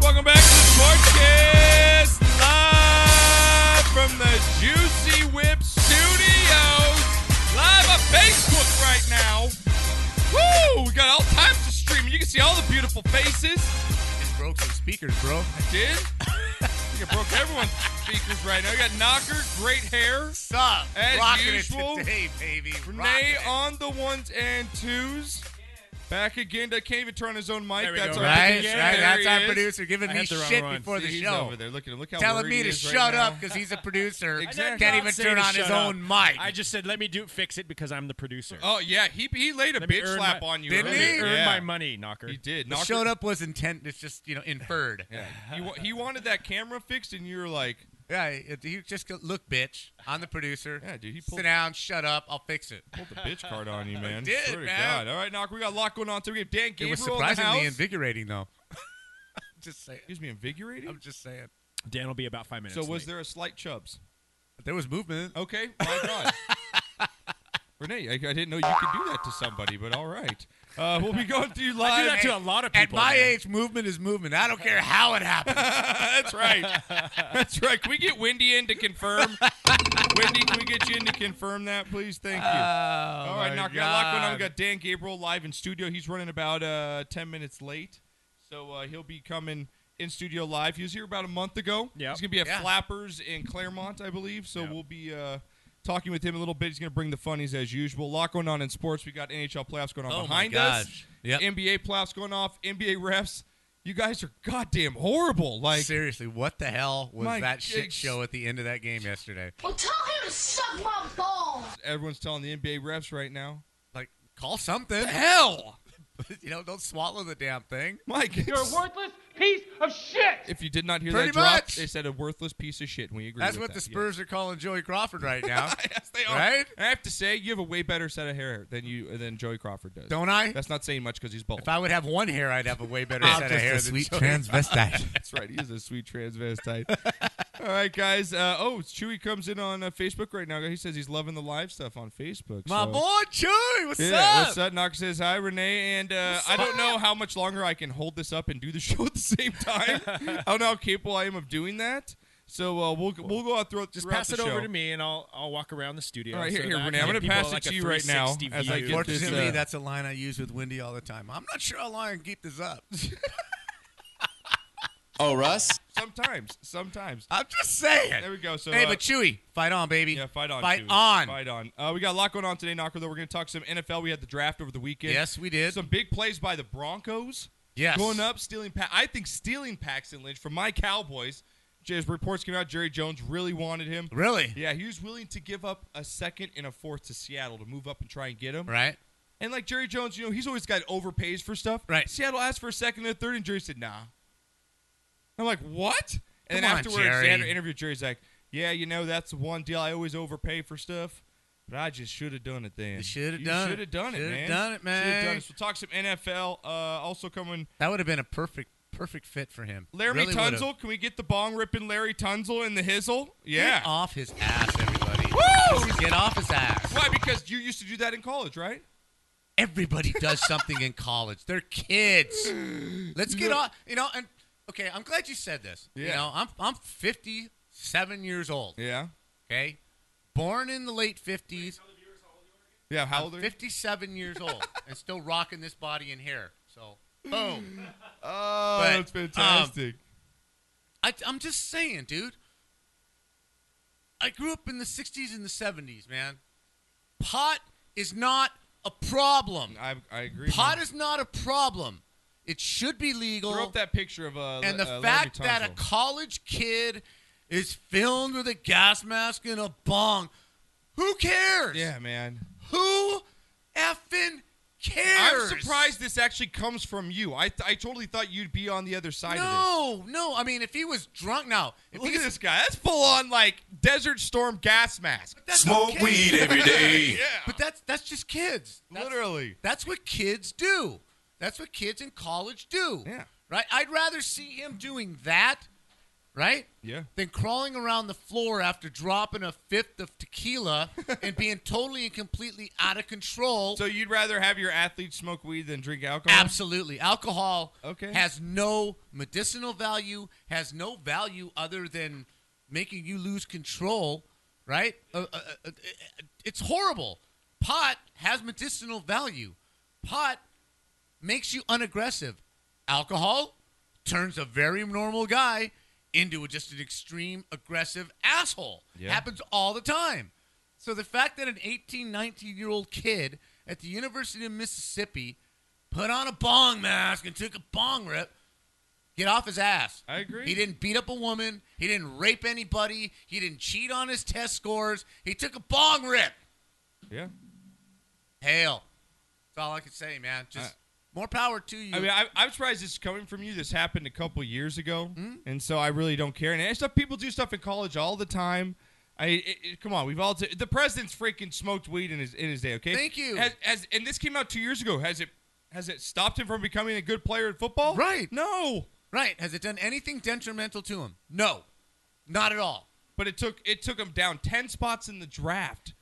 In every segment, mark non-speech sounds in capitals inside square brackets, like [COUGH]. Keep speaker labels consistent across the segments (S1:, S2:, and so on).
S1: Welcome back to the Sportscast live from the Juicy Whip Studios. Live on Facebook right now. Woo! We got all types of streaming. You can see all the beautiful faces.
S2: It broke some speakers, bro.
S1: Did? [LAUGHS] I think I broke everyone's speakers right now. We got Knocker, great hair.
S2: Stop.
S1: As
S2: Rocking
S1: usual,
S2: it today, baby. Rocking
S1: Renee oh,
S2: it.
S1: on the ones and twos. Back again. I can't even turn on his own mic.
S3: There we
S1: That's
S3: go.
S1: our
S2: Right,
S1: producer.
S2: right.
S1: There
S2: That's
S1: he
S2: our
S1: is.
S2: producer giving
S3: I
S2: me
S3: hit the wrong
S2: shit
S3: one.
S2: before
S1: See,
S2: the
S1: he's
S2: show.
S1: over there. Look at him. Look how
S2: Telling
S1: worried
S2: me
S1: he
S2: to
S1: is right
S2: shut
S1: now.
S2: up because he's a
S1: [LAUGHS]
S2: producer.
S1: Exactly.
S2: Can't even
S3: Not say
S2: turn
S3: to
S2: on his
S3: shut up.
S2: own mic.
S3: I just said, let me do fix it because I'm the producer.
S1: Oh yeah, he he laid a
S3: Let me
S1: bitch
S3: earn
S1: slap
S3: my-
S1: on you.
S2: Didn't
S3: let
S1: earlier.
S3: me
S2: he?
S3: earn
S1: yeah.
S3: my money, knocker.
S1: He did.
S2: The
S1: Knocker-
S2: showed up was intent. It's just you know inferred.
S1: Yeah. He, wa- he wanted that camera fixed, and you were like,
S2: Yeah, it- he just go, look, bitch. I'm the producer.
S1: Yeah, dude, he
S2: Sit
S1: pulled-
S2: down. Shut up. I'll fix it.
S1: "Pulled the bitch card on
S2: [LAUGHS]
S1: you, man."
S2: did,
S1: Swear to
S2: man.
S1: God. All right, Knocker, we got a lot going on. So we have Dan Gabriel
S2: It was
S1: in the
S2: surprisingly
S1: house.
S2: invigorating, though. just saying.
S1: Excuse me, invigorating.
S2: I'm just saying.
S1: [LAUGHS]
S3: Dan will be about five minutes.
S1: so was
S3: late.
S1: there a slight chubs?
S2: There was movement.
S1: Okay, my God.
S3: [LAUGHS]
S1: Renee, I, I didn't know you could do that to somebody, but all right. Uh, we'll be [LAUGHS] going through live.
S3: I do that to a lot of people.
S2: At my
S3: man.
S2: age, movement is movement. I don't care how
S3: [LAUGHS]
S2: it
S1: [LAUGHS]
S2: happens.
S1: That's right. That's right. Can we get Wendy in to
S3: [LAUGHS]
S1: confirm? Wendy, can we get you in to confirm that, please? Thank you.
S3: Oh,
S1: All right,
S2: my
S1: knock out lock one. on.
S2: God.
S1: We got Dan Gabriel live in studio. He's running about uh, ten minutes late, so uh, he'll be coming in studio live. He was here about a month ago.
S3: Yep.
S1: he's gonna be at
S2: Yeah.
S1: Flappers in Claremont, I believe. So
S3: Yep.
S1: we'll be. Uh, Talking with him a little bit. He's going to bring the funnies as usual. A lot going on in sports. We got NHL playoffs going on
S2: Oh, my
S1: behind us.
S2: gosh. Yep.
S1: NBA playoffs going off. NBA refs. You guys are goddamn horrible. Like
S2: Seriously, what the hell was
S1: My
S2: that
S1: gigs.
S2: shit show at the end of that game yesterday?
S4: Well, tell him to suck my balls.
S1: everyone's telling the NBA refs right now.
S2: Like, call something. [LAUGHS] Hell! you know, don't swallow the damn thing.
S1: Mike,
S5: You're a worthless piece of shit.
S1: if you did not hear
S2: Pretty
S1: that drop,
S2: much.
S1: they said a worthless piece of shit. And we agree.
S2: That's
S1: with
S2: what the
S1: that.
S2: Spurs are calling Joey Crawford right
S1: [LAUGHS]
S2: now.
S1: Yeah. yes, they are.
S2: Right?
S1: And I have to say, you have a way better set of hair than you than Joey Crawford does.
S2: don't I?
S1: That's not saying much because he's bald.
S2: if I would have one hair, I'd have a
S1: [LAUGHS]
S2: way better
S6: I'm
S2: set of
S6: just
S2: hair
S6: a
S2: than
S6: sweet
S2: Joey.
S6: transvestite.
S1: That's right. He is a sweet
S3: [LAUGHS]
S1: transvestite. All right, guys. Uh, oh, Chewy comes in on uh, Facebook right now. He says he's loving the live stuff on Facebook.
S2: My
S1: so-
S2: boy Chewy, what's
S1: Yeah,
S2: up?
S1: what's up? Knock says hi, Renee, and uh, I don't know how much longer I can hold this up and do the [LAUGHS] show at the same time.
S2: [LAUGHS]
S1: I don't know how capable I am of doing that. So uh, we'll we'll go out throughout
S3: Just
S1: throughout
S3: pass
S1: the
S3: it over
S1: show.
S3: to me, and I'll I'll walk around the studio.
S1: All right, here-
S3: so
S1: here,
S3: that I
S1: Renee,
S3: can
S1: I'm gonna
S3: give people
S1: pass it
S3: like
S1: to
S3: a
S1: you right now
S3: 360
S1: as I
S3: view.
S1: get this,
S2: Unfortunately,
S1: uh,
S2: that's a line I use with Wendy all the time. I'm not sure how long I can keep this up.
S1: [LAUGHS]
S6: oh, Russ?
S1: Sometimes, sometimes.
S2: I'm just saying.
S1: There we go. So
S2: hey,
S1: uh,
S2: but Chewy, fight on, baby.
S1: yeah, fight on,
S2: Fight
S1: Chewy.
S2: on.
S1: fight on. Uh, we got a lot going on today, Knocker. Though we're gonna talk some NFL. We had the draft over the weekend.
S2: Yes, we did.
S1: Some big plays by the Broncos.
S2: yes.
S1: Going up, stealing. Pa- I think stealing Paxton Lynch from my Cowboys. As reports came out, Jerry Jones really wanted him.
S2: Really?
S1: Yeah, he was willing to give up a second and a fourth to Seattle to move up and try and get him.
S2: Right?
S1: And like Jerry Jones, you know, he's always got overpays for stuff.
S2: Right.
S1: Seattle asked for a second and a third, and Jerry said, nah. I'm like, what? And then
S2: Come on,
S1: afterwards,
S2: Jerry.
S1: Xander interviewed Jerry's like, yeah, you know, that's the one deal I always overpay for stuff. But I just should have done it then.
S2: You shoulda
S1: You
S2: done it.
S1: Should have done it,
S2: Shoulda
S1: man.
S2: done it, man.
S1: Shoulda done it. So we'll talk some NFL. Uh, also coming,
S2: That would have been a perfect, perfect fit for him.
S1: Laramie
S2: Really would've.
S1: Tunzel. Can we get the bong ripping Larry Tunzel in the hizzle?
S2: Get
S1: Yeah.
S2: off his ass, everybody.
S1: Woo!
S2: Get off his ass.
S1: Why? Because you used to do that in college, right?
S2: Everybody
S1: [LAUGHS]
S2: does something in college. They're kids. Let's get off. You know, and okay, I'm glad you said this. You
S1: Yeah.
S2: know, I'm I'm 57 years old.
S1: Yeah.
S2: Okay, born in the late 50s.
S1: Yeah, how old are
S2: I'm
S1: you?
S2: 57 years
S1: [LAUGHS]
S2: old and still rocking this body and hair. So, boom.
S7: Uh,
S1: Oh,
S2: But,
S1: that's fantastic.
S2: I, I'm just saying, dude. I grew up in the 60s and the 70s, man. Pot is not a problem.
S1: I, I agree.
S2: Pot
S1: man.
S2: is not a problem. It should be
S1: Throw
S2: legal.
S1: up that picture of uh,
S2: and the
S1: uh, Laramie
S2: fact that a
S1: Tunsil.
S2: college kid is filmed with a gas mask and a bong, who cares?
S1: yeah, man.
S2: Who effing cares?
S1: I'm surprised this actually comes from you. I, I totally thought you'd be on the other side of
S2: No, no. I mean, if he was drunk, now
S1: this.
S2: if
S1: Look
S2: he
S1: at this guy. That's full on like Desert Storm gas mask.
S2: that's
S4: Smoke
S2: okay.
S4: weed every day.
S2: [LAUGHS]
S1: Yeah.
S2: But that's that's just kids. That's-
S1: Literally.
S2: That's what kids do. That's what kids in college do.
S1: Yeah.
S2: Right? I'd rather see him doing that, right?
S1: Yeah.
S2: Than crawling around the floor after dropping a fifth of
S1: [LAUGHS]
S2: tequila and being totally and completely out of control.
S1: So you'd rather have your athlete smoke weed than drink alcohol?
S2: Absolutely. Alcohol
S1: Okay.
S2: has no medicinal value, has no value other than making you lose control, right? Uh, uh, uh, uh, it's horrible. Pot has medicinal value. Pot makes you unaggressive. Alcohol turns a very normal guy into just an extreme aggressive asshole.
S1: Yeah.
S2: Happens all the time. So the fact that an 18, 19 year old kid at the University of Mississippi put on a bong mask and took a bong rip, get off his ass.
S1: I agree.
S2: He didn't beat up a woman. He didn't rape anybody. He didn't cheat on his test scores. He took a bong rip.
S1: Yeah.
S2: Hail. That's all I can say, man. Just
S1: I-
S2: more power to you.
S1: I mean, I, I'm surprised this is coming from you. This happened a couple years ago,
S2: Mm-hmm.
S1: and so I really don't care. And stuff people do stuff in college all the time. I it, it- come on, we've all t- the president's freaking smoked weed in his in his day. Okay,
S2: Thank you.
S1: Has, has, and this came out two years ago. Has it has it stopped him from becoming a good player in football?
S2: Right.
S1: No,
S2: Right. Has it done anything detrimental to him? No. Not at all.
S1: but it took it took him down ten spots in the draft,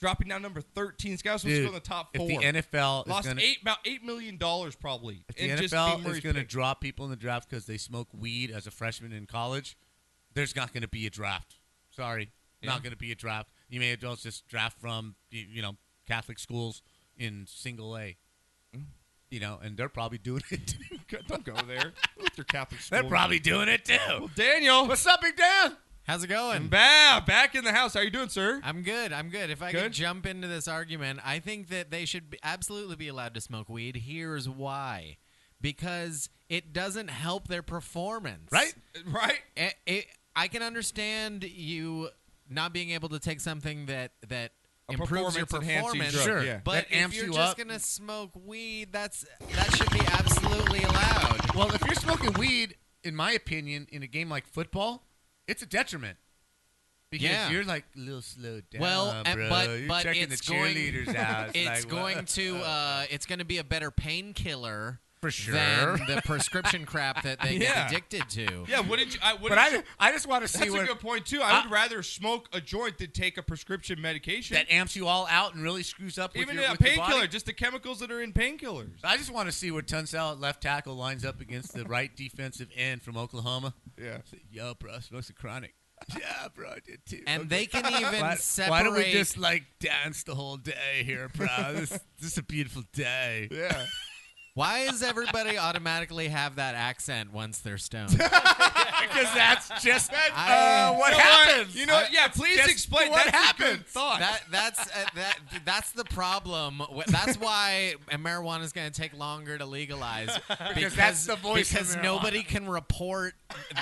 S1: dropping down number thirteen. This guy was supposed to go in the top four.
S2: If the NFL
S1: Lost
S2: is going to
S1: eight about eight million dollars probably.
S2: if
S1: in
S2: the
S1: just being
S2: NFL is
S1: Murray's
S2: going to
S1: pick.
S2: drop people in the draft because they smoke weed as a freshman in college, there's not going to be a draft. Sorry,
S1: Yeah.
S2: not going to be a draft. You may as well just draft from you you know Catholic schools in single A.
S7: Mm.
S2: You know, and they're probably doing it. [LAUGHS] Too.
S1: don't go there. With your Catholic school.
S2: [LAUGHS] They're probably doing it too.
S1: Well, Daniel.
S2: What's up, Big Dan?
S7: How's it going?
S1: Bah, back in the house. How you doing, sir?
S7: I'm good. I'm good. If I
S1: Good?
S7: could jump into this argument, I think that they should be, absolutely be allowed to smoke weed. Here's why because it doesn't help their performance.
S2: Right?
S1: Right?
S7: It, it, I can understand you not being able to take something that, that
S1: A
S7: improves your
S1: performance-enhancing
S7: performance.
S1: drug, Sure. yeah.
S2: That
S7: But if
S2: amps
S7: you're
S2: you
S7: just
S2: up.
S7: going to smoke weed, that's that should be absolutely allowed.
S2: Well, if you're smoking weed, in my opinion, in a game like football, it's a detriment. Because
S7: Yeah.
S2: you're like a little slow down,
S7: Well, Oh, and-
S2: bro.
S7: but-
S2: you're
S7: but
S2: checking
S7: it's
S2: the
S7: going- [LAUGHS]
S2: cheerleaders out.
S7: It's
S2: like,
S7: going
S2: what?
S7: to uh, it's going to be a better painkiller
S2: For sure.
S7: than the prescription crap that they
S1: Yeah.
S7: get addicted to.
S1: Yeah, what did you I what
S2: But
S1: did you-
S2: I, I just want to see
S1: That's a
S2: what
S1: good point too. I would rather smoke a joint than take a prescription medication.
S2: that amps you all out and really screws up. With
S1: even
S2: your,
S1: a
S2: with your
S1: painkiller,
S2: body.
S1: just the chemicals that are in painkillers.
S2: I just want to see where Tunsil at left tackle lines up against
S1: [LAUGHS]
S2: the right defensive end from Oklahoma.
S1: Yeah.
S2: Say, Yo, bro, smokes a
S1: [LAUGHS]
S2: chronic. Yeah, bro, I did too.
S7: And they can even
S2: why,
S7: separate.
S2: why don't we just like dance the whole day here, bro? this, this is a beautiful day.
S1: Yeah.
S7: Why does everybody automatically have that accent once they're stoned?
S2: Because that's just
S7: I-
S2: uh,
S1: You
S2: what
S1: know what?
S2: happens.
S1: You know what? Yeah, please
S2: Just
S1: explain
S2: what
S1: that's a good
S2: happens.
S1: thought.
S7: That that's uh, that that's the problem. Wh- That's why [LAUGHS] marijuana is going to take longer to legalize because,
S2: that's the voice of
S7: because
S2: marijuana.
S7: nobody can report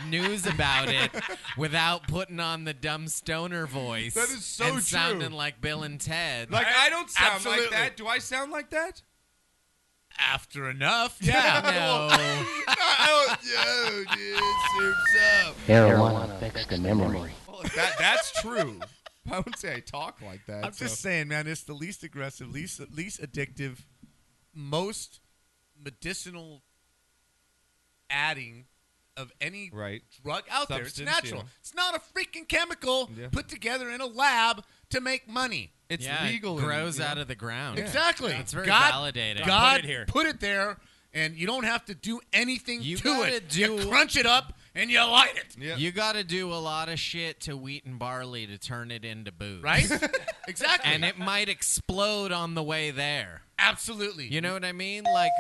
S7: news about it without putting on the dumb stoner voice.
S1: That is so
S7: and
S1: true.
S7: sounding like Bill and Ted.
S1: like I, don't sound
S2: Absolutely.
S1: like that. Do I sound like that?
S2: after enough.
S1: [LAUGHS]
S7: yeah, no.
S1: I don't, yo, Oh, dude, soup's up.
S8: Marijuana affects the memory.
S1: [LAUGHS] That that's true. [LAUGHS] I wouldn't say I talk like that.
S2: I'm just
S1: so-
S2: saying, man, it's the least aggressive, least least addictive, most medicinal adding of any
S1: Right.
S2: drug out there. It's
S1: Substance,
S2: natural.
S1: yeah.
S2: It's not a freaking chemical
S1: Yeah.
S2: put together in a lab to make money.
S1: it's
S7: yeah,
S1: legal.
S7: It
S1: in-
S7: grows
S1: yeah.
S7: out of the ground.
S2: Exactly.
S7: It's very
S2: God,
S7: validating.
S2: God
S9: Put it here.
S2: put it there, and you don't have to do anything
S7: You
S2: to
S7: gotta
S2: it. you
S7: do-
S2: crunch it up and you light it.
S1: Yeah.
S7: You got to do a lot of shit to wheat and barley to turn it into booze, [LAUGHS]
S2: Right? exactly.
S7: And it might explode on the way there.
S2: absolutely.
S7: You know what I mean? Like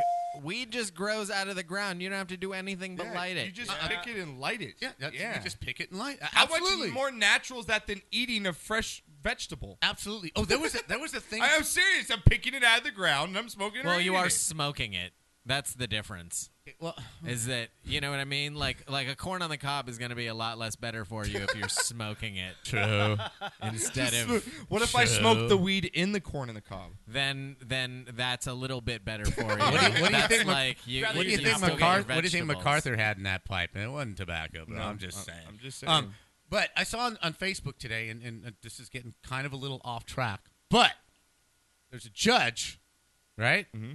S7: weed just grows out of the ground. You don't have to do anything but
S1: Yeah,
S7: light it.
S1: You just pick it and light it.
S2: Yeah, that's,
S1: yeah.
S2: You just pick it and light.
S1: How
S2: Absolutely.
S1: much more natural is that than eating a fresh vegetable?
S2: Absolutely.
S1: [LAUGHS]
S2: Oh, there was a, there was a thing.
S1: I am serious. I'm picking it out of the ground and I'm smoking it. [LAUGHS]
S7: well,
S1: and
S7: you
S1: eating
S7: are
S1: it.
S7: smoking it. That's the difference.
S2: Well, hmm.
S7: Is that you know what I mean? Like like a corn on the cob is going to be a lot less better for
S2: [LAUGHS]
S7: you if you're smoking it
S1: True.
S7: instead of
S1: What if I smoked the weed in the corn in the cob?
S7: then then that's a little
S2: [LAUGHS]
S7: bit better for you.
S2: do you- what do you
S7: That's
S2: think Mac-
S7: like you,
S2: what do you
S7: you
S2: think
S7: still get your
S2: MacArthur? What do you think
S7: vegetables.
S2: MacArthur had in that pipe? And it wasn't tobacco, but
S1: No,
S2: I'm just
S1: I-
S2: saying.
S1: I'm just saying.
S2: Um, but I saw on, on Facebook today, and, and uh, this is getting kind of a little off track. But there's a judge, right? Mm-hmm.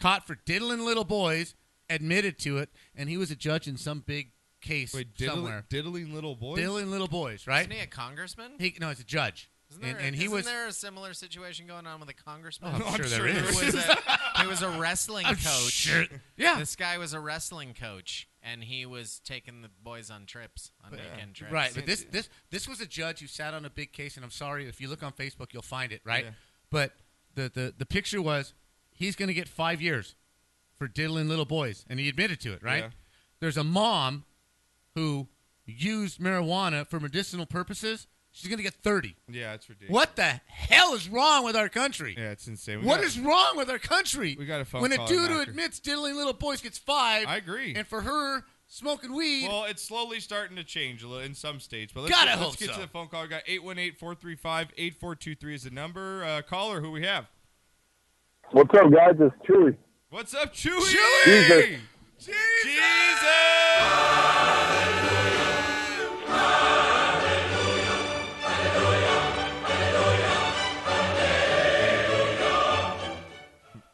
S2: Caught for diddling little boys, admitted to it, and he was a judge in some big case
S1: Wait, diddling,
S2: somewhere.
S1: diddling little boys.
S2: Diddling little boys, right?
S7: Isn't he a congressman?
S2: He, no, he's a judge,
S7: Isn't there,
S2: and, and he
S7: isn't
S2: was. Oh,
S7: there a similar situation going on with a congressman?
S2: I'm, sure, there
S7: Who
S2: is. Oh,
S7: was
S2: [LAUGHS]
S7: a, who was a wrestling coach.
S2: Yeah,
S7: This guy was a wrestling coach, and he was taking the boys on trips, on weekend trips.
S2: Right, but this this this was a judge who sat on a big case, and I'm sorry if you look on Facebook, you'll find it. Right,
S1: Yeah.
S2: but the, the the picture was he's going to get five years for diddling little boys, and he admitted to it. Right,
S1: Yeah.
S2: there's a mom who used marijuana for medicinal purposes. She's going to get thirty.
S1: Yeah, it's ridiculous.
S2: What the hell is wrong with our country?
S1: Yeah, it's insane. We
S2: What
S1: got-
S2: is wrong with our country?
S1: We got a phone
S2: when
S1: call
S2: a dude who
S1: knocker.
S2: admits diddling little boys gets five.
S1: I agree.
S2: and for her smoking weed.
S1: Well, it's slowly starting to change a little in some states. But let's
S2: God, I
S1: get, let's
S2: hope
S1: get to
S2: so.
S1: the phone call. We got 818-435-8423 is the number. Uh, caller, who we have?
S10: What's up, guys? It's Chewy.
S1: What's up, Chewy?
S10: Jesus.
S1: Jesus! Jesus!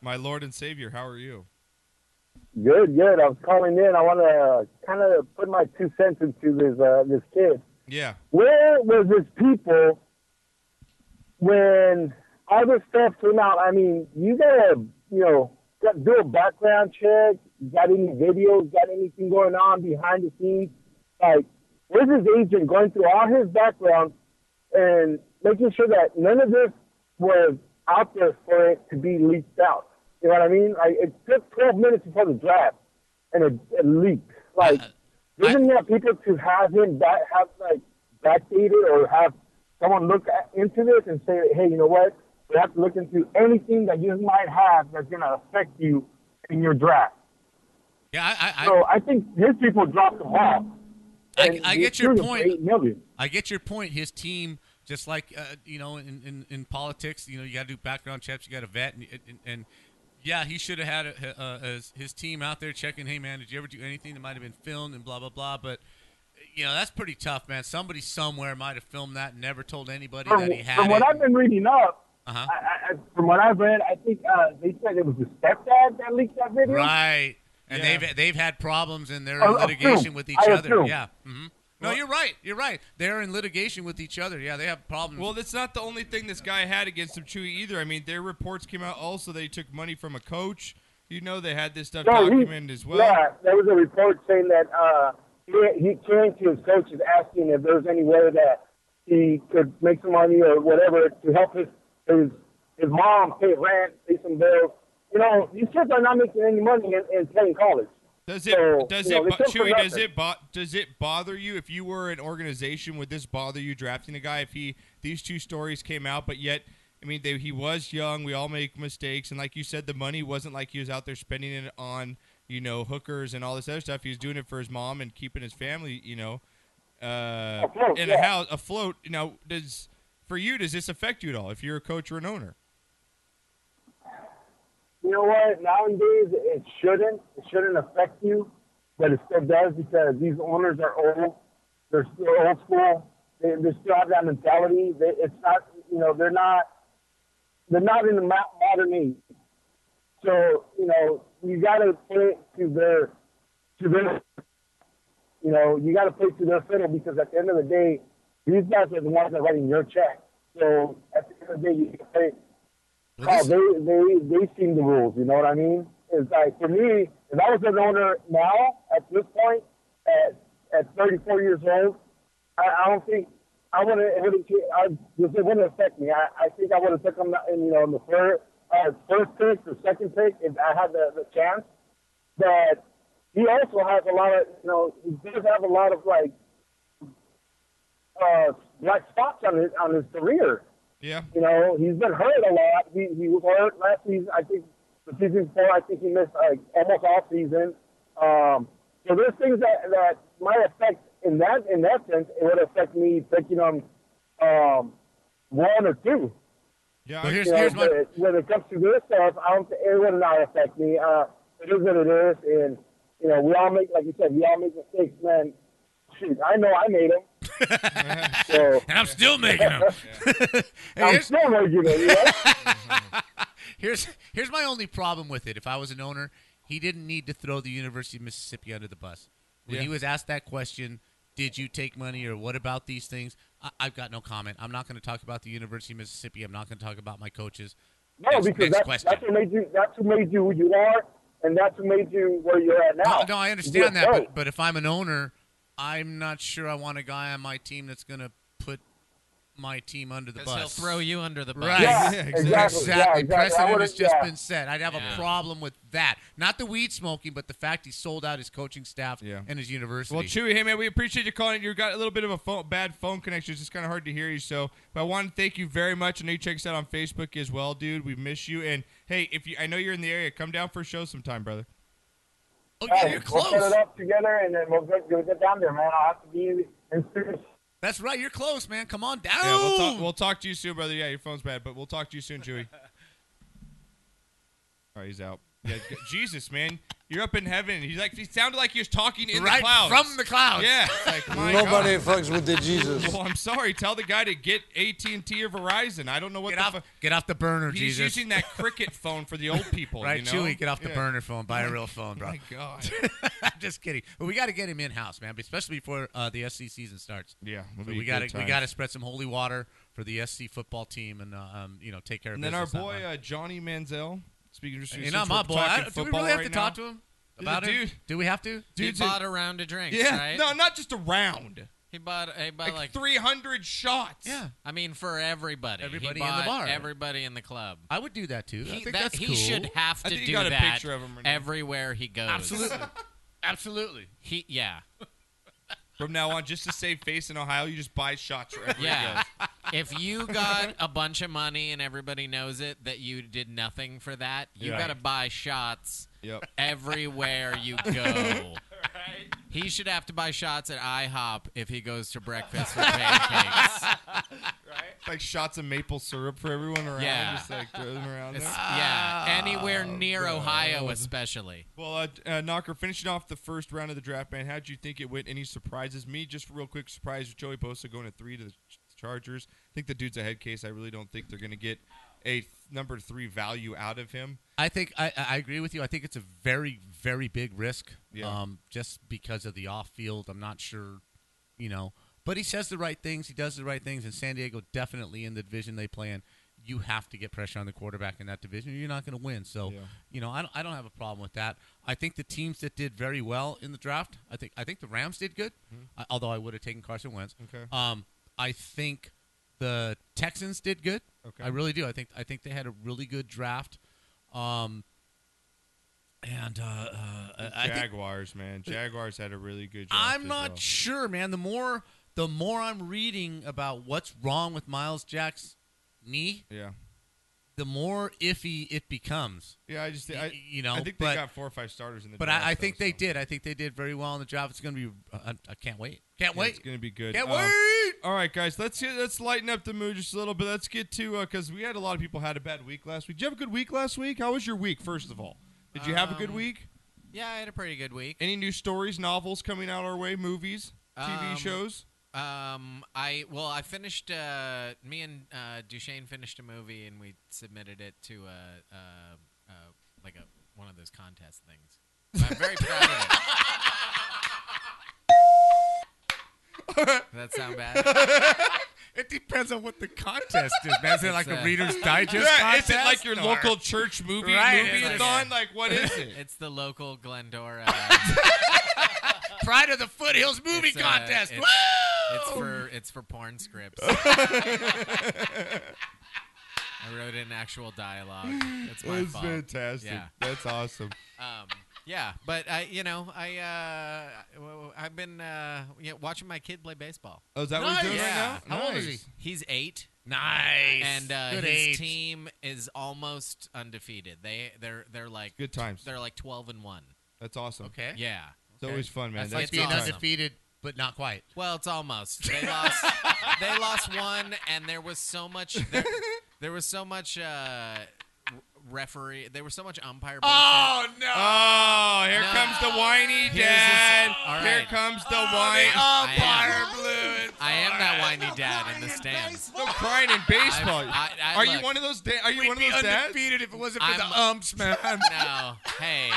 S1: My Lord and Savior, how are you?
S10: Good, good. I was calling in. I want to kind of put my two cents into this uh, this kid.
S1: Yeah.
S10: Where was his people when all this stuff came out? I mean, you gotta, you know, got- do a background check. Got any videos? Got anything going on behind the scenes? Like, where's his agent going through all his background and making sure that none of this was out there for it to be leaked out? You know what I mean? Like, it took 12 minutes before the draft, and it, it leaked. Like.
S2: Uh,
S10: Doesn't that people to have him back, have like backdated or have someone look at, into this and say, hey, you know what? We have to look into anything that you might have that's going to affect you in your draft.
S2: yeah, I, I, I,
S10: So I think his people dropped the ball.
S2: I,
S10: And
S2: I
S10: he
S2: get your
S10: threw them for
S2: point.
S10: Eight million.
S2: I get your point. His team, just like uh, you know, in, in, in politics, you know, you got to do background checks. You got to vet, and, and, and yeah, he should have had a, uh, his, his team out there checking. Hey, man, did you ever do anything that might have been filmed and blah blah blah? But you know, that's pretty tough, man. Somebody somewhere might have filmed that and never told anybody
S10: From,
S2: that he had
S10: from
S2: it.
S10: what I've been reading up,
S2: Uh-huh.
S10: I, I, I- from what I've read, I think uh, they said it was his stepdad that leaked that video.
S2: right. And
S1: Yeah.
S2: they've they've had problems in their
S10: I assume.
S2: litigation with each
S10: I
S2: other.
S10: assume.
S2: Yeah. [LAUGHS] hmm No, you're right. You're right. They're in litigation with each other. Yeah, they have problems.
S1: Well, that's not the only thing this guy had against him, Chewy, either. I mean, their reports came out also that he took money from a coach. You know, they had this stuff
S10: No, he-
S1: documented as well.
S10: Yeah, there was a report saying that uh, he, he came to his coaches asking if there was any way that he could make some money or whatever to help his his, his mom pay rent, pay some bills. You know, these kids are not making any money in, in playing college.
S1: Does it
S10: So,
S1: does
S10: you know,
S1: it
S10: they
S1: bo-
S10: come for
S1: Chewy, does
S10: nothing.
S1: it bo- does it bother you if you were an organization would this bother you drafting a guy if he these two stories came out but yet I mean they, he was young we all make mistakes and like you said the money wasn't like he was out there spending it on you know hookers and all this other stuff he was doing it for his mom and keeping his family you know uh,
S10: Afloat,
S1: in a
S10: yeah.
S1: house afloat you know does for you does this affect you at all if you're a coach or an owner
S10: You know what? Nowadays, it shouldn't. It shouldn't affect you, but it still does because these owners are old. They're still old school. They, they still have that mentality. They, it's not, you know, they're not, they're not in the mo- modern age. So, you know, you got to play to their, to their, you know, you got to play to their fiddle because at the end of the day, these guys are the ones that are writing your check. So at the end of the day, you can play Oh,
S2: this-
S10: they they they seem the rules. You know what I mean? It's like for me, if I was an owner now at this point, at at 34 years old, I, I don't think I would it wouldn't cha- I just it wouldn't affect me. I, I think I would have took them in you know in the first uh, first pick or second pick if I had the, the chance. But he also has a lot of you know he does have a lot of like uh black spots on his on his career
S1: yeah
S10: you know, he's been hurt a lot. He, he was hurt last season. I think The season before, I think he missed like almost all season. Um, so there's things that, that might affect in that in that sense. It would affect me picking on um, one or two.
S1: Yeah,
S2: But
S1: I-
S2: here's
S10: You know,
S2: here's
S10: but
S2: my
S10: it- when it comes to this stuff, I don't. It would not affect me. Uh, it is what it is, and you know, we all make, like you said, we all make mistakes, man. Shoot, I know I made them. so
S2: [LAUGHS] and I'm still making them. Hey,
S10: [LAUGHS] I'm
S2: here's-
S10: still making them. You
S2: [LAUGHS]
S10: know?
S2: Here's here's my only problem with it. If I was an owner, he didn't need to throw the University of Mississippi under the bus. When
S1: Yeah.
S2: he was asked that question, did you take money or what about these things? I, I've got no comment. I'm not going to talk about the University of Mississippi. I'm not going to talk about my coaches.
S10: No,
S2: Next-
S10: because
S2: next
S10: that's,
S2: question.
S10: that's what made you. That's what made you who you are, and that's what made you where you're at now.
S2: No, no,
S10: You're
S2: I
S10: a
S2: understand that,
S10: pro.
S2: but, but if I'm an owner, I'm not sure I want a guy on my team that's going to put my team under the
S7: Because
S2: bus.
S7: he'll throw you under the bus.
S2: Right. [LAUGHS]
S10: yeah,
S1: Yeah,
S10: exactly.
S2: Exactly.
S10: Yeah, exactly. I
S2: Precedent
S10: would've-
S2: has just
S10: yeah.
S2: been set. I'd have
S7: Yeah.
S2: a problem with that. Not the weed smoking, but the fact he sold out his coaching staff
S1: Yeah.
S2: and his university.
S1: Well, Chewy, hey man, we appreciate you calling. You got a little bit of a phone, bad phone connection; it's just kind of hard to hear you. So, but I want to thank you very much. I know you check us out on Facebook as well, dude. We miss you. And hey, if you, I know you're in the area, come down for a show sometime, brother.
S2: oh,
S10: Hey,
S2: yeah, you're
S10: We'll set
S2: close.
S10: it up together, and then we'll get, we'll get down there, man. I'll have to be in Syracuse.
S2: That's right. You're close, man. Come on down.
S1: Yeah, we'll talk. We'll talk to you soon, brother. Yeah, your phone's bad, but we'll talk to you soon,
S2: [LAUGHS]
S1: Chewy. All right, he's out. Yeah, g- Jesus, man, you're up in heaven. He's like, he sounded like he was talking in
S2: right
S1: the clouds.
S2: from the clouds.
S1: yeah, it's like my God.
S2: [LAUGHS]
S4: Nobody fucks with the Jesus.
S1: Well, I'm sorry. Tell the guy to get AT and T or Verizon. I don't know what
S2: Get
S1: the
S2: off,
S1: fuck.
S2: get off the burner,
S1: He's
S2: Jesus.
S1: using that cricket phone for the old
S2: [LAUGHS]
S1: people.
S2: right,
S1: you know?
S2: Chewy, get off the
S1: Yeah.
S2: burner phone. Buy a real phone,
S1: Oh
S2: bro.
S1: my God.
S2: [LAUGHS] I'm just kidding. But we got to get him in house, man, especially before uh, the SC season starts.
S1: Yeah,
S2: So we got to we got to spread some holy water for the SC football team and uh, um, you know take care of
S1: And then our
S2: business that
S1: boy
S2: way.
S1: uh, Johnny Manziel. Speaking of,
S2: You're not my boy. I- do we really have to talk to him
S1: He's a
S2: about it?
S1: dude.
S2: Do we have
S1: [LAUGHS]
S2: to?
S7: He
S1: Dude's a-
S7: bought a round of drinks,
S1: Yeah,
S7: right?
S1: no, not just around.
S7: He bought he bought
S1: Like,
S7: like,
S1: 300 shots.
S2: Yeah,
S7: I mean for everybody. He
S2: Everybody in the
S7: bought
S2: bar.
S7: Everybody in the club.
S2: I would do that too. I
S7: He,
S2: think
S7: that-
S2: that's
S7: he
S2: cool.
S7: should have
S1: I
S7: to
S1: think
S7: do
S1: you got a
S7: that
S1: picture of him right now.
S7: everywhere he goes.
S2: Absolutely, absolutely.
S7: He yeah.
S1: [LAUGHS] From now on, just to save face in Ohio, you just buy shots wherever he
S7: Yeah.
S1: goes.
S7: [LAUGHS] if you got a bunch of money and everybody knows it that you did nothing for that, you
S1: Yeah.
S7: got to buy shots
S1: Yep.
S7: everywhere you go. He should have to buy shots at IHOP if he goes to breakfast for pancakes.
S1: Like shots of maple syrup for everyone around.
S7: Yeah.
S1: Just like throw them around.
S7: It's-
S1: There.
S7: yeah, anywhere near
S1: Oh,
S7: Ohio, especially.
S1: Well, uh, uh, Knocker, finishing off the first round of the draft, man, how'd you think it went? Any surprises? Me, just real quick surprise with Joey Bosa going at three to the Ch- Chargers. I think the dude's a head case. I really don't think they're going to get a th- number three value out of him.
S2: I think I, I I agree with you. I think it's a very very big risk.
S1: Yeah.
S2: Um, just because of the off field, I'm not sure, you know. But he says the right things. He does the right things. And San Diego definitely in the division they play in. You have to get pressure on the quarterback in that division. or You're not going to win. So,
S1: Yeah.
S2: you know, I don't, I don't have a problem with that. I think the teams that did very well in the draft, I think I think the Rams did good, I- although I would have taken Carson Wentz.
S1: Mm-hmm. Okay.
S2: Um, I think the Texans did good.
S1: Okay.
S2: I really do. I think I think they had a really good draft. Um, and uh, uh, I- I think
S1: Jaguars, man. Jaguars had a really good draft.
S2: I'm
S1: as
S2: not
S1: well.
S2: sure, man. The more the more I'm reading about what's wrong with Miles Jack's knee,
S1: Yeah.
S2: the more iffy it becomes.
S1: Yeah, I just
S2: Y-
S1: I,
S2: you know,
S1: I think
S2: but-
S1: they got four or five starters in the
S2: But
S1: draft.
S2: I, I think
S1: though,
S2: they
S1: so.
S2: did. I think they did very well in the draft. It's going to be. Uh, I- I can't wait. Can't
S1: Yeah,
S2: wait.
S1: It's going to be good.
S2: can't
S1: Um,
S2: wait.
S1: All right, guys, let's get, let's lighten up the mood just a little bit. Let's get to because we had a lot of people had a bad week last week. Did you have a good week last week? How was your week? First of all, did you have a good
S7: Um,
S1: week?
S7: Yeah, I had a pretty good week.
S1: Any new stories, novels coming out our way, movies, TV
S7: Um,
S1: shows?
S7: Um, I well, I finished. Uh, me and uh, Duchesne finished a movie, and we submitted it to a, uh uh like a one of those contest things. I'm very proud of it. Does that
S2: [LAUGHS]
S7: sound bad?
S2: It depends on what the contest is. Man. Is it like
S7: It's,
S2: a
S7: uh,
S2: Reader's Digest
S1: Yeah, [LAUGHS]
S2: contest?
S1: is it like your
S2: or-
S1: local church movie
S2: Right,
S1: movie
S7: it's
S1: thon?
S7: like-
S1: Like what is
S7: [LAUGHS]
S1: it?
S7: It's the
S1: [LAUGHS]
S7: local Glendora.
S2: Pride of the Foothills movie
S7: It's, uh,
S2: contest?
S7: it's-
S2: Woo!
S7: It's for it's for
S1: [LAUGHS]
S2: [LAUGHS]
S7: porn scripts. I wrote in actual dialogue. That's my
S1: That's
S7: fault.
S1: fantastic.
S7: Yeah.
S1: That's
S7: [LAUGHS]
S1: awesome.
S7: Um, yeah, but I, you know, I, uh, w- w- I've been uh, yeah, watching my kid play baseball.
S1: Oh, is that what
S2: Nice.
S1: he's doing
S7: Yeah.
S1: right now?
S2: How old is
S1: Nice.
S7: He's eight,
S2: Nice.
S7: and uh,
S2: Good
S7: his
S2: age.
S7: team is almost undefeated. They they're they're like
S1: Good times.
S7: They're like twelve and one.
S1: That's awesome.
S2: Okay.
S7: Yeah.
S1: It's always fun, man.
S2: That's,
S1: That's
S2: like being
S1: good times.
S2: undefeated, but not quite.
S7: Well, it's almost. They lost. they lost one, and there was so much. There, there was so much uh, re- referee. There was so much umpire. Bullshit.
S2: Oh no!
S1: Oh, here
S7: No.
S1: comes the whiny
S7: Here's his-
S1: dad.
S7: all
S1: Here
S7: right.
S1: comes the
S2: Oh, The
S1: whiny.
S2: umpire
S7: I am.
S2: blew it.
S7: I am that whiny dad in the stands.
S1: Still crying in baseball.
S7: I- I-
S1: are you
S7: look.
S1: one of those? Da- are you
S2: We'd
S1: one of
S2: be
S1: those dads?
S2: undefeated if it wasn't for
S7: I'm-
S2: the umps, man.
S7: No, hey.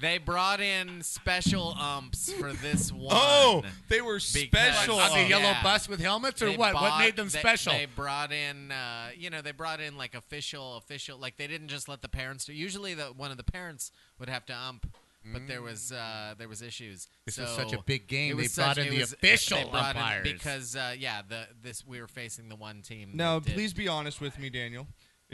S7: They brought in special umps
S2: [LAUGHS]
S7: for this one.
S1: Oh, they were
S7: Because-
S1: special.
S2: On the
S7: Yeah.
S1: umps.
S2: yellow bus with helmets, or
S7: They
S2: what? what
S7: bought-
S2: made them
S7: they-
S2: special?
S7: They brought in, uh, you know, they brought in like official, official. Like they didn't just let the parents do. Usually, the one of the parents would have to ump, but there was uh, there was issues.
S2: Mm. This
S7: so
S2: was such a big game.
S7: it
S2: They
S7: was
S2: brought
S7: such-
S2: in
S7: it
S2: the
S7: was-
S2: official
S7: they brought in-
S2: umpires.
S7: because uh, yeah, the this we were facing the one team.
S1: Now,
S7: that did-
S1: please be honest with me, Daniel.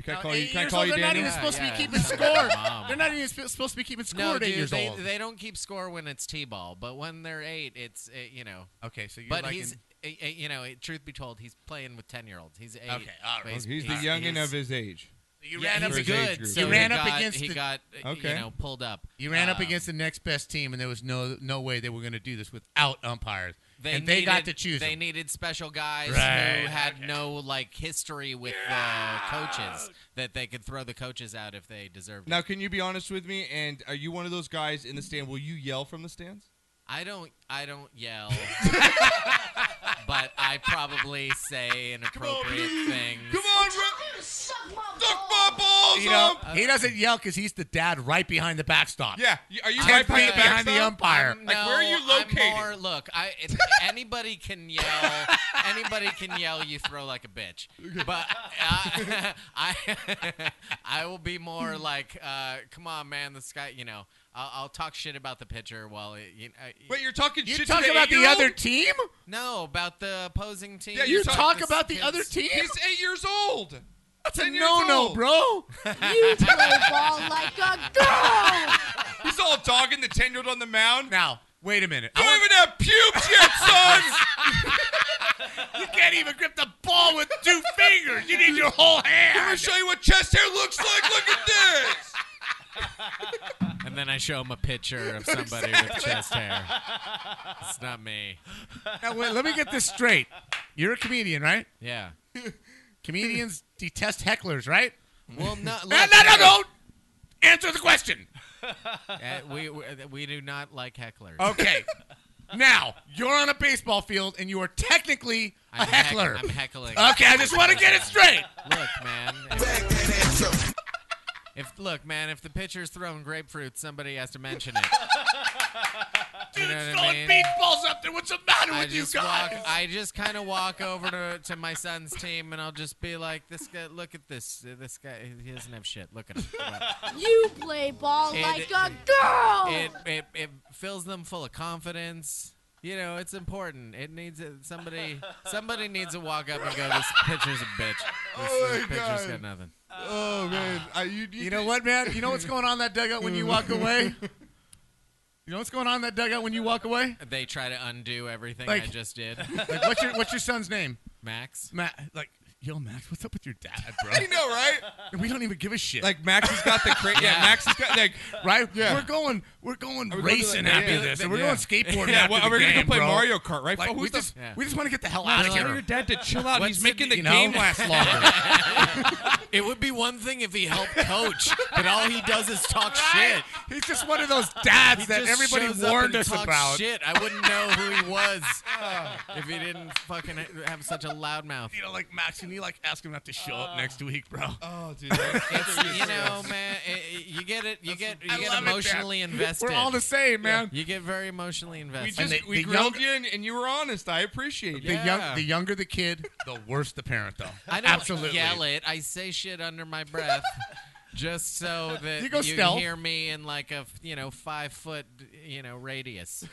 S1: Can I
S2: Now,
S1: call you?
S2: eight
S1: Can I
S2: years
S1: call
S2: old,
S1: you
S2: they're not
S1: Daniel?
S2: even
S7: Yeah,
S2: supposed
S7: yeah,
S2: to be keeping
S7: it's not
S2: score.
S7: their [LAUGHS] mom.
S2: They're not even sp- supposed to be keeping score
S7: No,
S2: at eight
S7: dude,
S2: years
S7: they,
S2: old.
S7: they don't keep score when it's t-ball, but when they're eight, it's uh, you know.
S2: okay, so you're
S7: but
S2: liking-
S7: he's eh, eh, you know, eh, truth be told, he's playing with ten year olds. He's eight.
S2: Okay, all right.
S7: but
S1: He's the youngin' of his age.
S2: you
S7: yeah,
S2: ran up
S7: he's
S1: his
S2: against
S1: age
S7: good.
S1: group.
S7: So
S2: You
S7: he
S2: ran up
S7: got,
S2: against
S7: he
S2: the-
S7: got eh,
S1: Okay.
S7: you know pulled up.
S2: you ran up
S7: Um,
S2: against the next best team, and there was no no way they were going to do this without umpires.
S7: They
S2: and they got
S7: needed-
S2: to choose.
S7: They
S2: them.
S7: needed special guys
S2: Right,
S7: who had
S2: okay.
S7: no like history with the coaches that they could throw the coaches out if they deserved
S1: Now,
S7: it.
S1: can you be honest with me? And are you one of those guys in the stand? Will you yell from the stands?
S7: I don't. I don't
S2: [LAUGHS]
S7: yell. But I probably say inappropriate things.
S1: on,
S11: You suck my balls.
S1: balls
S2: You know, he doesn't yell because he's the dad right behind the backstop.
S1: Yeah, you- are you
S2: ten
S1: right
S2: feet
S1: behind the
S2: behind the
S1: backstop?
S2: umpire.
S7: I'm-
S1: Like, where are you
S7: I'm
S1: located?
S7: more- look, I
S1: [LAUGHS]
S7: it's, anybody can yell. Anybody can yell. You throw like a bitch. But uh, [LAUGHS] I, I, I will be more like, uh, come on, man. This guy, you know, I'll, I'll talk shit about the pitcher while it, you know,
S1: Wait, you're talking
S2: you
S1: shit
S2: talk
S1: to the
S2: about the
S1: eight-year-old?
S2: other team.
S7: no about the opposing team.
S1: Yeah,
S2: You
S1: You talk-
S2: talk
S7: This
S2: about the
S7: kid's-
S2: other team.
S1: He's eight years old.
S2: That's a
S1: 10 years
S2: no-no,
S1: old. [LAUGHS]
S2: bro.
S11: You play ball like a girl.
S1: He's all dogging the ten-year-old on the mound.
S2: Now, wait a minute. I
S1: You don't
S2: want-
S1: even have pubes
S2: [LAUGHS]
S1: yet, son.
S2: You can't even grip the ball with two fingers. You need your whole
S1: Let me
S2: hand.
S1: show you what chest hair looks like. Look at this.
S7: [LAUGHS] And then I show him a picture
S1: [LAUGHS]
S7: of somebody with chest hair. It's not me.
S2: Now, wait, let me get this straight. You're a comedian, right?
S7: Yeah.
S2: Comedians detest hecklers, right?
S7: Well, no, look,
S2: No, no, no, no. Answer the question.
S7: Uh, we, we we do not like hecklers.
S2: Okay. [LAUGHS] Now, you're on a baseball field and you are technically a
S7: I'm heck-
S2: heckler.
S7: I'm heckling.
S2: Okay, I just want to get it
S7: [LAUGHS]
S2: straight.
S7: Look, man. If, if- look, man, if the pitcher's throwing grapefruit, somebody has to mention it.
S2: Dude,
S7: know what I
S2: throwing
S7: mean?
S2: beach balls up there. What's the matter
S7: I
S2: with you
S7: just
S2: guys?
S7: walk. I just kind of walk over to, to my son's team, and I'll just be like, "This guy, look at this. Uh, This guy, he doesn't have shit. Look at him."
S11: [LAUGHS] You play ball
S7: It-
S11: like a girl.
S7: it, it it fills them full of confidence. You know, it's important. It needs it. Somebody somebody needs to walk up and
S12: [LAUGHS]
S7: go, "This pitcher's a bitch. This,
S1: Oh
S7: this
S1: my
S7: pitcher's
S1: God.
S7: got nothing." Ah.
S1: Oh man, I, you,
S2: you know what, man? You know what's going on in that dugout when [LAUGHS] you walk away?
S7: [LAUGHS]
S2: You know what's going on in that dugout when you walk away?
S7: They try to undo everything I
S2: Like-
S7: just did.
S2: Like, what's your what's your son's name? [LAUGHS]
S7: Max.
S2: Matt, like, yo, Max, what's up with your
S1: [LAUGHS]
S2: dad,
S1: You know, right?
S2: bro? we don't even give a shit.
S1: Like Max has got the cra- yeah.
S7: Yeah.
S1: Max has got like
S2: [LAUGHS] right?
S1: yeah.
S2: We're going, we're going
S1: Are we going to
S2: racing
S1: the-
S2: after
S1: yeah.
S2: this, and we're
S7: Yeah.
S2: going skateboarding.
S1: yeah.
S2: after
S1: Well,
S2: the
S1: we're gonna
S2: game,
S1: go play
S2: bro.
S1: Mario Kart, right?
S2: Like,
S1: oh,
S2: we
S1: who's the
S2: just,
S7: Yeah.
S2: we just want to get the hell out of
S1: Tell
S2: here.
S1: your [LAUGHS]
S2: [LAUGHS]
S1: dad to chill out. He's making the,
S2: you know?
S1: game
S7: [LAUGHS]
S1: last longer.
S7: It would be one thing if he helped coach, but all he does is talk shit.
S2: He's just one of those dads
S7: He
S2: that
S7: just
S2: everybody
S7: shows up
S2: warned
S7: and
S2: us
S7: talks
S2: about.
S7: Shit, I wouldn't know who he was if he didn't fucking have such a loud mouth.
S2: You know, like Max, and you like ask him not to show up next week, bro.
S1: Uh, oh,
S2: [LAUGHS]
S1: dude. that's- that's what he
S7: You
S1: said.
S7: know, man, it- it- you get it. You get
S2: I
S7: you get
S2: love it, Dad.
S7: emotionally invested.
S2: We're all the same, man.
S7: You get very emotionally
S1: we
S7: invested.
S1: just
S2: they-
S1: we
S2: the
S1: grilled
S2: younger-
S1: you and, and you were honest. I appreciate it.
S2: The young,
S7: Yeah.
S2: the younger the kid, the worse the parent, though.
S7: [LAUGHS] I don't
S2: Absolutely.
S7: yell it. I say shit under my breath. Just so that
S2: You go stealth.
S7: hear me in like a you know five foot you know radius.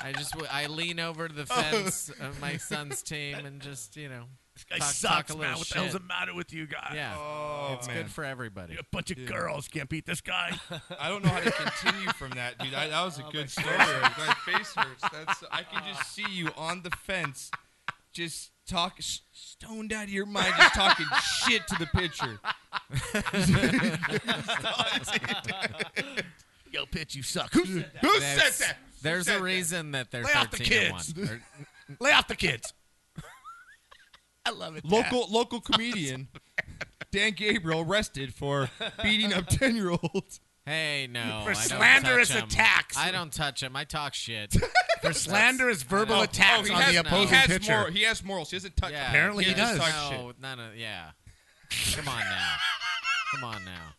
S7: I just w- I lean over to the fence of my son's team and just you know
S2: This guy
S7: talk,
S2: sucks,
S7: talk
S2: man.
S7: a
S2: What
S7: little
S2: the
S7: shit.
S2: hell's the matter with you guys?
S7: yeah,
S1: Oh
S7: it's
S1: man,
S7: good for everybody.
S2: A bunch of girls
S7: [LAUGHS]
S2: can't [LAUGHS] beat this guy.
S1: I don't know how to continue from that, dude. I, that was a good story. my face hurts. That's I can just see you on the fence, just talk s- stoned out of your mind, just talking shit to the picture.
S2: Yo, pitch, you suck. Who said that?
S7: There's- There's a reason that they're
S2: Lay off the
S7: 13 to 1.
S2: kids. [LAUGHS] Lay off the kids. [LAUGHS] I love it. Dad.
S1: Local local
S2: [LAUGHS]
S1: comedian Dan Gabriel arrested for beating up ten year
S2: [LAUGHS]
S1: olds.
S7: Hey, no.
S2: For
S7: I don't
S2: slanderous
S7: touch 'em.
S2: attacks.
S7: I don't touch him. I talk shit.
S2: [LAUGHS] for slanderous verbal
S7: Oh,
S2: attacks
S1: he
S2: on
S1: has,
S2: the
S1: he
S2: opposing
S1: has
S2: pitcher.
S1: mor- he has morals. He doesn't touch.
S7: Yeah,
S2: Apparently he
S7: yeah,
S2: does.
S1: Talk
S7: No, none of, yeah. Come on now. Come on now.
S2: [LAUGHS]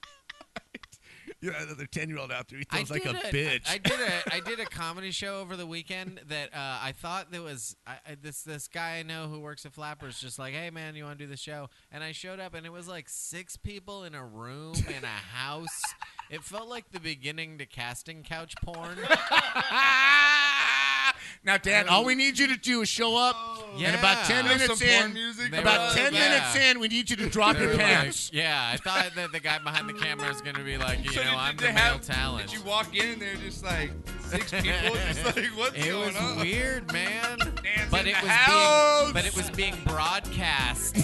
S2: You got another ten-year-old [LAUGHS] out there. He
S7: I
S2: feels like a
S7: did
S2: bitch.
S7: I did a I
S2: [LAUGHS]
S7: did a comedy show over the weekend that uh, I thought that was I, I- this this guy I know who works at Flappers just like hey man you want to do the show and I showed up and it was like six people in a room
S2: [LAUGHS]
S7: in a house. It felt like the beginning to casting couch
S2: [LAUGHS]
S7: porn.
S2: now, Dan, all we need you to do is show up, and about ten
S7: Yeah. Have
S2: minutes
S1: some porn
S2: in,
S1: music
S7: They
S2: about
S7: were-
S2: ten
S7: yeah.
S2: minutes in, we need you to drop
S7: They
S2: your
S7: were like-
S2: pants.
S7: yeah, I thought that the guy behind the camera was going to be like, you
S1: So
S7: know,
S1: did-
S7: I'm
S1: did they
S7: the male
S1: have-
S7: talent.
S1: Did you [LAUGHS] walk in and they're just like
S2: [LAUGHS]
S1: six people? just like what's
S7: It
S1: going
S7: was
S1: on?
S7: weird, man. but
S1: in
S7: it
S1: the
S7: was
S1: house.
S7: being but it was being
S1: [LAUGHS]
S7: broadcast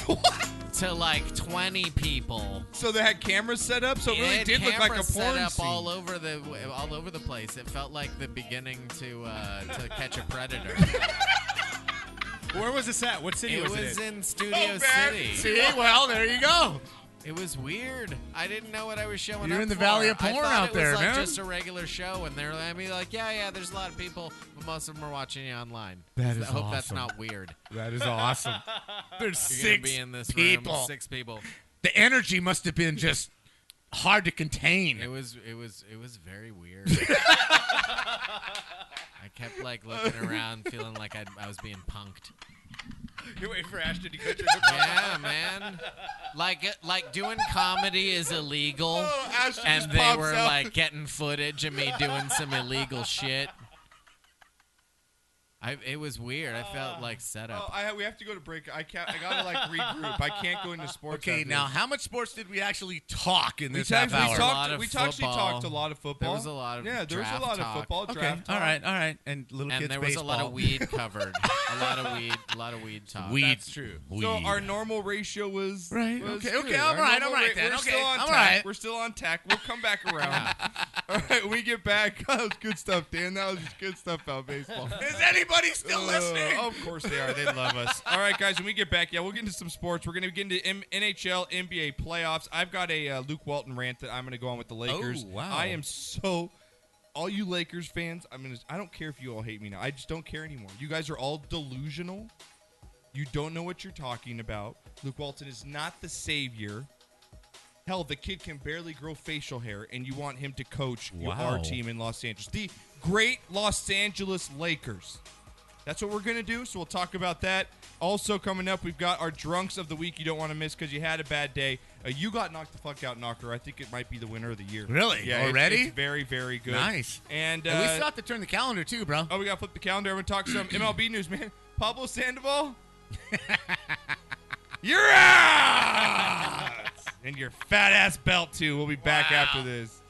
S7: to like 20 people.
S1: So they had cameras set up, so it really
S7: It
S1: did look like a porn
S7: cameras set up
S1: scene.
S7: all over the all over the place. It felt like the beginning to uh, to catch a
S1: [LAUGHS]
S7: predator.
S13: Where was this at? What city
S7: it
S13: was,
S7: was
S13: it? in?
S7: in
S3: Oh,
S7: Studio
S1: man.
S7: City.
S2: Oh, See, well, there you go.
S7: It was weird. I didn't know what I was showing
S2: You're
S7: up
S2: in the
S7: for.
S2: valley of
S7: I
S2: porn
S7: thought
S2: out
S7: it
S2: there,
S7: was like
S2: man.
S7: just a regular show, and they're I mean like yeah yeah. There's a lot of people, but most of them are watching you online.
S13: That
S7: So
S13: is
S7: I hope that's
S13: awesome.
S7: not weird.
S13: That is awesome.
S2: There's
S7: You're
S2: six
S7: gonna be in this
S2: people.
S7: room. Six people.
S2: The energy must have been just hard to contain.
S7: It was it was it was
S2: [LAUGHS]
S7: very weird. I kept like looking around, feeling like I'd, I was being punked.
S13: You're waiting for Ashton to go
S2: [LAUGHS]
S13: to
S7: Yeah, man. Like uh, like doing comedy is illegal,
S1: Ashton
S7: and
S1: just
S7: they
S1: pops
S7: were
S1: out.
S7: like getting footage of me doing some illegal shit. I, it was weird. I felt like set
S1: Oh,
S7: up.
S1: I, we have to go to break. I can't. I gotta like regroup. I can't go into sports.
S2: okay,
S1: after
S2: now
S1: this.
S2: [LAUGHS] how much sports did we actually talk in
S1: we,
S2: this half
S1: talked,
S2: hour?
S1: we
S7: talked- lot
S1: talked.
S7: of
S1: We actually
S7: football.
S1: talked a lot of football.
S7: There was a lot of
S1: yeah. There was a
S7: draft
S1: lot
S7: talk.
S1: of football
S2: okay,
S1: draft.
S2: all
S1: talk.
S2: right, all right, and little
S7: And
S2: kids
S7: there was a lot
S2: baseball.
S7: of weed
S1: [LAUGHS]
S7: covered. a lot of weed. A lot of weed talk.
S2: Weed.
S13: That's true.
S2: Weed.
S1: So our normal ratio was
S2: Right,
S1: was
S2: okay, okay,
S1: good.
S2: I'm
S1: Our
S2: right,
S1: normal
S2: I'm right
S1: ra-
S2: then,
S1: We're
S2: okay,
S1: still on
S2: I'm
S1: tack.
S2: right.
S1: We're still on tack. We'll come
S2: [LAUGHS]
S1: back around. [LAUGHS] all right, we get back. [LAUGHS] That was good stuff, Dan. That was good stuff about
S2: [LAUGHS]
S1: baseball. [LAUGHS]
S2: Is anybody still
S1: Uh,
S2: listening?
S1: of course they are. They love
S2: [LAUGHS]
S1: us. All right, guys. When we get back, yeah, we'll get into some sports. We're going to get into M- NHL, NBA playoffs. I've got a uh, Luke Walton rant that I'm going to go on with the Lakers.
S2: Oh, wow.
S1: I am so. All you Lakers fans, I'm gonna. I don't care if you all hate me now. I just don't care anymore. You guys are all delusional. You don't know what you're talking about. Luke Walton is not the savior. Hell, the kid can barely grow facial hair, and you want him to coach your-
S2: Wow.
S1: our team in Los Angeles. The great Los Angeles Lakers. That's what we're going to do. So we'll talk about that. Also, coming up, we've got our drunks of the week you don't want to miss because you had a bad day. Uh, you got knocked the fuck out, Knocker. I think it might be the winner of the year.
S2: Really?
S1: Yeah, it's-
S2: Already?
S1: it's very, very good.
S2: Nice.
S1: And, uh,
S2: And we still have to turn the calendar too, bro.
S1: oh, we got to flip the calendar. We're going to talk some
S2: [CLEARS THROAT]
S1: MLB [LAUGHS] news, man. Pablo
S2: [LAUGHS]
S1: Sandoval, you're out! and your fat ass belt, too. We'll be back after this.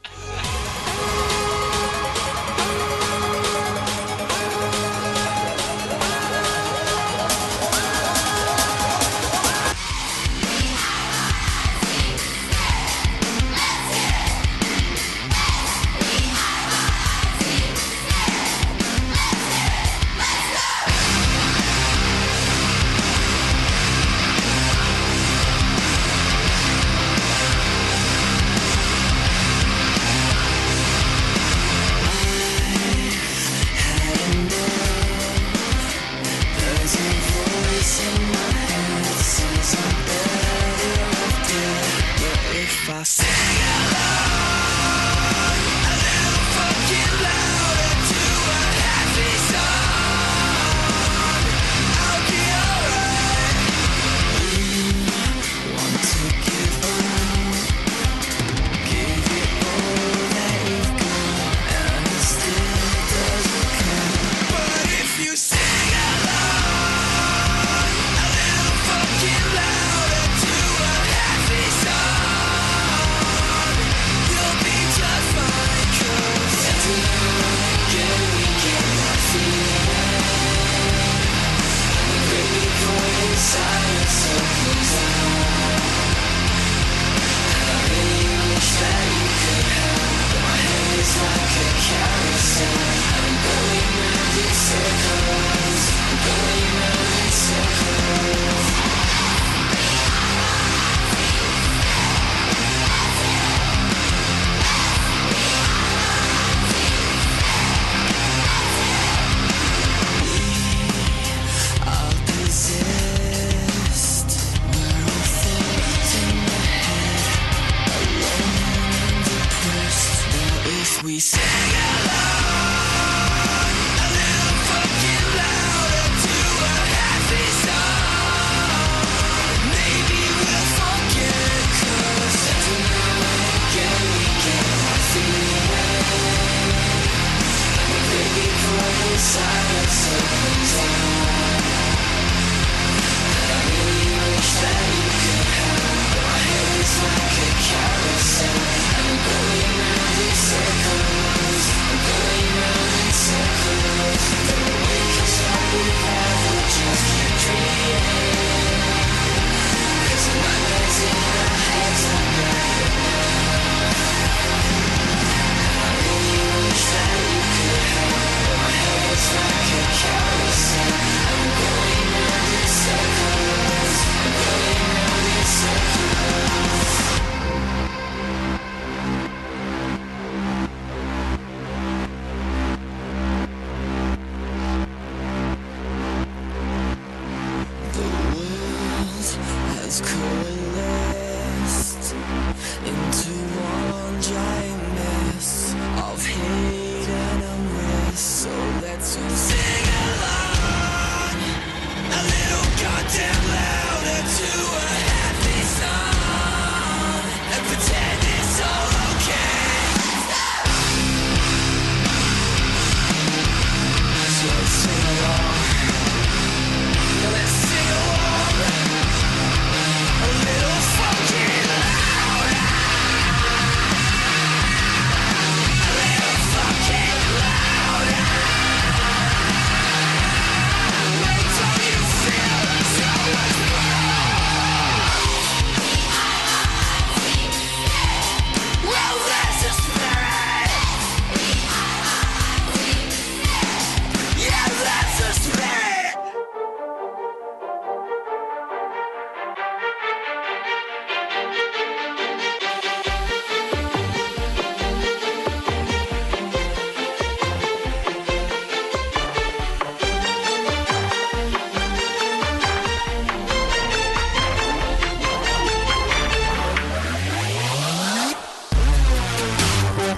S4: we sing along a little fucking louder to a happy song? Maybe we'll forget 'cause tonight and we can feel it. Maybe from inside of something's out. I really wish that you could have my hands like a carousel. I'm going round in circles. I'm going round in circles. Then I wake up so we have we just keep dreaming. 'Cause my mind's in our heads I'm right now. I really wish that you could have my hands like a carousel. I'm going round in circles. I'm going round in circles. The world has coalesced into one giant mess of hate and unrest. So let's all sing along a little goddamn louder to a happy song and pretend it's all okay. So sing along. Now let's sing along a little fucking louder. A little fucking louder. Wait till you feel so much more. Well, that's the spirit. Yeah, that's the spirit.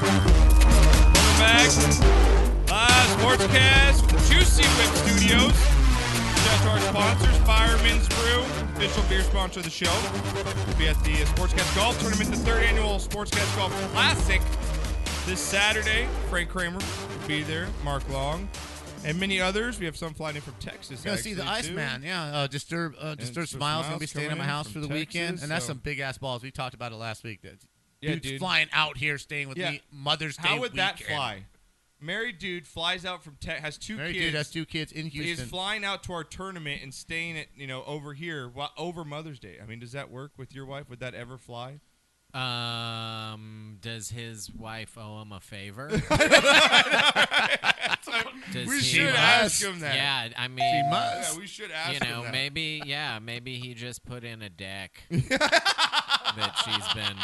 S14: Welcome back. Live Sportscast with the Juicy Whip Studios. Shout out to our sponsors, Fireman's Brew, official beer sponsor of the show. We'll be at the uh, Sportscast Golf Tournament, the third annual Sportscast Golf Classic this Saturday. Frank Kramer will be there, Mark Long, and many others. We have some flying in from Texas.
S2: Gonna see the
S14: actually, too.
S2: Iceman, yeah. Uh, disturb, uh,
S14: And
S2: disturb
S14: so
S2: smiles. Gonna be
S14: Smiles
S2: staying at
S14: coming
S2: my
S14: in
S2: house
S14: from
S2: for the
S14: Texas,
S2: weekend, and that's
S14: so-
S2: some big ass balls. We talked about it last week. That
S1: Yeah,
S2: dude's
S1: dude.
S2: flying out here, staying with me Mother's Day.
S1: How would that
S2: weekend.
S1: fly? Married dude flies out from Texas, has two
S2: Married
S1: kids.
S2: dude has two kids in Houston.
S1: He's flying out to our tournament and staying at you know over here wh- over Mother's Day. I mean, does that work with your wife? Would that ever fly?
S7: Um, does his wife owe him
S1: [LAUGHS]
S7: a favor? Does
S1: We should
S7: he-
S1: She ask must. him that.
S7: Yeah, I
S1: She
S7: mean,
S1: must. Yeah, we should ask
S7: You
S1: him
S7: know,
S1: that.
S7: maybe, yeah, maybe he just put in
S1: [LAUGHS]
S7: a deck that she's been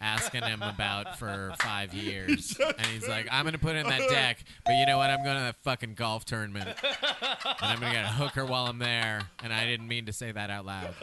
S7: asking him about for
S1: [LAUGHS]
S7: five years, and he's like, "I'm gonna put in that deck, but you know what? I'm going to that fucking golf tournament, and I'm gonna get a hooker while I'm there." And I didn't mean to say that out loud.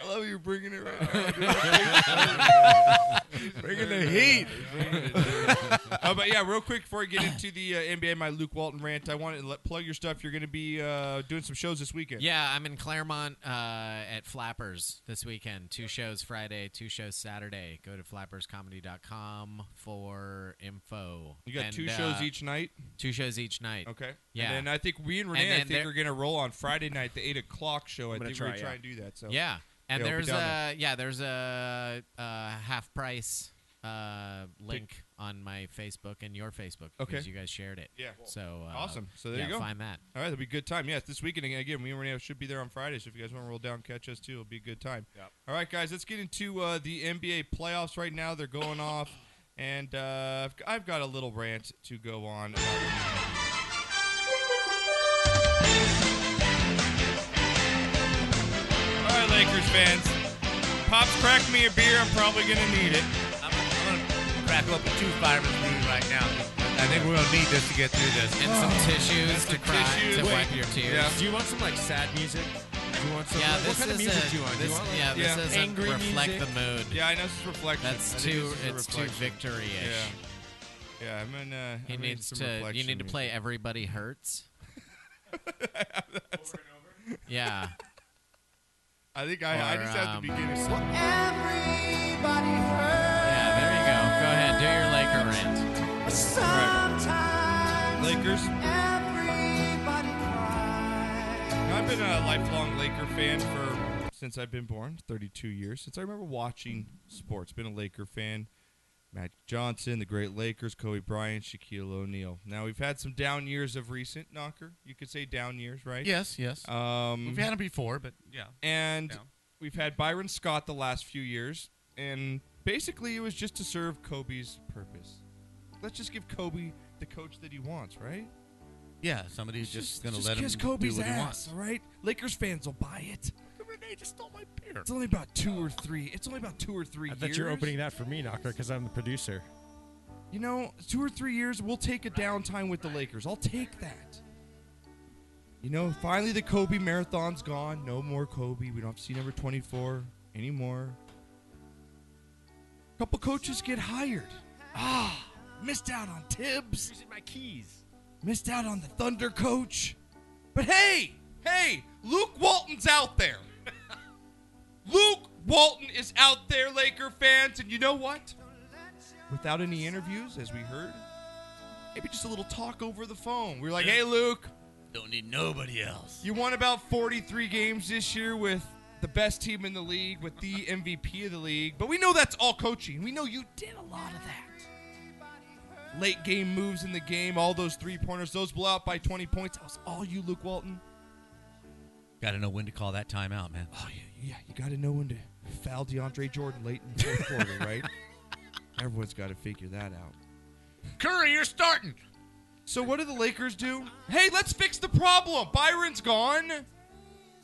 S1: I love you bringing it [LAUGHS] right
S14: now, dude.
S1: bringing the heat.
S14: Bringing it, dude.
S1: [LAUGHS] uh, but yeah, real quick before I get into the uh, NBA, my Luke Walton rant, I want to let, plug your stuff. You're going to be uh, doing some shows this weekend.
S7: Yeah, I'm in Claremont uh, at Flappers this weekend. Two shows Friday, two shows Saturday. Go to flapperscomedy.com for info.
S1: You got
S7: And,
S1: two
S7: uh,
S1: shows each night.
S7: Two shows each night.
S1: Okay.
S7: Yeah.
S1: And then I think we and
S7: And
S1: Renee, I
S7: then
S1: think,
S7: there-
S1: are going to roll on Friday night, the eight o'clock show. I
S7: gonna
S1: think we're
S7: try,
S1: gonna
S7: yeah.
S1: try and do that. So
S7: yeah, and
S1: Yeah, we'll be
S7: there's uh,
S1: down there.
S7: a yeah there's a, uh half price uh, link on my Facebook and your Facebook
S1: Okay.
S7: because you guys shared it.
S1: Yeah.
S7: So uh,
S1: awesome. So there
S7: yeah,
S1: you go.
S7: Find that.
S1: All right, it'll be a good time. Yes, this weekend again. Again, we and Renee should be there on Friday. So if you guys want to roll down, catch us too. It'll be a good time.
S13: Yep.
S1: All right, guys, let's get into uh, the NBA playoffs right now. They're going off, and uh, I've- I've got a little rant to go on.
S14: All right, Lakers fans. Pops, crack me a beer. I'm probably going to need it.
S2: I'm going to crack up a two fireman's brew right now. I think we're gonna need this to get through this.
S7: And some tissues to cry
S2: tissues.
S7: to
S2: Wait.
S7: wipe your tears.
S2: Yeah.
S13: Do you want some like sad music?
S1: You want some?
S7: Yeah,
S1: what
S7: this
S1: kind of
S7: is
S1: music
S7: a-
S1: do you want? Do you
S7: this-
S1: want like-
S7: yeah, this doesn't
S1: Angry
S7: reflect
S1: music?
S7: the mood.
S1: Yeah, I know this is reflection.
S7: That's
S1: I think
S7: too-
S1: this is a
S7: it's too
S1: reflection.
S7: victory-ish.
S1: Yeah. Yeah, I'm gonna.
S7: He
S1: I'm gonna
S7: needs
S1: some
S7: to. You
S1: reflection
S7: need to
S1: music.
S7: play "Everybody Hurts."
S2: [LAUGHS]
S7: Yeah.
S1: I think I, I
S7: Or,
S1: just have the
S7: um,
S1: beginning.
S4: Everybody
S7: Yeah, there you go. Go ahead, do your Laker rant.
S4: Sometimes
S1: Lakers.
S4: everybody
S1: Now, I've been a lifelong Laker fan for since I've been born, 32 years since I remember watching sports. Been a Laker fan. Magic Johnson, the great Lakers, Kobe Bryant, Shaquille O'Neal. Now we've had some down years of recent knocker. You could say down years, right?
S2: Yes, yes.
S1: Um,
S2: We've had 'em before, but yeah.
S1: And
S2: Down.
S1: we've had Byron Scott the last few years, and basically it was just to serve Kobe's purpose. Let's just give Kobe the coach that he wants, right?
S2: Yeah, somebody's just, gonna
S1: just
S2: let him
S1: kiss Kobe's
S2: do what he
S1: ass,
S2: wants.
S1: all right? Lakers fans will buy it. Renee just stole my beer. It's only about two or three. It's only about two or three.
S3: I thought
S1: years.
S3: you were opening that for me, Knocker, because I'm the producer.
S1: You know, two or three years. We'll take a downtime with the Lakers. I'll take that. You know, finally the Kobe marathon's gone. No more Kobe. We don't have to see number 24 anymore. Couple coaches get hired. Ah, missed out on Tibbs. Using my keys. Missed out on the Thunder coach. But hey, hey, Luke Walton's out there. [LAUGHS] Luke Walton is out there, Laker fans, and you know what? Without any interviews, as we heard, maybe just a little talk over the phone. We were like, hey, Luke,
S2: Don't need nobody else.
S1: you won about 43 games this year with the best team in the league, with the MVP of the league. But we know that's all coaching. We know you did a lot of that. Late game moves in the game, all those three pointers, those blow out by 20 points. That was all you, Luke Walton.
S2: Got to know when to call that timeout, man.
S1: Oh Yeah, you got to know when to foul DeAndre Jordan late in the fourth
S2: [LAUGHS]
S1: quarter, right? Everyone's got to figure that out.
S2: Curry, you're starting.
S1: So what do the Lakers do? Hey, let's fix the problem. Byron's gone.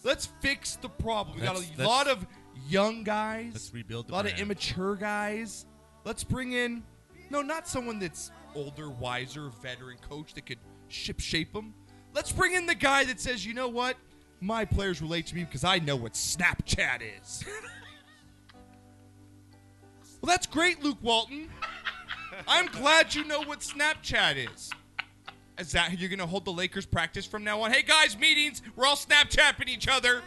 S1: Let's fix the problem. We
S2: That's-
S1: got a
S2: that's-
S1: lot of young guys.
S2: Let's rebuild the [LAUGHS]
S1: a lot of
S2: brand.
S1: immature guys. Let's bring in no, not someone that's older, wiser, veteran coach that could ship shape them. Let's bring in the guy that says, you know what, my players relate to me because I know what Snapchat is. [LAUGHS] well, that's great, Luke Walton. I'm glad you know what Snapchat is. Is that how you're gonna hold the Lakers practice from now on? Hey guys, meetings. We're all Snapchatting each other.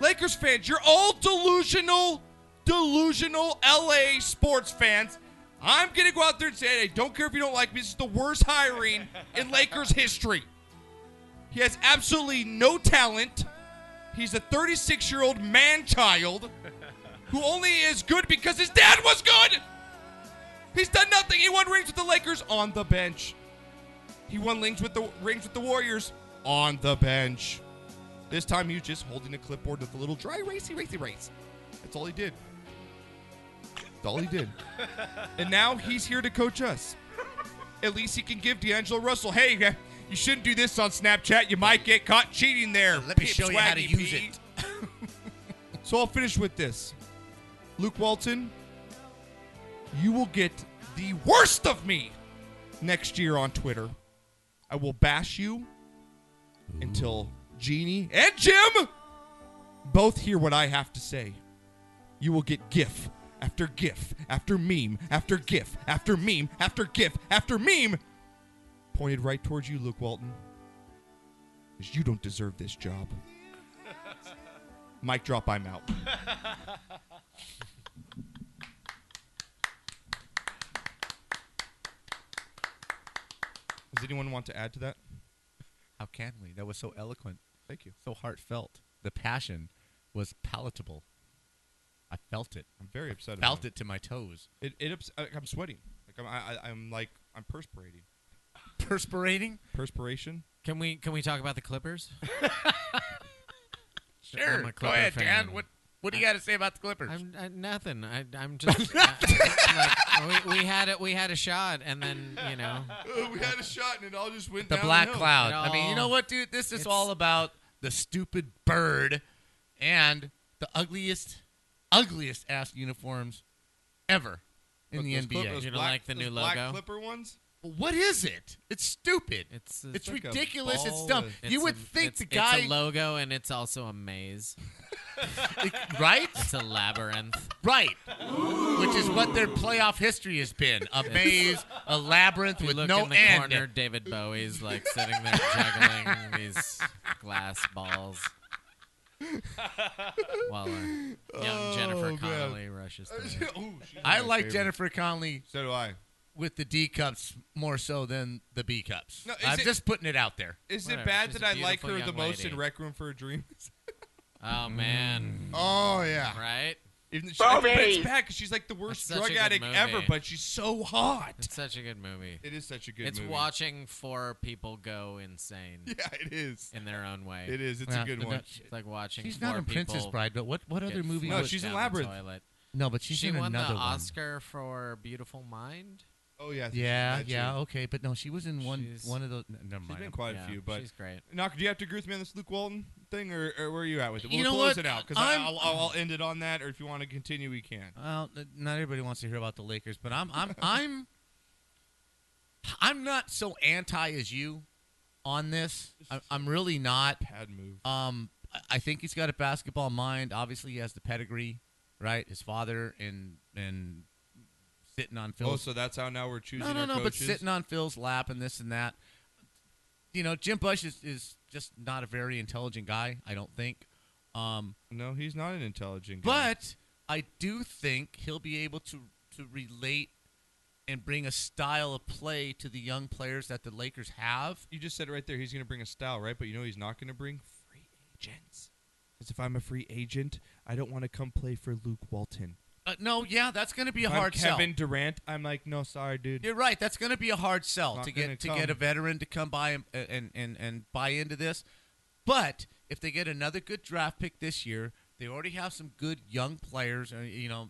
S1: Lakers fans, you're all delusional, delusional LA sports fans. I'm gonna go out there and say, hey, don't care if you don't like me. This is the worst hiring in Lakers history. He has absolutely no talent. He's a 36 year old man child who only is good because his dad was good. He's done nothing. He won rings with the Lakers on the bench. He won rings with the rings with the Warriors on the bench. This time he was just holding a clipboard with a little dry racy racy race. That's all he did. That's all he did. and now he's here to coach us. At least he can give D'Angelo Russell, hey, uh, you shouldn't do this on Snapchat. You might get caught cheating there.
S2: Let
S1: Pip
S2: me show you how to
S1: Swaggy
S2: use
S1: P."
S2: it.
S1: [LAUGHS] So I'll finish with this. Luke Walton, you will get the worst of me next year on Twitter. I will bash you until Jeannie and Jim both hear what I have to say. You will get GIF after GIF after meme after GIF after meme after GIF after meme pointed right towards you, Luke Walton. 'Cause You don't deserve this job. Mic drop, I'm out. [LAUGHS] Does anyone want to add to that?
S2: How can we? That was so eloquent.
S1: Thank you.
S2: So heartfelt. The passion was palatable. I felt it.
S1: I'm very upset.
S2: Felt
S1: about
S2: it to my toes.
S1: It, it ups- I- I'm sweating. Like I'm, I, I- I'm like I'm [LAUGHS] perspirating.
S2: Perspirating.
S1: Perspiration.
S7: Can we can we talk about the Clippers?
S2: [LAUGHS] Sure.
S7: I'm a
S2: Go
S7: Clipper
S2: ahead,
S7: fan.
S2: Dan. What- what do you gotta say about the Clippers?
S7: I'm, I, nothing. I,
S2: [LAUGHS]
S7: I'm just I- like, we, we had it. We had a shot, and then you know
S1: Uh, we had a shot and it all just went
S2: The black cloud.
S7: It
S2: I mean, you
S7: all-
S2: know what, dude? This is
S7: it's-
S2: all about the stupid bird and the ugliest, ugliest ass uniforms ever in
S1: Look,
S2: the
S1: those
S2: NBA.
S1: Clip- those black- those black Clipper ones.
S2: But what is it? It's stupid.
S7: It's
S2: it's, ridiculous. It's dumb. you
S7: It's
S2: would
S7: a-
S2: think
S7: it's-
S2: the guy
S7: It's a logo and it's also a maze.
S2: [LAUGHS] right?
S7: It's a labyrinth.
S2: Right. Which is what their playoff history has been. A maze, a labyrinth
S7: If you
S2: with
S7: look
S2: no
S7: in the
S2: end.
S7: corner, David Bowie's like sitting there juggling these glass balls while our young
S2: Oh,
S7: Jennifer Connelly
S2: [LAUGHS]
S7: rushes through.
S2: I like Jennifer Connelly.
S1: So do I.
S2: With the D cups more so than the B cups.
S1: No, is
S2: I'm
S1: it-
S2: just putting it out there.
S1: Is it bad that I like her the most in Rec Room for a Dream? [LAUGHS]
S7: Oh man.
S1: Oh yeah.
S7: Right.
S1: Even though she-
S7: Bobby!
S1: but it's bad because she's like the worst
S7: That's such
S1: drug
S7: a good
S1: addict ever,
S7: movie.
S1: but she's so hot.
S7: It's such a good movie.
S1: It is such a good
S7: It's
S1: movie.
S7: watching four people go insane.
S1: [LAUGHS] Yeah, it is.
S7: In their own way.
S1: It is. It's
S2: Yeah,
S1: a good
S2: but
S1: one.
S2: that-
S7: It's like watching
S2: She's not
S7: four
S2: in Princess
S7: people
S2: Bride, but what- what other
S7: get
S2: movie
S7: flushed
S2: was- she's in
S7: down the
S2: Labyrinth.
S7: toilet.
S2: No, but she's
S7: she
S2: in
S7: won
S2: another
S7: the
S2: one.
S7: Oscar for Beautiful Mind.
S1: Oh yeah.
S2: Yeah,
S1: That's
S2: yeah,
S1: true.
S2: okay, but no, she was in one
S1: She's-
S2: one of those. n- Never mind.
S1: She's been quite
S7: Yeah,
S1: a few, but
S7: she's great.
S1: Knocker, do you have to agree with me on this Luke Walton thing, or, or where are you at with it?
S2: You
S1: We'll
S2: know
S1: close
S2: what?
S1: it out because
S2: I'm- Uh,
S1: I'll, I'll, I'll end it on that, or if you want to continue, we can.
S2: Well, n- not everybody wants to hear about the Lakers, but I'm I'm [LAUGHS] I'm I'm not so anti as you on this. I, I'm really not.
S1: Bad move.
S2: Um, I- I think he's got a basketball mind. Obviously, he has the pedigree, right? His father and and sitting on Phil's
S1: Oh, so that's how now we're choosing
S2: no, no,
S1: our
S2: no. But
S1: coaches?
S2: sitting on Phil's lap and this and that. You know, Jim Bush is, is just not a very intelligent guy. I don't think. Um,
S1: no, he's not an intelligent guy.
S2: But I do think he'll be able to to relate and bring a style of play to the young players that the Lakers have.
S1: You just said it right there. He's going to bring a style, right? But you know he's not going to bring free agents. Because if I'm a free agent, I don't want to come play for Luke Walton.
S2: Uh, no, yeah, that's going to be a
S1: If
S2: hard
S1: I'm
S2: sell.
S1: Kevin Durant, I'm like, no, sorry, dude.
S2: You're right. That's going to be a hard sell
S1: Not
S2: to
S1: gonna
S2: get to get
S1: come.
S2: a veteran to come by and, and and and buy into this. But if they get another good draft pick this year, they already have some good young players. uh, You know,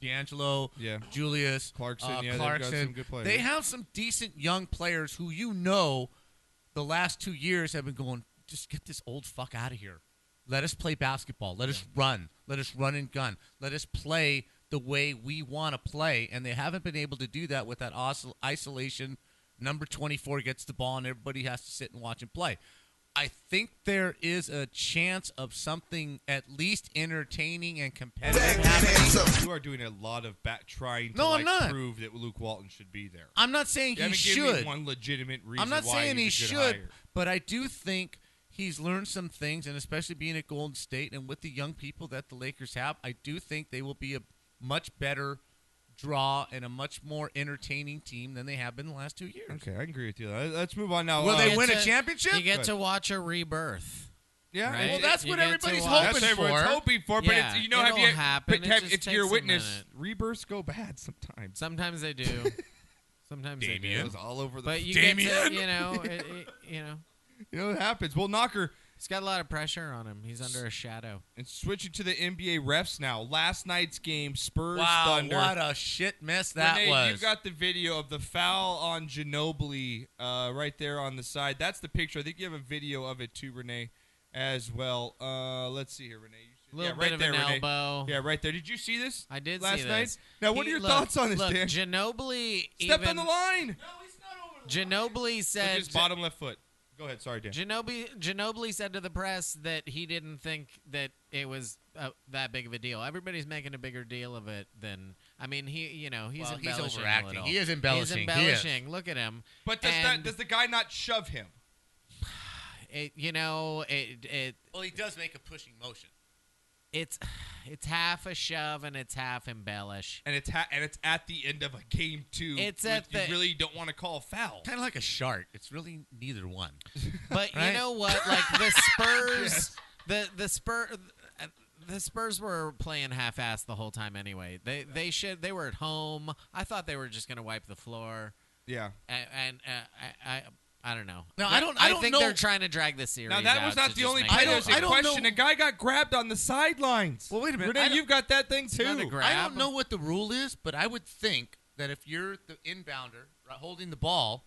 S2: D'Angelo,
S1: Yeah.
S2: Julius
S1: Clarkson,
S2: uh,
S1: yeah, they've got
S2: Clarkson.
S1: some good players.
S2: They have some decent young players who you know, the last two years have been going. Just get this old fuck out of here. Let us play basketball. Let us run. Let us run and gun. Let us play the way we want to play. And they haven't been able to do that with that oscil- isolation. Number 24 gets the ball, and everybody has to sit and watch and play. I think there is a chance of something at least entertaining and competitive happening.
S1: You are doing a lot of bat trying to
S2: No,
S1: like,
S2: I'm not.
S1: prove that Luke Walton should be there.
S2: I'm not saying
S1: You
S2: he
S1: haven't given me
S2: should.
S1: one legitimate reason.
S2: I'm not
S1: why
S2: saying he
S1: he's a
S2: should,
S1: good hire.
S2: but I do think he's learned some things, and especially being at Golden State and with the young people that the Lakers have, I do think they will be a much better draw and a much more entertaining team than they have been the last two years.
S1: Okay, I agree with you. Let- Let's move on now.
S2: Will they
S1: Uh,
S2: win a championship?
S7: You get to
S1: Good.
S7: watch a rebirth.
S1: Yeah,
S7: right?
S1: well, that's
S7: You
S1: what
S7: get to
S1: everybody's
S7: watch-
S1: hoping That's what everyone's for. hoping for, but it's- you know, have
S7: it'll
S1: you-
S7: happen.
S1: but
S7: It
S1: have-
S7: just
S1: it's your
S7: takes a
S1: witness.
S7: minute.
S1: Rebirths go bad sometimes.
S7: Sometimes they
S1: [LAUGHS]
S7: do. Sometimes
S1: Damien. It
S7: they
S1: was
S7: do.
S1: all over the-
S7: But you get
S1: Damien.
S7: to, you know, it, it, eh, you know,
S1: [LAUGHS] You know what happens? Well, Knocker.
S7: He's got a lot of pressure on him. He's under a shadow.
S1: And switching to the NBA refs now. Last night's game, Spurs
S2: Wow,
S1: Thunder.
S2: what a shit mess that
S1: Renee,
S2: was.
S1: You've got the video of the foul on Ginobili uh, right there on the side. That's the picture. I think you have a video of it too, Renee, as well. Uh, let's see here, Renee. You should-
S7: Little
S1: yeah, right
S7: bit of
S1: there,
S7: an
S1: Renee.
S7: elbow.
S1: Yeah, right there. Did you see this?
S7: I did
S1: last
S7: see
S1: night.
S7: this.
S1: Now, what are
S7: He-
S1: your
S7: look-
S1: thoughts on this,
S7: look,
S1: Dan?
S7: Ginobili
S1: Stepped
S7: even-
S1: on the line.
S7: Ginobili
S1: With
S7: said
S1: his bottom left foot. Go ahead. Sorry, Dan.
S7: Ginobili, Ginobili said to the press that he didn't think that it was uh, that big of a deal. Everybody's making a bigger deal of it than I mean he you know he's
S2: Well, he's
S7: embellishing a
S2: overacting.
S7: little.
S2: He is embellishing. He
S7: He's
S2: is.
S7: embellishing. Look at him.
S1: But does that
S7: And
S1: does the guy not shove him?
S7: [SIGHS] it, you know it it
S2: well, he does make a pushing motion.
S7: it's it's half a shove and it's half embellish.
S1: And it's ha- and it's at the end of a game too.
S7: It's
S1: with-
S7: at
S1: you
S7: the-
S1: really don't want to call a foul.
S2: Kind of like a shark. It's really neither one.
S7: [LAUGHS] But
S2: Right?
S7: you know what? Like
S1: [LAUGHS]
S7: the Spurs, the the Spur, the Spurs were playing half-ass the whole time anyway. They they should they were at home. I thought they were just gonna wipe the floor.
S1: Yeah.
S7: And, and uh, I, I I don't know.
S2: No, I don't- I don't
S7: think
S2: know-
S7: they're trying to drag the series.
S1: Now that
S7: out
S1: was
S7: to
S1: not the
S7: just
S1: only
S7: make
S1: play
S7: it
S1: that was
S7: look-
S1: in question.
S2: know-
S1: A guy got grabbed on the sidelines. Well, wait a
S2: minute. I
S1: Renee,
S2: don't-
S1: you've got that thing too.
S7: not a grab.
S2: I don't know what the rule is, but I would think that if you're the inbounder right, holding the ball,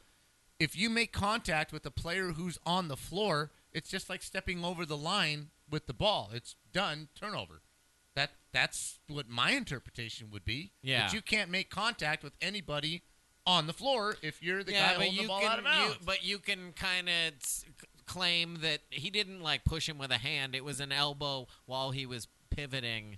S2: if you make contact with a player who's on the floor, it's just like stepping over the line with the ball. It's done, turnover. That that's what my interpretation would be.
S7: Yeah.
S2: That you can't make contact with anybody on the floor if you're the guy
S7: yeah, but
S2: holding
S7: you
S2: the ball
S7: can,
S2: out of
S7: you,
S2: bounds.
S7: but you can kind of claim that he didn't like push him with a hand. It was an elbow while he was pivoting.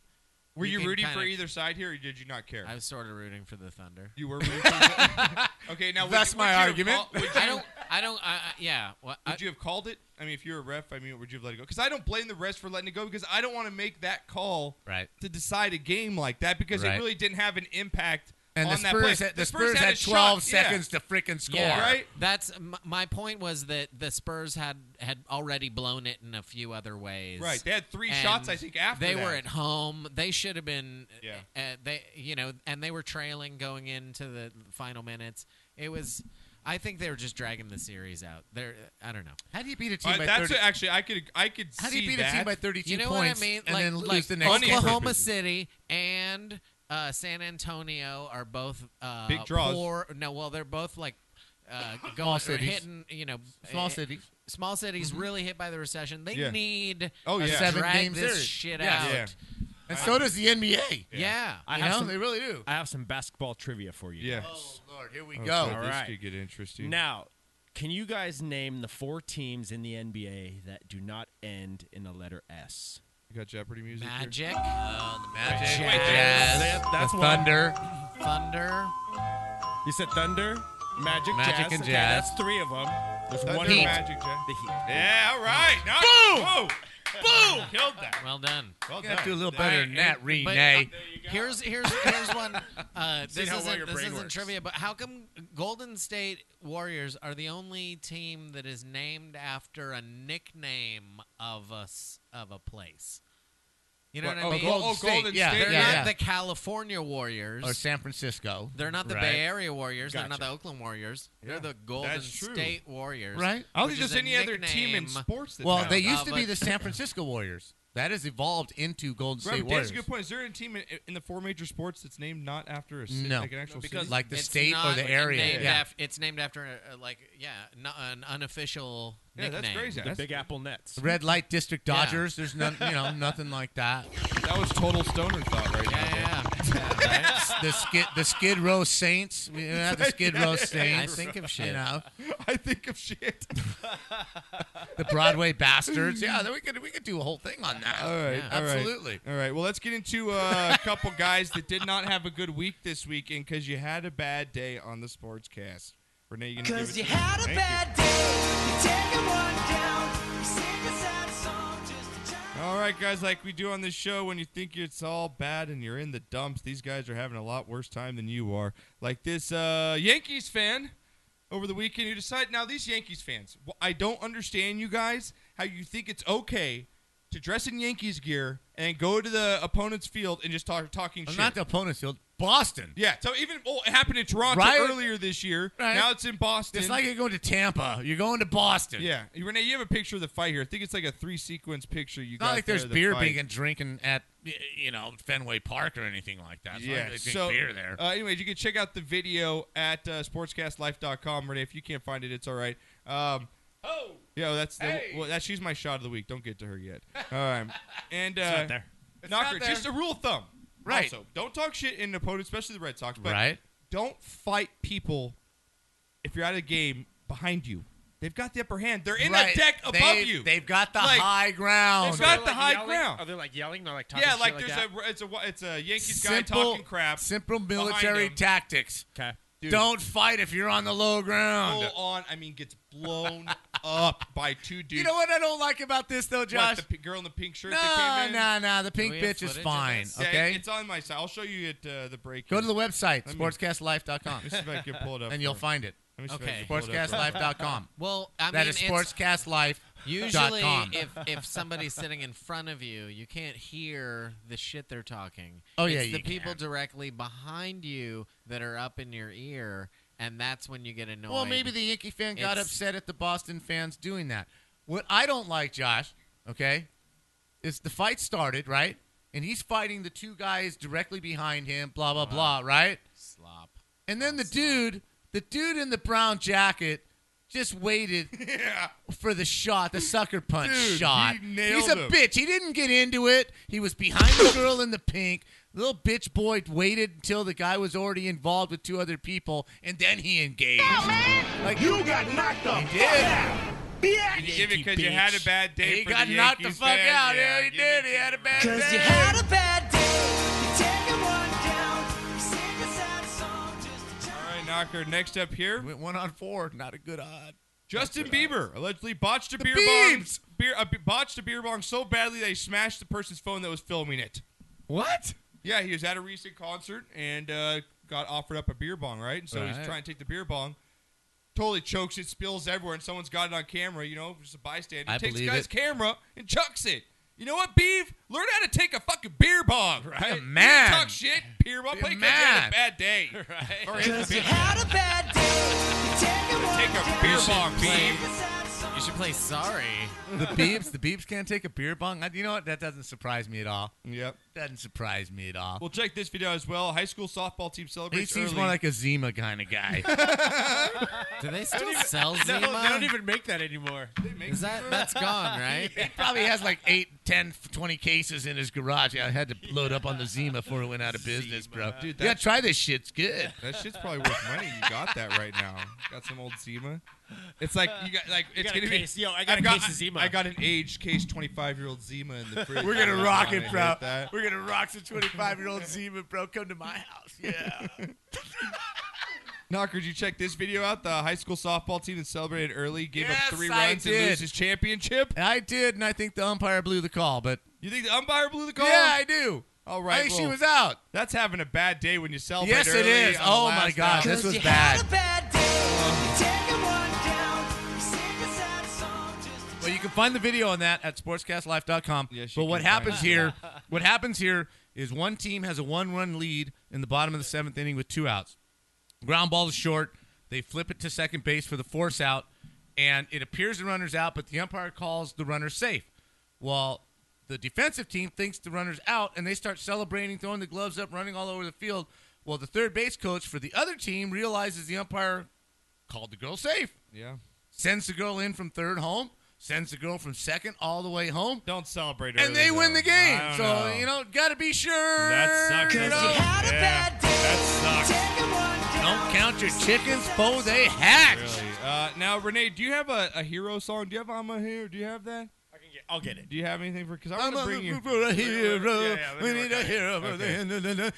S1: Were you,
S7: can
S1: rooting for
S7: kinda-
S1: either side here, or did you not care?
S7: I was sort of rooting for the Thunder.
S1: You were rooting for
S7: [LAUGHS]
S1: the- Okay, now would That's you- would my you have argument. call- would
S7: I
S1: you-
S7: don't. I don't. I, I- yeah. Well,
S1: Would you have called it? I mean, if you're a ref, I mean, would you have let it go? Because I don't blame the refs for letting it go because I don't want to make that call
S2: right.
S1: to decide a game like that because
S2: Right.
S1: it really didn't have an impact
S2: And the
S1: on that
S2: Spurs
S1: play.
S2: had- the Spurs
S1: a
S2: had 12
S1: shot, yeah.
S2: seconds to frickin' score.
S7: Yeah,
S1: Right?
S7: That's m- my point was that the Spurs had had already blown it in a few other ways.
S1: Right, they had three
S7: And
S1: shots, I think, after
S7: they
S1: that.
S7: were at home. They should have been.
S1: Yeah.
S7: Uh, they you know, and they were trailing going into the final minutes. It was. I think they were just dragging the series out. They're. I don't know.
S2: How do you beat a
S1: Uh, that's a- actually, I could, I could.
S7: How do
S1: see
S7: you beat a team
S1: that.
S7: by 32 You know what I points mean? and Like- then lose like the next Oklahoma City and uh, San Antonio are both uh,
S1: Big draws.
S7: Poor, no, well, they're both like uh,
S2: [COUGHS]
S7: going
S2: Small
S7: or
S2: cities.
S7: hitting. You know,
S2: Small
S7: eh,
S2: cities.
S7: Small cities really hit by the recession. They
S2: Yeah.
S7: need
S2: Oh,
S7: to
S2: yeah. Seven
S7: drag
S2: game
S7: this
S2: series.
S7: shit
S2: Yeah.
S7: out.
S2: Yeah. And so does the NBA.
S7: uh, Yeah, yeah.
S3: I
S7: you
S3: have
S7: know?
S3: some-
S2: they really do.
S3: I have some basketball trivia for you.
S1: Yeah.
S3: guys.
S2: Oh, Lord, here we
S1: Oh,
S2: go.
S1: God,
S3: All
S1: this
S3: right.
S1: could get interesting.
S3: Now, can you guys name the four teams in the NBA that do not end in the letter S?
S1: You got Jeopardy music.
S7: Magic.
S2: Uh, the Magic.
S3: Jazz.
S2: Wait, Jazz.
S3: That- that's
S2: The
S3: one.
S2: Thunder.
S7: Thunder.
S3: You said Thunder, Magic,
S2: Magic
S3: Jazz.
S2: and
S3: Okay,
S2: Jazz.
S3: That's three of them. There's
S1: Thunder,
S3: one more.
S1: Magic, Jazz.
S3: The Heat.
S1: Yeah, all right. Nice.
S3: Boom!
S1: Whoa. Boom! Killed that.
S7: Well done.
S1: Well
S2: You gotta
S1: done.
S2: do a little
S1: All
S2: better
S1: right,
S2: than that,
S1: and- but-
S2: Renee.
S7: uh, Here's here's here's
S2: [LAUGHS]
S7: one. Uh,
S1: Seen
S7: this
S1: how well
S7: isn't,
S1: your
S7: this
S1: brain
S7: isn't
S1: works.
S7: trivia, but how come Golden State Warriors are the only team that is named after a nickname of a s- of a place? You know
S2: What-
S7: what
S2: oh,
S7: I mean?
S2: Gol- oh, Golden Golden State, yeah, State,
S7: They're
S2: yeah,
S7: not
S2: yeah.
S7: the California Warriors.
S2: Or San Francisco.
S7: They're not the
S2: right?
S7: Bay Area Warriors. They're not the
S2: Gotcha.
S7: Oakland Warriors. They're
S2: Yeah.
S7: the Golden
S2: That's true.
S7: State Warriors.
S2: Right? I don't
S7: which
S2: think
S7: is
S1: there's
S7: a
S1: any other team in
S7: nickname
S1: sports that
S2: Well, they
S7: of
S2: used to
S7: a-
S2: be the San Francisco Warriors. That has evolved into Golden
S1: Robert,
S2: State
S1: that's
S2: Warriors.
S1: a good point. Is there a team in, in the four major sports that's named not after a city,
S2: No.
S1: like an actual city?
S2: Like the
S7: it's
S2: state or
S7: not
S2: the area.
S7: named
S2: Yeah.
S7: af- it's named after a, a, like yeah, no- an unofficial
S1: Yeah, that's
S7: nickname.
S1: crazy.
S3: The Big Apple Nets.
S2: The Red Light District
S7: Yeah.
S2: Dodgers. There's no, you
S7: [LAUGHS]
S2: know, nothing like that.
S1: That was total stoner thought right
S7: yeah,
S2: [LAUGHS] the skid, the Skid Row Saints. We have the
S1: [LAUGHS]
S2: Skid Row Saints.
S7: I think of
S2: You
S7: shit.
S2: know,
S1: I think of shit.
S2: the Broadway Bastards. Yeah,
S7: [LAUGHS]
S2: then we could we could do a whole thing on that.
S1: All right,
S2: Yeah.
S1: all right.
S2: absolutely.
S1: All right. Well, let's get into uh, a couple guys that did not have a good week this weekend because you had a bad day on the sportscast. Renee, you gonna give
S4: Cause
S1: it
S4: you
S1: to me?
S4: had a
S1: Thank
S4: bad day, you take a one down, you sing a sad song just to try.
S1: you. All right, guys. Like we do on this show, when you think it's all bad and you're in the dumps, these guys are having a lot worse time than you are. Like this uh, Yankees fan over the weekend who decided. Now, these Yankees fans, wh- I don't understand you guys how you think it's okay. To dress in Yankees gear and go to the opponent's field and just talk talking
S2: I'm
S1: shit.
S2: not the opponent's field. Boston.
S1: Yeah, so even well, it happened in Toronto
S2: Right.
S1: earlier this year.
S2: Right.
S1: Now it's in Boston.
S2: It's like you're going to Tampa. You're going to Boston.
S1: yeah, Renee, you have a picture of the fight here. I think it's like a three sequence picture. You
S2: It's not
S1: got
S2: like there's
S1: there, the
S2: beer
S1: fight.
S2: being and drinking at y- you know Fenway Park or anything like that. It's not
S1: Yeah,
S2: like they drink
S1: so
S2: beer there.
S1: Uh, anyways, you can check out the video at uh, sportscastlife.com. Renee, if you can't find it, it's all right. Um,
S14: Oh.
S1: yeah, well, that's the,
S14: Hey.
S1: well, that's she's my shot of the week. Don't get to her yet. All right, and uh,
S3: not there.
S14: It's not
S1: knocker,
S14: there.
S1: just a rule of thumb.
S2: Right.
S1: Also, don't talk shit in an opponent, especially the Red Sox. But
S2: Right.
S1: Don't fight people if you're at a game behind you. They've got the upper hand. They're in
S2: Right.
S1: a deck above
S2: They've-
S1: you.
S2: They've got the
S1: Like,
S2: high
S1: They've
S2: ground.
S1: got the
S3: Like
S1: high
S3: yelling?
S1: ground.
S3: Are they like yelling? They're like talking
S1: Yeah,
S3: shit
S1: like
S3: like
S1: there's
S3: that?
S1: a it's a it's a Yankees guy
S2: Simple-
S1: talking crap.
S2: Simple
S1: behind
S2: military
S1: him.
S2: tactics.
S3: Okay.
S1: Dude.
S2: Don't fight if you're on the low ground.
S1: Full on. I mean, gets [LAUGHS] blown up by two dudes.
S2: You know what I don't like about this though,
S1: What,
S2: Josh?
S1: the p- girl in the pink shirt that
S2: No,
S1: came in.
S2: no, no. The pink
S7: we have
S2: bitch is
S7: Oh, footage of
S2: fine.
S7: this?
S1: Yeah,
S2: Okay.
S1: it's on my side. I'll show you at uh, the break.
S2: Go to the website,
S1: Let me-
S2: sportscastlife.com,
S1: Let me see if I can pull it up.
S2: and you'll
S1: for-
S2: find it.
S1: Let me see if I
S7: Okay.
S1: can pull it up for-
S2: Sportscastlife.com.
S7: [LAUGHS] Well, I
S2: That
S7: mean,
S2: is
S7: it's-
S2: sportscastlife.
S7: Usually,
S2: com.
S7: if if somebody's sitting in front of you, you can't hear the shit they're talking.
S2: Oh,
S7: it's
S2: yeah,
S7: the
S2: you
S7: people
S2: can.
S7: directly behind you that are up in your ear, and that's when you get annoyed.
S2: Well, maybe the Yankee fan got
S7: It's-
S2: upset at the Boston fans doing that. What I don't like, Josh, okay, is the fight started, right? And he's fighting the two guys directly behind him, blah, blah, blah, right?
S7: slop.
S2: And then the dude, the dude in the brown jacket just
S1: [LAUGHS]
S2: waited for the shot, the sucker punch
S1: Dude,
S2: shot.
S1: he nailed
S2: He's a
S1: him.
S2: bitch. He didn't get into it. He was behind the girl in the pink. Little bitch boy waited until the guy was already involved with two other people, and then he engaged. Like you got knocked the he did.
S1: You give it because you had a bad day.
S2: He
S1: for
S2: got
S1: the
S2: knocked the
S1: Yankees
S2: fuck
S1: fans.
S2: out.
S1: Yeah,
S2: Yeah, he
S1: give it
S2: did. He had a bad day.
S4: Cause you had a bad day. You take a one down. You sing a sad song just to
S1: [LAUGHS] All right, Knocker. Next up here.
S2: Went one on four. Not a good odd.
S1: Justin Bieber allegedly botched a beer
S2: Biebs!
S1: bong. Beer, a, b- botched a beer bong so badly they smashed the person's phone that was filming it. What? Yeah, he was at a recent concert and uh, got offered up a beer bong, right? And so
S15: Right.
S1: he's trying to take the beer bong. Totally chokes it, spills everywhere, and someone's got it on camera. You know, just a bystander
S15: I
S1: takes the
S15: believe
S1: guy's
S15: it.
S1: camera and chucks it. You know what, Beef? Learn how to take a fucking beer bong, right? You
S15: man.
S1: Talk shit, beer bong. Play catch, you had a
S15: man.
S1: bad day,
S15: [LAUGHS] Right.
S1: Or it's
S15: Just
S1: the
S15: you
S1: beer-
S15: had a
S4: bad day.
S1: Take a beer bong, Beef.
S7: You should play Sorry.
S2: The [LAUGHS] Beebs, the Beebs can't take a beer bong. I- You know what? That doesn't surprise me at all.
S1: Yep.
S2: Doesn't surprise me at all.
S1: [LAUGHS] Well, check this video as well. High school softball team
S2: he
S1: celebrates.
S2: seems
S1: early.
S2: more
S1: [LAUGHS]
S2: like a Zima kind of guy.
S7: Do they
S1: I
S7: still
S1: don't even- [LAUGHS]
S7: sell
S1: No,
S3: [LAUGHS]
S1: they
S7: Zima?
S1: don't
S7: even make that anymore. Is that
S1: Zima? [LAUGHS]
S7: that's
S3: [LAUGHS]
S7: gone, right?
S2: he probably has like 8, 10, 20 cases in his garage. Yeah, I had to load up on the Zima before it went out of business, bro.
S1: Dude,
S2: yeah,
S1: that's-
S2: try this shit. It's good.
S1: That shit's probably worth money. You got that right now. Got some old Zima. It's like you got like
S15: You
S1: it's
S15: got a
S1: gonna
S15: case.
S1: be.
S15: Yo, I got
S1: I've
S15: a case of Zima.
S1: I got an aged case, twenty-five year old Zima in [LAUGHS] the fridge.
S2: We're gonna
S1: I'm
S2: rock
S1: gonna
S2: it,
S1: hit
S2: bro.
S1: that.
S2: We're gonna rock some 25
S1: [LAUGHS]
S2: year old Zima, bro. Come to my house. Yeah.
S1: Knocker, did you check this video out? The high school softball team that celebrated early gave
S2: Yes,
S1: up three
S2: I
S1: runs and
S2: did.
S1: loses championship.
S2: I did, and I think the umpire blew the call, but
S1: You think the umpire blew the call?
S2: Yeah, I do.
S1: All right,
S2: I think she
S1: well,
S2: was out.
S1: That's having a bad day when you celebrate.
S2: Yes, it
S1: early
S2: is.
S1: on the
S2: Oh, my
S1: last
S2: God,
S1: out.
S2: this was bad.
S4: Had a bad day. You take a one down. You sing a sad song just to
S2: Well, you can find the video on that at sportscastlife.com.
S1: Yes, you
S2: but what
S1: can find
S2: happens
S1: it. [LAUGHS]
S2: here, what happens here is one team has a one-run lead in the bottom of the seventh inning with two outs. Ground ball is short. They flip it to second base for the force out, and it appears the runner's out, but the umpire calls the runner safe. Well, the defensive team thinks the runner's out, and they start celebrating, throwing the gloves up, running all over the field. Well, the third base coach for the other team realizes the umpire called the girl safe
S1: Yeah.
S2: sends the girl in from third home, sends the girl from second all the way home.
S1: Don't celebrate,
S2: and
S1: early,
S2: they win
S1: though.
S2: the game.
S1: I don't
S2: So
S1: know.
S2: you know, gotta be
S7: [LAUGHS]
S2: sure.
S1: That sucks.
S2: You know?
S4: Had a bad day.
S1: That sucks.
S4: Take a one
S2: Don't count your chickens, bo they hatch.
S1: Really. Uh, now, Renee, do you have a, a hero song? Do you have "I'm a Hero"? Do you have that? I can get. I'll get it. Do you have anything for? Because I
S2: I'm
S1: want
S2: a
S1: to bring you.
S2: for a hero.
S1: Yeah, yeah, let
S2: we
S1: me work
S2: need a
S1: on it.
S2: hero. for
S1: Okay.
S2: the-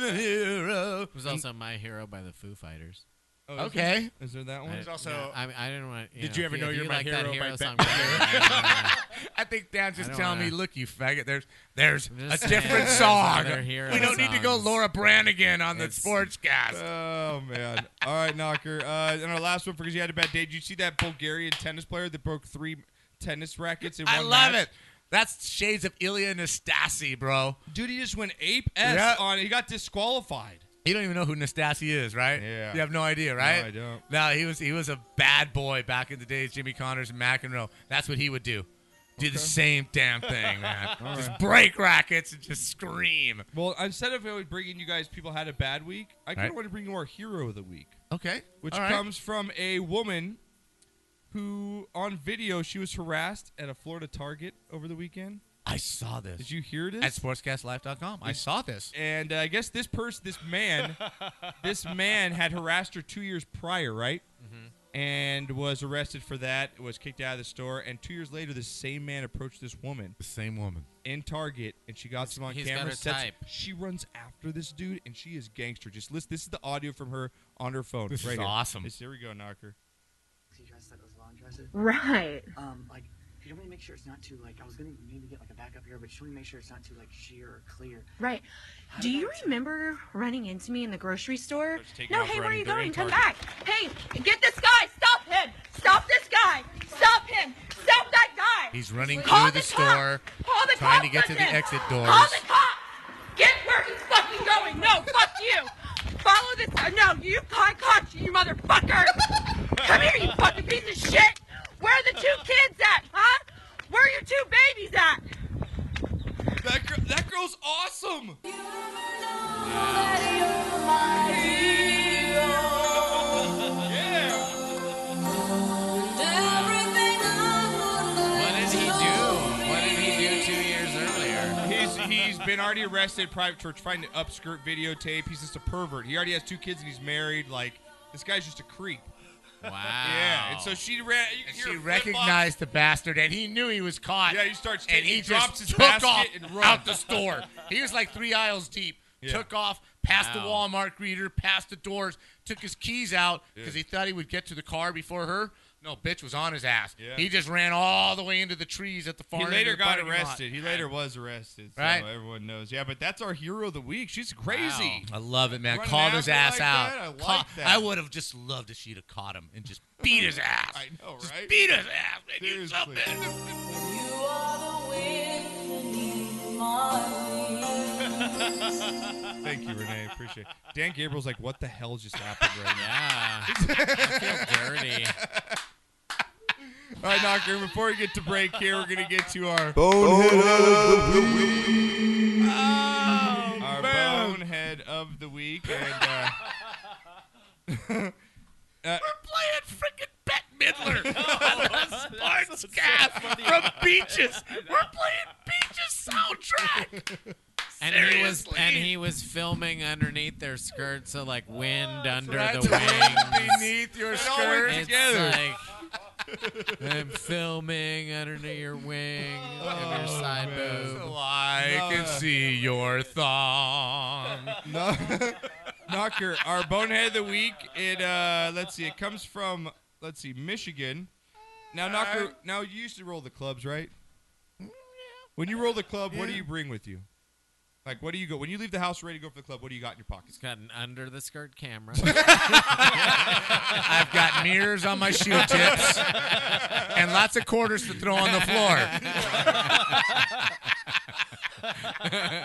S2: Hero.
S7: It was also my hero by the Foo Fighters.
S1: Oh,
S2: is there- Okay.
S1: Is there that one?
S7: I-
S1: There's
S15: also-
S7: yeah, I, mean, I didn't want.
S15: Did you ever
S7: if
S15: know
S7: if
S15: you're my
S7: like that
S15: hero by
S7: song
S15: Beck-
S2: [LAUGHS]
S7: better,
S2: I think Dan's
S7: I
S2: just
S7: don't
S2: telling me,
S7: wanna-
S2: look, you faggot. There's there's
S7: I'm
S2: a
S7: just saying,
S2: different
S7: there's
S2: song.
S7: other hero
S2: We don't need to go
S7: songs.
S2: Laura Branigan on the
S7: It's-
S2: sportscast.
S1: Oh man! All right, Knocker. Uh, and our last one because you had a bad day. Did you see that Bulgarian tennis player that broke three tennis rackets in one
S2: I love
S1: match?
S2: it. That's shades of Ilya Nastasi, bro.
S1: Dude, he just went ape s
S2: Yeah.
S1: on. He got disqualified.
S2: You don't even know who Nastasi is, right?
S1: Yeah.
S2: You have no idea, right?
S1: I don't.
S2: No, he was he was a bad boy back in the days. Jimmy Connors and McEnroe. That's what he would do. Do the same damn thing, man.
S1: [LAUGHS] All
S2: just
S1: right.
S2: break rackets and just scream.
S1: Well, instead of always bringing you guys people had a bad week, I kind of
S2: Right.
S1: want to bring you our hero of the week.
S2: Okay.
S1: which
S2: All right.
S1: comes from a woman who, on video, she was harassed at a Florida Target over the weekend.
S2: I saw this.
S1: Did you hear this?
S2: At sportscastlife.com. I saw this.
S1: and uh, I guess this person, this
S2: [LAUGHS]
S1: man, this man had harassed her two years prior, right?
S2: Mm-hmm.
S1: And was arrested for that. Was kicked out of the store. And two years later, this same man approached this woman
S2: The same woman.
S1: in Target, and she got some on
S7: he's got
S1: camera.
S7: her
S1: sets-
S7: type.
S1: She runs after this dude, and she is gangster. Just listen. This is the audio from her on her phone.
S2: This
S1: right
S2: is
S1: here.
S2: awesome.
S1: This- here we go, Knocker.
S16: He dressed like those long dresses.
S17: Right.
S16: Um, like, could you want me to make sure it's not too like I was gonna maybe get like a backup here, but you want me to make sure it's not too like sheer or clear.
S17: Right. Do you remember running into me in the grocery store?
S16: taking
S17: No,
S16: off
S17: hey, where are
S16: running.
S17: you
S16: They're
S17: going?
S16: in
S17: Come back.
S16: Target.
S17: Hey, get this guy. Stop him. Stop this guy. Stop him. Stop that guy.
S2: He's running
S17: Call
S2: through the,
S17: the
S2: store,
S17: Call the
S2: trying to
S17: cops
S2: get to
S17: on
S2: the
S17: him.
S2: exit doors.
S17: Call the cops. Get where he's fucking going. No, fuck you. Follow this guy. No, you can't catch you, you motherfucker. Come here, you fucking piece of shit. Where are the two kids at, huh? Where are your two babies at?
S1: That, girl, that girl's awesome.
S4: down.
S1: Yeah. He's been already arrested, private church, trying to upskirt videotape. He's just a pervert. He already has two kids and he's married. Like this guy's just a creep.
S7: Wow.
S1: Yeah. And so she ran. you
S2: And
S1: hear
S2: she
S1: her
S2: recognized the bastard, and he knew he was caught.
S1: Yeah, he starts
S2: and
S1: taking-
S2: he
S1: he drops
S2: just
S1: his
S2: took
S1: basket
S2: off
S1: and runs.
S2: out the store. He was like three aisles deep.
S1: Yeah.
S2: Took off past the
S1: Wow.
S2: Walmart greeter, past the doors. Took his keys out because
S1: Yeah.
S2: he thought he would get to the car before her. No, bitch was on his ass.
S1: Yeah.
S2: He just ran all the way into the trees at the far.
S1: He
S2: end
S1: later
S2: of the
S1: got
S2: parking lot.
S1: arrested. He later was arrested. So
S2: Right.
S1: everyone knows. Yeah, but that's our hero of the week. She's crazy.
S2: I love it, man.
S1: Running
S2: Called his ass
S1: after
S2: out.
S1: like that, I like
S2: Ca-
S1: that.
S2: I would have just loved if she'd have caught him and just beat his ass.
S1: I know, right?
S2: Just beat his ass. man. You
S1: Seriously. Thank you, Renee. Appreciate it. Dan Gabriel's like, what the hell just happened right now? [LAUGHS]
S7: Yeah. I feel dirty.
S1: All right, Knocker, before we get to break here, we're going to get to our
S4: Bonehead
S1: of the
S2: Oh,
S1: week. our bonehead of the week. uh, And, uh, uh,
S2: playing freaking Bette
S1: [LAUGHS]
S2: Midler on a sports cast from Beaches. We're playing Beaches soundtrack.
S7: And he was
S2: Seriously.
S7: and he was filming underneath their skirt, so like wind under
S2: right.
S7: the wings.
S2: Beneath your
S7: It all works
S2: skirt.
S7: together. It's like I'm filming underneath your wing of your side boob.
S2: I can see your thong.
S1: No. [LAUGHS] Knocker, our bonehead of the week. It uh, let's see, it comes from let's see, Michigan. Now, Knocker, now you used to roll the clubs, right? When you roll the club, what do you bring with you? Like, what do you go when you leave the house ready to go for the club? What do you got in your pockets?
S7: Got an under the skirt camera.
S2: [LAUGHS]
S7: [LAUGHS]
S2: I've got mirrors on my shoe tips and lots of quarters to throw on the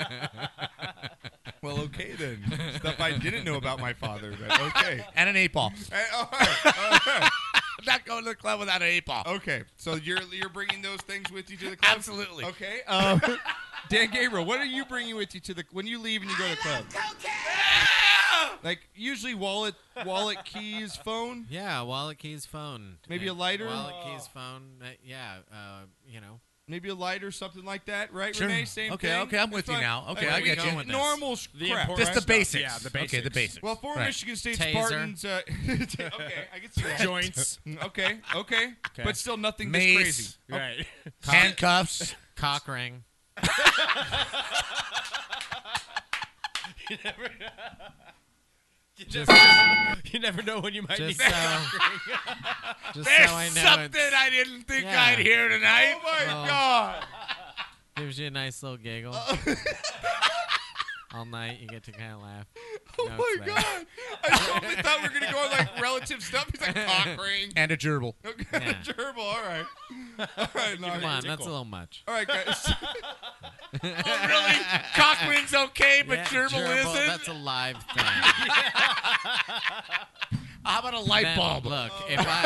S2: floor.
S1: Well, okay then. Stuff I didn't know about my father, but [LAUGHS] okay. Eh, oh,
S2: And an eight ball.
S1: Hey, all right, all [LAUGHS] right.
S2: I'm not going to the club without an eight ball.
S1: Okay, so you're you're bringing those things with you to the club. [LAUGHS]
S2: Absolutely.
S1: Okay. Um, Dan Gabriel, what are you bringing with you to the when you leave and you go to the club? [LAUGHS] Like usually wallet, wallet, keys, phone.
S7: Yeah, wallet, keys, phone.
S1: Maybe a
S7: And
S1: lighter?
S7: Wallet, keys, phone. uh, yeah, uh, you know.
S1: Maybe a lighter, something like that, right?
S2: Sure.
S1: Renee, same
S2: Okay,
S1: thing.
S2: okay, I'm with
S1: It's
S2: you
S1: like-
S2: now. Okay,
S1: like,
S2: I
S1: we
S2: get you.
S1: go
S2: with this.
S1: Normal s- crap.
S2: Just the basics. Okay, the basics.
S1: Well, former
S2: Right.
S1: Michigan State
S2: Taser.
S1: Spartans.
S2: [LAUGHS]
S1: Uh, [LAUGHS] okay, I can see that.
S2: Joints.
S1: [LAUGHS] Okay, okay,
S2: Okay.
S1: but still nothing
S2: Mace.
S1: this crazy.
S2: Right.
S1: Okay. [LAUGHS]
S2: [LAUGHS] Handcuffs.
S7: Cock ring.
S3: you never You never- you never know when you might need
S7: Just so-
S3: that. [LAUGHS]
S7: just
S2: There's
S7: so I know
S2: something
S7: it's-
S2: I didn't think
S7: Yeah.
S2: I'd hear tonight.
S1: Oh my
S7: Oh.
S1: God!
S7: [LAUGHS] Gives you a nice
S1: [LAUGHS]
S7: little giggle. All night you get to kind of laugh.
S1: Oh
S7: No,
S1: my
S7: it's there.
S1: God! I totally thought we were gonna go on
S7: [LAUGHS]
S1: like relative stuff. He's like cock ring.
S2: And a gerbil.
S1: [LAUGHS] Okay,
S7: Yeah.
S1: gerbil. All
S7: [LAUGHS]
S1: right. All right.
S7: Come
S1: Knocker.
S7: on, that's a little much.
S1: All right,
S7: [LAUGHS]
S1: guys.
S2: Oh, really? Cockring's okay, but
S7: Yeah,
S2: gerbil, isn't?
S7: That's
S1: [LAUGHS]
S7: a live thing.
S2: How about a light
S7: Then,
S2: bulb?
S7: Look,
S1: [LAUGHS]
S7: if I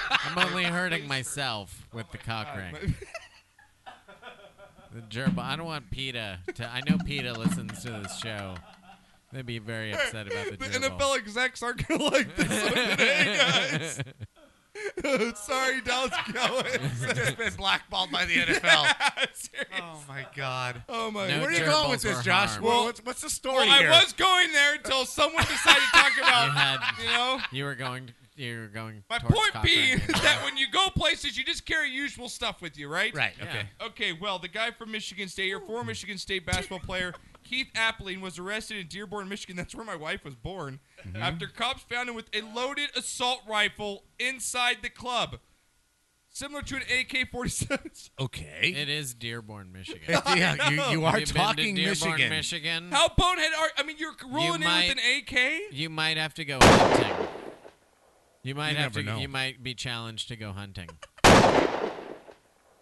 S7: look, I'm only hurting myself with the cock ring. The gerbil. I don't want PETA to. I know PETA listens to this show. They'd be very upset about the
S1: The
S7: gerbil.
S1: NFL execs aren't gonna [LAUGHS] like this one
S2: [LAUGHS]
S1: today, guys. [LAUGHS] Sorry, Dallas Cowboys.
S2: We've [LAUGHS] just been blackballed
S1: [LAUGHS]
S2: by the NFL.
S1: Seriously.
S2: oh my God.
S1: Oh my.
S7: No
S2: Where are you
S7: gerbils
S2: going with
S7: were
S2: this, Josh?
S7: harmed.
S2: Well, what's, what's the story
S1: Well, I
S2: here?
S1: was going there until someone decided to
S7: [LAUGHS]
S1: talk
S7: [LAUGHS] You
S1: about.
S7: had.
S1: You know.
S7: You were going. You were going.
S1: My
S7: towards
S1: point
S7: cock
S1: being [LAUGHS]
S7: ring.
S1: is that when you go places, you just carry usual stuff with you, right?
S2: right.
S7: Yeah.
S2: Okay.
S1: Okay, well, the guy from Michigan State, your former Michigan State basketball player, Keith Appling, was arrested in Dearborn, Michigan. That's where my wife was born.
S7: Mm-hmm.
S1: After cops found him with a loaded assault rifle inside the club, similar to an AK [LAUGHS] 47.
S2: Okay.
S7: It is Dearborn, Michigan.
S2: [LAUGHS] yeah, you, you are
S7: You've been to
S2: talking
S7: Dearborn,
S2: Michigan.
S7: Michigan.
S1: How bonehead are I mean, you're rolling
S7: might-
S1: in with an AK?
S7: You might have to go hunting. You might
S2: You
S7: have to.
S2: never know.
S7: You might be challenged to go hunting.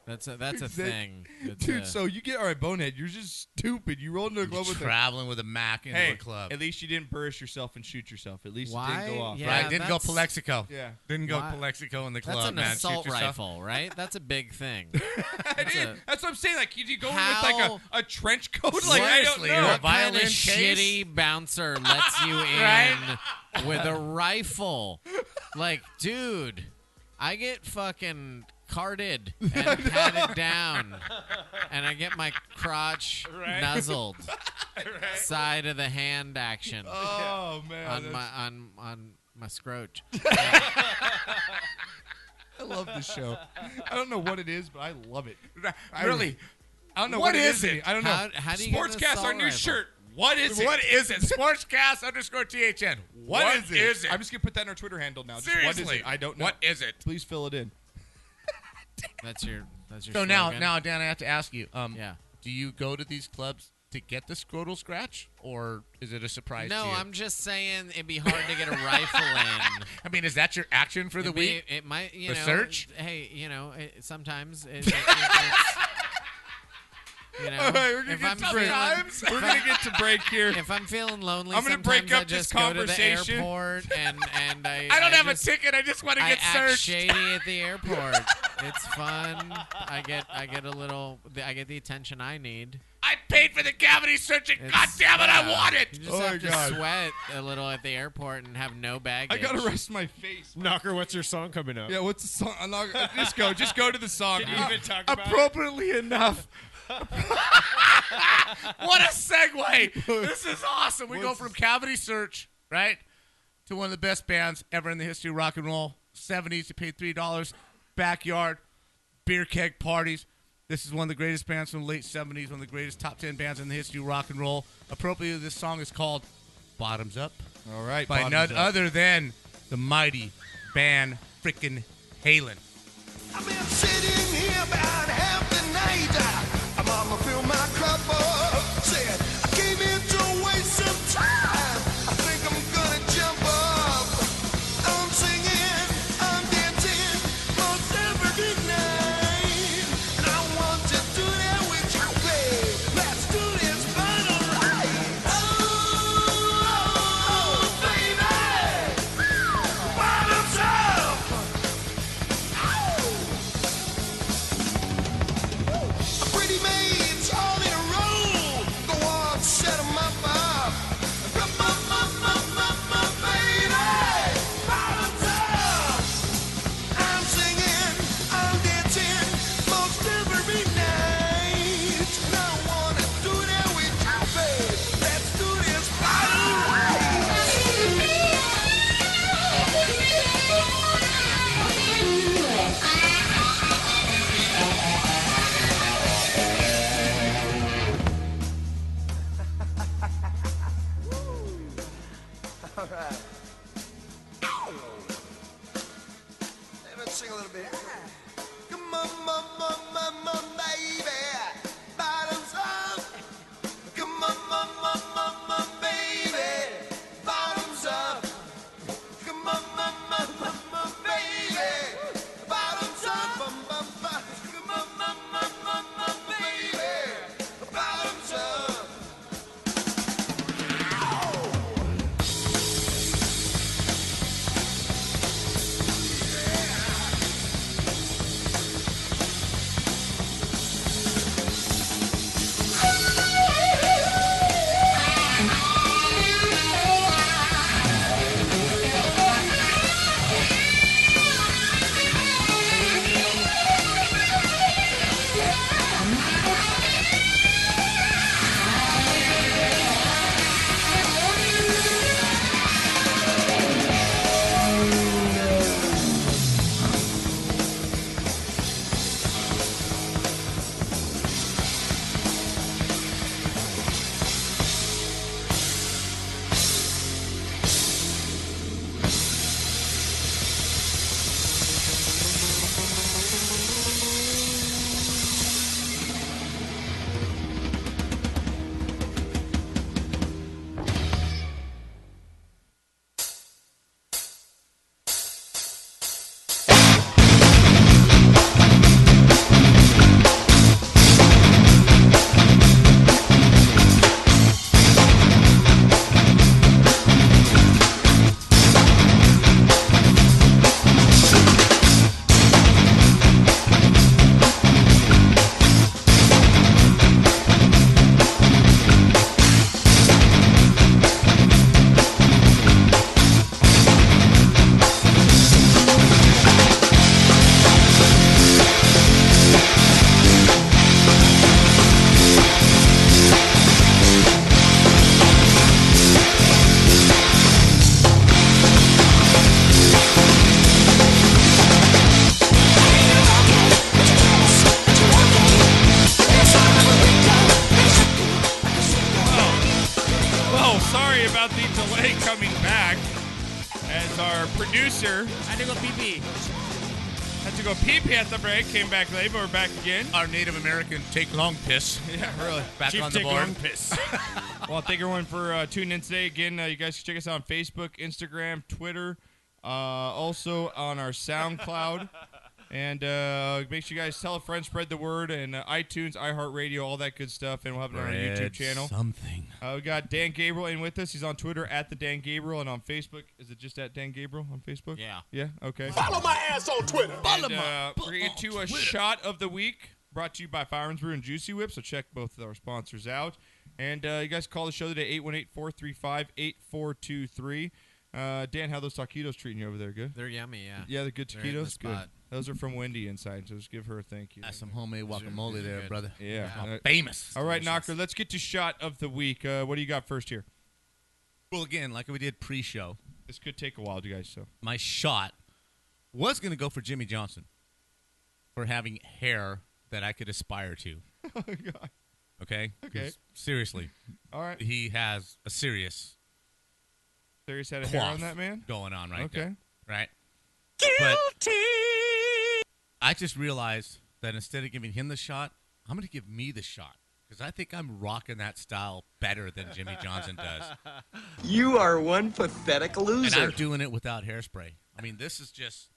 S7: That's a that's a
S1: Exact-
S7: thing. It's
S1: Dude,
S7: a-
S1: so you get all right, bonehead. You're just stupid. You rolled into a
S2: You're
S1: club with a
S2: traveling with a Mac into
S1: hey,
S2: a club.
S1: At least you didn't burst yourself and shoot yourself. At least it didn't
S7: Why?
S1: go off.
S7: Yeah,
S1: right?
S2: right. Didn't go
S7: that's-
S2: Plexico.
S1: Yeah.
S2: Didn't go
S7: Why-
S2: Plexico in the club,
S7: that's an
S2: man. Shoot
S7: assault
S2: yourself.
S7: rifle, right? That's a big thing.
S1: [LAUGHS] It
S7: That's
S1: is.
S7: a-
S1: That's what I'm saying. Like, you you go in
S7: How-
S1: with like a, a trench coat? Like, I don't
S2: Seriously,
S1: know.
S2: you're a
S7: what kind of
S2: violin case? [LAUGHS]
S7: shitty bouncer
S1: [LAUGHS]
S7: lets you in
S2: Right?
S7: with a rifle? Like, dude, I get fucking carded
S1: [LAUGHS]
S7: and patted down, and I get my crotch
S1: [LAUGHS]
S4: Right.
S7: nuzzled,
S4: Right.
S7: side of the hand action.
S4: Oh, man,
S7: on my
S4: that's-
S7: on on my scroach.
S1: [LAUGHS] I love this show. I don't know what it is, but I love it. I
S14: Really?
S1: I don't know
S14: What
S1: what,
S14: is
S1: to me.
S14: it?
S1: I don't know.
S14: How- how do you get an Sportscast, assault our new rifle? shirt. What is it?
S1: What is it? Sportscast underscore THN.
S14: What
S1: is, it?
S14: is it?
S1: I'm just gonna put that in our Twitter handle now. Just what is
S14: Seriously.
S1: it? I don't know.
S14: What
S1: is it? Please fill it in.
S7: That's your that's your.
S2: So now,
S7: slogan?
S2: now, Dan, I have to ask you. Um,
S7: yeah.
S2: Do you go to these clubs to get the scrotal scratch, or is it a surprise?
S7: No,
S2: to you?
S7: I'm just saying it'd be hard to get a rifle in.
S2: [LAUGHS] I mean, is that your action for the
S7: It'd be-
S2: week?
S7: It might, you
S2: the
S7: know.
S2: search.
S7: Hey, you know, it, sometimes.
S1: [LAUGHS]
S7: It, it, it's, you know,
S1: All right, we're gonna
S7: if
S1: get
S7: I'm
S1: to break.
S7: feeling-
S1: We're gonna get to break here.
S7: [LAUGHS] If I'm feeling lonely,
S1: I'm gonna break
S7: sometimes I
S1: up this
S7: just go to the
S1: conversation.
S7: airport
S1: [LAUGHS]
S7: and and I.
S1: I don't have a
S7: just-
S1: ticket, I just wanna
S7: I
S1: get
S7: act
S1: searched.
S7: shady at the
S1: [LAUGHS]
S7: airport. it's fun. I get I get a little. I get the attention I need.
S14: I paid for the cavity search and
S7: It's-
S14: God damn it, I
S7: yeah.
S14: want it.
S7: You
S2: Oh
S7: just
S1: Oh
S7: have to sweat a little at the airport and have no baggage.
S1: I gotta rest my face.
S13: Knocker, what's your song coming up?
S1: Yeah, what's the song? I'm not, just go, just go to the song.
S3: [LAUGHS]
S13: Did you even talk about it?
S1: Appropriately enough,
S2: [LAUGHS] what a segue!
S1: [LAUGHS]
S2: This is awesome. We go
S14: What's-
S2: from cavity search, right, to one of the best bands ever in the history of rock and roll. 70s, you paid $3, backyard, beer keg parties. This is one of the greatest bands from the late 70s, one of the greatest top 10 bands in the history of rock and roll. Appropriately, this song is called Bottoms Up.
S1: All right,
S2: By
S1: Bottoms
S2: none
S1: Up.
S2: other than the mighty band freaking Halen.
S4: sitting here about half the night. Uh, mama filled my cup up. Said, I came here to waste some time. I think I'm gonna jump up. I'm singing, I'm dancing most every night. And I want to do that with you, babe. Let's do this final right. Oh, oh, baby. Bottoms up. Oh. Pretty maids all in a row. Go on, set 'em up, up. Up, up, up, up, up, up, baby. Bottoms up. I'm singing, I'm dancing most every night. And I wanna do that with you, babe. Let's do this bottom right. All right. Hey, let's sing a little bit. Come on, mom, mom, mom, mom, baby. Bottoms up. Come on, mom, mom, mom, mom, baby. Bottoms up. Come on, mom, mom, mom, mom, baby. Bottoms up. Bum, bum, bum. Come on, mom, mom, mom, mom, baby. Bottoms up.
S14: oh, sorry about the delay coming back. As our producer
S3: had to go pee pee.
S14: Had to go pee pee at the break. Came back late, but we're back again.
S2: Our Native American take long piss.
S1: Yeah, really.
S2: Back on the board.
S1: [LAUGHS] well, thank everyone for uh, tuning in today. Again, uh, you guys can check us out on Facebook, Instagram, Twitter, uh, also on our SoundCloud. and uh, make sure you guys tell a friend, spread the word, and uh, iTunes, iHeartRadio, all that good stuff. And we'll have it on our YouTube
S2: Spread
S1: channel.
S2: something.
S1: Uh, we got Dan Gabriel in with us. He's on Twitter at the Dan Gabriel, and on Facebook, is it just at Dan Gabriel on Facebook?
S7: Yeah.
S1: Yeah. Okay.
S4: Follow my ass on Twitter. Follow
S1: and,
S4: my
S1: uh,
S4: butt
S1: We're going
S7: Oh,
S1: to a shot of the week brought to you by Firearms Brew and Juicy Whip. So check both of our sponsors out. And uh, you guys call the show today 818 435 8423. Uh, Dan, how those taquitos treating you over there? Good.
S7: They're yummy, yeah.
S1: Yeah, the good
S7: They're hitting the
S1: taquitos. Good.
S7: spot.
S1: Those are from Wendy inside, so just give her a thank you.
S2: That's some homemade
S1: Those are-
S2: guacamole
S1: those are
S2: there,
S1: good.
S2: brother.
S1: Yeah,
S2: I'm
S1: Uh,
S2: famous.
S1: All right, Knocker, let's get to shot of the week. Uh, what do you got first here?
S2: Well, again, like we did pre-show,
S1: this could take a while, you guys. So
S2: my shot was going to go for Jimmy Johnson for having hair that I could aspire to.
S1: [LAUGHS] Oh, God.
S2: Okay. 'Cause
S1: Okay.
S2: Seriously.
S1: All right.
S2: He has a serious
S1: Serious had a hair on
S2: quaff
S1: that man?
S2: going on right
S1: Okay.
S2: there. Right. Guilty. I just realized that instead of giving him the shot, I'm going to give me the shot because I think I'm rocking that style better than Jimmy Johnson does.
S4: [LAUGHS] You are one pathetic
S2: And I'm
S4: loser.
S2: doing it without hairspray. I mean, this is just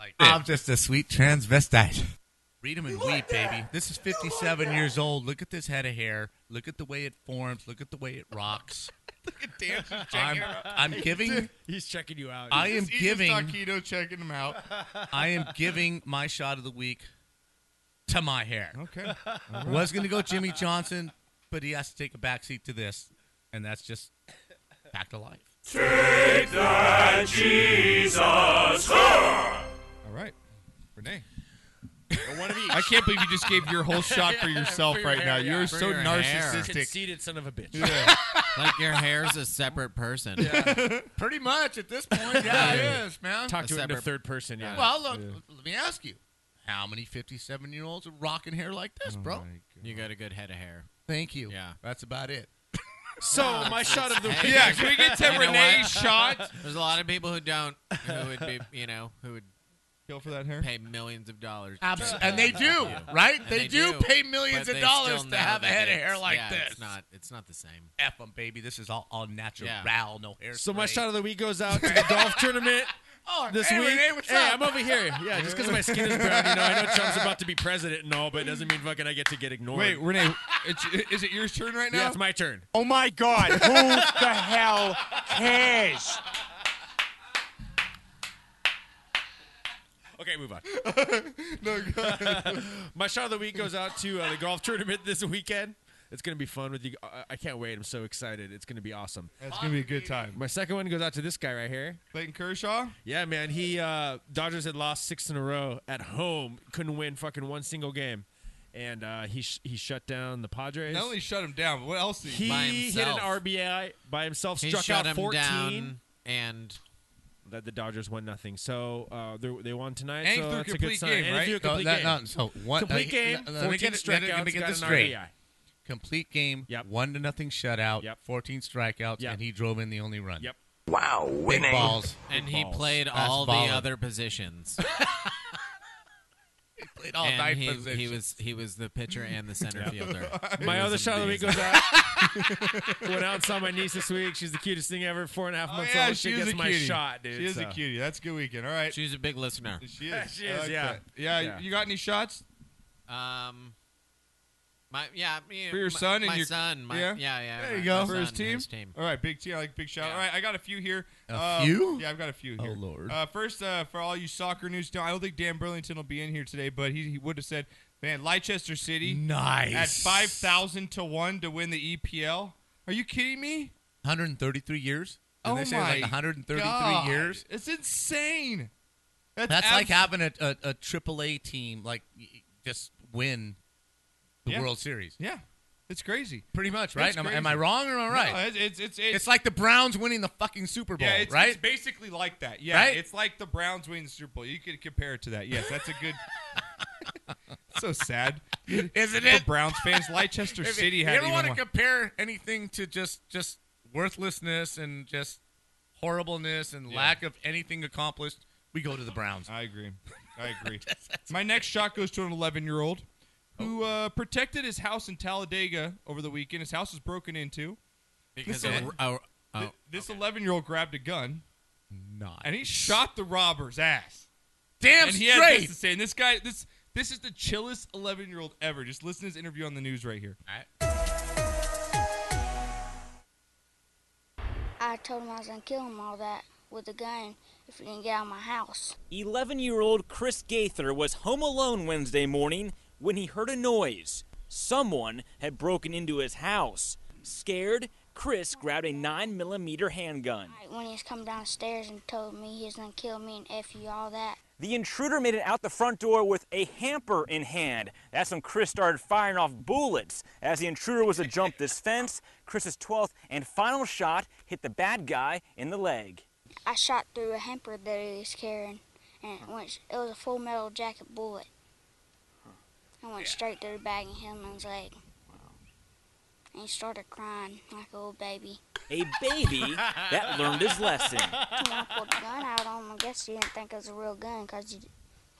S2: like
S4: I'm
S2: just a sweet transvestite. Read him and weep, baby. This is 57 years old. Look at this head of hair. Look at the way it forms. Look at the way it
S3: [LAUGHS]
S2: rocks. I'm, I'm giving.
S3: He's checking you out.
S2: I am giving.
S1: taquito checking him out.
S2: [LAUGHS] I am giving my shot of the week to my hair.
S1: Okay. All
S2: [LAUGHS] Was going to go Jimmy Johnson, but he has to take a backseat to this, and that's just back to life.
S4: Take that, Jesus.
S1: All right. Renee.
S3: one of each.
S1: I can't believe you just gave your whole shot [LAUGHS] for yourself right now. You're so narcissistic.
S3: Conceited son of a bitch.
S1: Yeah.
S7: [LAUGHS] like your hair's a separate person.
S1: [LAUGHS]
S2: Pretty much at this point, yeah, it is, man.
S3: Talk
S7: A
S3: to it in the
S7: separate-
S3: third person. Yeah.
S2: Well, look, let me ask you. How many 57 year olds are rocking hair like
S1: Oh
S2: this, bro?
S7: You got a good head of hair.
S2: Thank you.
S7: Yeah.
S2: That's about it.
S1: [LAUGHS]
S3: So my shot of the week.
S1: Yeah, can we get to
S7: Ah, You know what?
S1: Renee's shot?
S7: There's a lot of people who don't, who would be, you know, who would
S1: Kill for that hair.
S7: pay millions of dollars. to
S2: Abs-
S7: get
S2: and they
S7: that
S2: do,
S7: tattoo.
S2: right?
S7: And
S2: They do pay millions
S7: but
S2: of
S7: they
S2: dollars
S7: still
S2: to
S7: know
S2: have a
S7: that
S2: head of
S7: it's-
S2: hair like
S7: yeah,
S2: this.
S7: It's not, it's not the same.
S2: F them, baby. This is all, all natural,
S7: Yeah.
S2: no hair.
S3: So my shot of the week goes out [LAUGHS] to the golf tournament.
S2: [LAUGHS] Oh,
S3: This
S2: hey,
S3: week,
S2: Renee, what's
S3: hey,
S2: up?
S3: I'm over here. Yeah, just because my skin is brown, you know, I know Trump's about to be president and all, but it doesn't mean fucking I get to get ignored.
S1: Wait, Renee, it's, is it your turn right now?
S3: yeah, it's my turn.
S15: Oh my God, who
S3: [LAUGHS]
S15: the hell cares?
S3: Okay, move on.
S1: [LAUGHS] no, go ahead.
S3: [LAUGHS] My shot of the week goes out to uh, the golf tournament this weekend. It's gonna be fun with you. I, I can't wait. I'm so excited. It's gonna be awesome.
S1: That's going to be a good time.
S3: My second one goes out to this guy right here.
S1: Clayton Kershaw?
S3: Yeah, man. He uh, Dodgers had lost six in a row at home. Couldn't win fucking one single game, and uh, he sh- he shut down the Padres.
S1: Not only shut him down, but what else did he
S3: he
S7: By
S3: hit an
S7: himself.
S3: RBI by himself,
S7: He
S3: struck
S7: shut
S3: out
S7: him
S3: 14.
S7: down and
S3: That the Dodgers won nothing. So uh, they they won tonight.
S1: And
S3: so
S1: through
S3: that's a
S1: complete
S3: good sign.
S1: game,
S3: And
S1: right?
S3: through a
S1: No,
S3: complete
S2: that-
S3: game.
S2: no, so one-
S3: complete
S2: uh,
S3: game.
S2: let me get
S3: 14
S2: it- let me-
S3: strikeouts.
S2: let me get
S3: got
S2: this
S3: an
S2: straight.
S3: RBI.
S2: Complete game,
S3: Yep.
S2: one to nothing shutout,
S3: Yep.
S2: 14 strikeouts,
S3: Yep.
S2: and he drove in the only run.
S3: Yep.
S18: Wow,
S2: Big balls.
S7: and he played
S2: That's
S7: all the
S2: baller.
S7: other positions.
S2: Played all
S7: and
S2: nine
S7: he,
S2: positions.
S7: he was he was the pitcher and the center
S1: [LAUGHS]
S7: fielder.
S3: [LAUGHS]
S7: It
S3: My
S7: was
S3: other shot of the week
S7: amazing.
S3: goes out.
S7: [LAUGHS]
S3: Went out and saw my niece this week. She's the cutest thing ever. Four and a half
S1: Oh,
S3: months
S1: yeah,
S3: old. She
S1: she is
S3: gets
S1: a
S3: my
S1: cutie.
S3: shot, dude.
S1: She is
S3: so.
S1: a cutie. That's a good weekend. All right. [LAUGHS]
S7: She's a big listener.
S1: She is.
S3: She
S1: I
S3: is,
S1: like
S3: yeah.
S1: that. yeah.
S3: Yeah.
S1: You got any shots?
S7: Um, my yeah, me-
S1: For your
S7: my,
S1: son and
S7: my
S1: your-
S7: son, my
S1: yeah?
S7: yeah, yeah.
S1: There you
S7: my-
S1: go.
S7: my
S1: For his
S7: son,
S1: team?
S7: his team.
S1: All right, big T. I like big shout.
S7: Yeah.
S1: All right, I got a few here.
S2: A
S1: Um,
S2: few?
S1: Yeah, I've got a few
S2: Oh,
S1: here.
S2: Lord.
S1: Uh, first, uh, for all you soccer news, don't- I don't think Dan Burlington will be in here today, but he, he would have said, "Man, Leicester City,
S2: Nice.
S1: at five thousand to one to win the EPL." Are you kidding me?
S2: 133 years? Didn't
S1: oh
S2: they say it was
S1: my
S2: like 133
S1: God.
S2: years?
S1: It's insane. That's,
S2: That's like
S1: abs-
S2: having a, a, a AAA team like y- y- just win the
S1: Yeah.
S2: World Series.
S1: yeah, it's crazy.
S2: Pretty much, right?
S1: It's
S2: Am, I- am
S1: crazy.
S2: I wrong or am I
S1: No,
S2: right?
S1: it's, it's it's
S2: it's, like the Browns winning the fucking Super Bowl,
S1: Yeah, it's,
S2: right?
S1: it's basically like that. Yeah,
S2: Right?
S1: it's like the Browns winning the Super Bowl. You could compare it to that. Yes, that's a
S2: [LAUGHS]
S1: good. so sad, isn't
S2: it?
S1: For Browns fans, Leicester
S2: [LAUGHS] If you-
S1: City
S2: you
S1: had
S2: ever
S1: even
S2: want to
S1: won-
S2: compare anything to just just
S14: worthlessness and just horribleness and
S1: Yeah.
S14: lack of anything accomplished, we go to the Browns. [LAUGHS]
S1: I agree.
S7: [LAUGHS]
S1: I agree. My next shot goes to an 11 year old who
S7: Oh.
S1: uh, protected his house in Talladega over the weekend. His house was broken into.
S7: Because
S1: this
S7: of- oh, oh,
S1: th- this 11 year old grabbed a gun.
S14: Not.
S1: And he shot the robber's ass.
S14: Damn
S1: and he had
S14: straight.
S1: this to say. And this guy, this this is the chillest 11 year old ever. Just listen to his interview on the news right here.
S19: I told him I was gonna kill him all that with a gun if he didn't get out of my house.
S12: 11 year old Chris Gaither was home alone Wednesday morning when he heard a noise. Someone had broken into his house. Scared, Chris grabbed a 9mm handgun.
S19: Like, When he was coming downstairs and told me he was gonna kill me and F you all that.
S12: The intruder made it out the front door with a hamper in hand. That's when Chris started firing off bullets. As the intruder was to jump this fence, Chris's 12th and final shot hit the bad guy in the leg.
S19: I shot through a hamper that he was carrying and it went it was a full metal jacket bullet. I went straight through the bag and hit him in his leg. And he started crying like a little baby.
S12: A baby that learned his
S19: [LAUGHS]
S12: lesson.
S19: When I pulled the gun out on him, I guess he didn't think it was a real gun because he,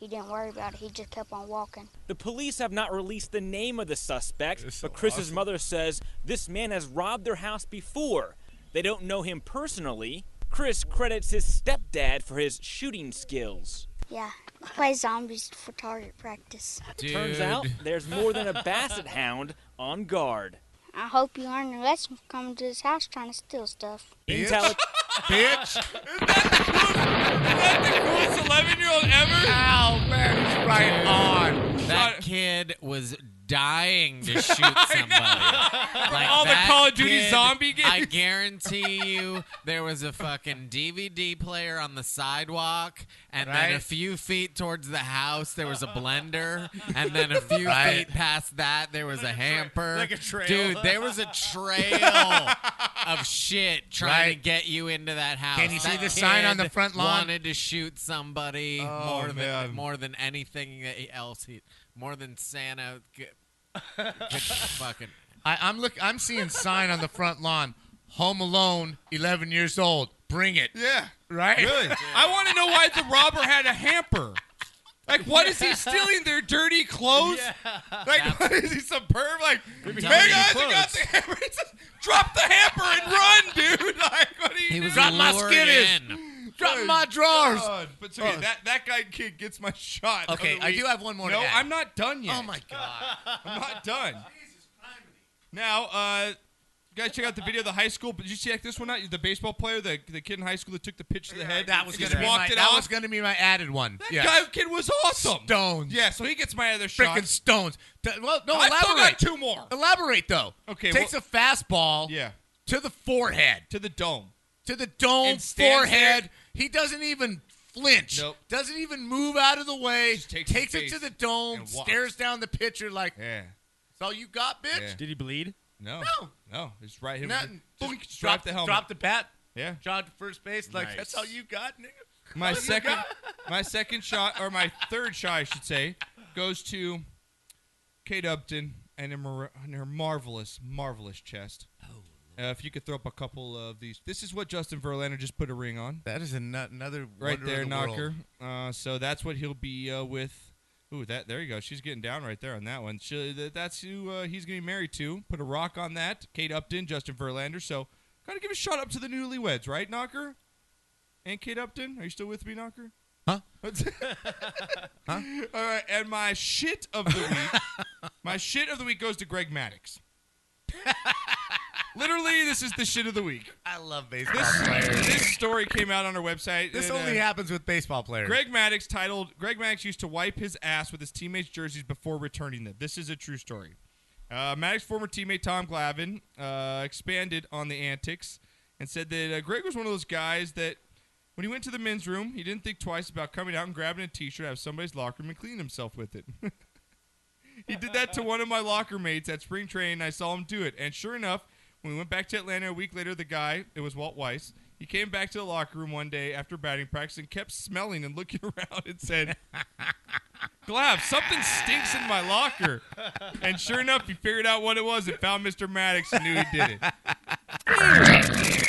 S19: he didn't worry about it. He just kept on walking.
S12: The police have not released the name of the suspect, but Chris's mother says this man has robbed their house before. They don't know him personally. Chris credits his stepdad for his shooting skills.
S19: Yeah, I play zombies for target practice.
S12: Turns out there's more than a basset hound on guard.
S19: I hope you learned your lesson from coming to this house trying to
S12: [LAUGHS]
S19: steal stuff.
S12: Intelli-
S14: Bitch. It's 11 year old ever. Oh man, he's right on.
S7: That kid was
S14: [LAUGHS]
S7: dying to shoot somebody. Like
S1: all the
S7: that
S1: Call of Duty
S7: kid,
S1: zombie games.
S7: I guarantee you, there was a fucking DVD player on the sidewalk, and then a
S14: Right.
S7: few feet towards the house, there was a blender, and then a few
S14: Right.
S7: feet past that, there was a hamper.
S14: like a trail.
S7: Dude, there was a trail
S14: [LAUGHS]
S7: of shit trying to
S14: Right.
S7: get you into that house.
S14: Can you see
S7: That
S14: the sign on the
S7: kid
S14: front lawn?
S7: Wanted to shoot somebody
S14: Oh,
S7: more than
S14: man.
S7: more than anything else. He more than Santa. Could, could fucking
S14: I, I'm look. I'm seeing sign on the front lawn. Home Alone, 11 years old. Bring it.
S1: Yeah.
S14: Right. [LAUGHS]
S1: Really? I want to know why the robber had a hamper. Like, what is
S7: [LAUGHS]
S1: he stealing? Their dirty clothes? [LAUGHS]
S14: [LAUGHS]
S1: Like, what is he superb? Like, hey
S14: telling you,
S1: guys, I got
S14: clothes.
S1: the hammer. He says, [LAUGHS] Drop the hamper and run, [LAUGHS] dude. Like, what are
S14: He
S1: you doing?
S14: was Drop my lured skinnies.
S1: [GASPS]
S14: in. Drop my drawers.
S1: God. But so, yeah,
S14: Oh.
S1: that, that guy kid gets my shot. of
S14: Okay,
S1: the
S14: I
S1: week.
S14: do have one more to
S1: No,
S14: add.
S1: I'm not done yet.
S14: Oh, my God.
S1: I'm not done. Now, uh, you guys, check out the video of the high school. But did you check this one out? The baseball player, the, the kid in high school that took the pitch to the head.
S14: That was
S1: and
S14: gonna
S1: just
S14: be
S1: walked
S14: my,
S1: it
S14: that
S1: off.
S14: was gonna be my added one.
S1: That
S14: yes.
S1: guy kid was awesome.
S14: Stones.
S1: Yeah, so he gets my other shot.
S14: Freaking stones. Th- Well, no,
S1: I
S14: elaborate.
S1: still got two more.
S14: Elaborate though.
S1: Okay,
S14: Takes a fastball.
S1: Yeah.
S14: To the forehead.
S1: To the dome.
S14: To the dome.
S1: And stands
S14: Forehead. He doesn't even flinch.
S1: Nope.
S14: Doesn't even move out of the way.
S1: takes his
S14: it
S1: face
S14: to the dome.
S1: and walks.
S14: Stares down the pitcher like.
S1: Yeah.
S14: That's all you got, bitch.
S1: Yeah.
S3: Did he bleed?
S1: No.
S14: No.
S1: No. It's right here.
S14: Nothing.
S1: Just
S14: Boink.
S1: just drop
S14: Drop-
S1: the helmet.
S14: drop the bat.
S1: Yeah.
S14: Jog to first base. Like
S1: Nice.
S14: that's all you got, nigga.
S1: My
S14: All you
S1: second,
S14: [LAUGHS] got?
S1: my second shot, or my third shot, I should say, goes to Kate Upton and her, mar- and her marvelous, marvelous chest.
S14: Oh,
S1: Uh, if you could throw up a couple of these, this is what Justin Verlander just put a ring on.
S14: That is another
S1: right
S14: wonder of
S1: there,
S14: the
S1: knocker. Uh, so that's what he'll be uh, with. Ooh, that there you go. She's getting down right there on that one. She, th- that's who uh, he's going to be married to. Put a rock on that. Kate Upton, Justin Verlander. So gotta give a shot up to the newlyweds, right, knocker? And Kate Upton, are you still with me, knocker? [LAUGHS]
S14: Huh?
S1: All right, and my shit of the
S14: [LAUGHS]
S1: week, my shit of the week goes to Greg Maddox. Literally, this is the shit of the week.
S14: I love baseball
S1: This, [LAUGHS]
S14: players.
S1: this story came out on our website.
S14: This
S1: and,
S14: only
S1: uh,
S14: happens with baseball players.
S1: Greg Maddox titled Greg Maddox used to wipe his ass with his teammates' jerseys before returning them. This is a true story. Uh, Maddox's former teammate Tom Glavine uh, expanded on the antics and said that uh, Greg was one of those guys that when he went to the men's room, he didn't think twice about coming out and grabbing a t-shirt out of somebody's locker room and cleaning himself with it. [LAUGHS] he did that to one of my locker mates at spring training. I saw him do it, and sure enough, when we went back to Atlanta a week later, the guy it was Walt Weiss. He came back to the locker room one day after batting practice and kept smelling and looking [LAUGHS] around and said, "Glab, something stinks in my locker." And sure enough, he figured out what it was and found Mr. Maddox and knew he did it.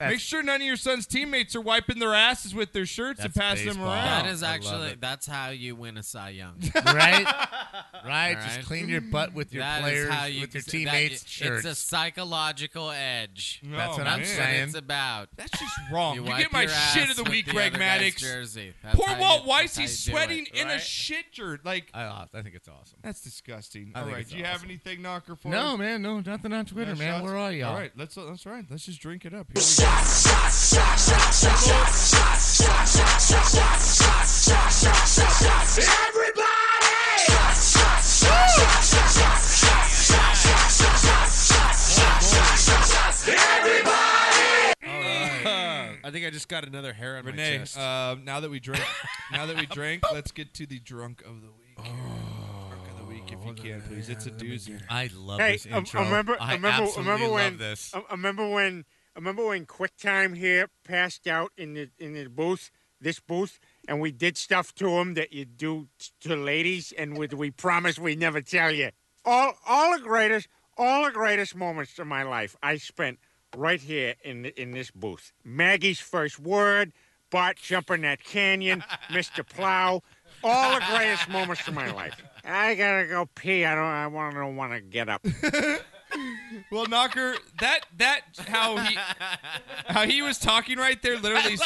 S1: Make sure none of your son's teammates are wiping their asses with their shirts and passing them around.
S7: That is actually that's how you win a Cy Young.
S2: Right? Right, just clean your butt with your
S7: That is
S2: players,
S7: how you-
S2: with your
S7: that-
S2: teammates'
S7: It's a
S2: shirts.
S7: psychological edge.
S2: No, That's what I'm
S7: That's
S2: saying.
S7: It's about.
S1: That's just wrong. You,
S7: wipe
S1: get my
S7: your
S1: shit
S7: ass
S1: of the
S7: with
S1: week,
S7: the
S1: Greg
S7: other guy's
S1: Maddox.
S7: jersey. That's
S1: Poor
S7: how you-
S1: Walt Weiss,
S7: that's how
S1: he's
S7: you do it,
S1: sweating in a
S7: right?
S1: shit shirt. Like
S2: I, I think it's awesome.
S1: That's disgusting.
S2: I
S1: All
S2: think
S1: right,
S2: it's
S1: do you have
S2: awesome.
S1: anything, Knocker? For
S2: No,
S1: us?
S2: man, no, nothing on Twitter,
S1: No
S2: man.
S1: shots?
S2: Where are y'all?
S1: All right, let's that's right. Let's just drink it up. Here we go.
S3: I think I just got another hair on my
S1: Renee,
S3: chest.
S1: uh, now that we drink, now
S2: [LAUGHS]
S1: that we drink, let's get to the drunk of the week. drunk of the week, if you
S2: Oh,
S1: can, please. It's a doozy.
S2: I love
S15: hey, um, remember, remember, remember when, um, I remember when, I remember when QuickTime here passed out in the in the booth, this booth, and we did stuff to him that you do t- to ladies, and we, we promise we never tell you. All, all the greatest, all the greatest moments of my life I spent right here in the, in this booth. Maggie's first word, Bart jumping that canyon, Mr. Plow, all the greatest moments of my life. I gotta go pee. I don't. I want to want to get up.
S1: Well, Knocker, that that how
S2: [LAUGHS]
S1: he how he was talking right there literally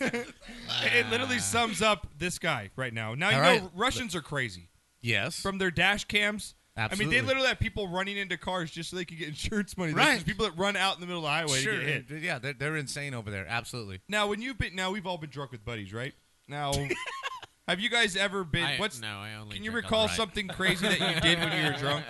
S1: it literally sums up this guy right now. Now
S2: All
S1: you know
S2: right.
S1: Russians are crazy.
S2: Yes.
S1: From their dash cams. I mean,
S2: Absolutely.
S1: they literally have people running into cars just so they could get insurance money. There's
S2: Right.
S1: just people that run out in the middle of the highway
S2: Sure,
S1: to get hit.
S2: yeah, they're, they're insane over there. Absolutely.
S1: Now, when you've been, now we've all been drunk with buddies, right?
S2: [LAUGHS]
S1: Now, have you guys ever been?
S7: I-
S1: what's
S7: no, I only
S1: Can you
S7: drink on
S1: recall
S7: the right.
S1: something crazy that you did when you were
S7: [LAUGHS]
S1: drunk?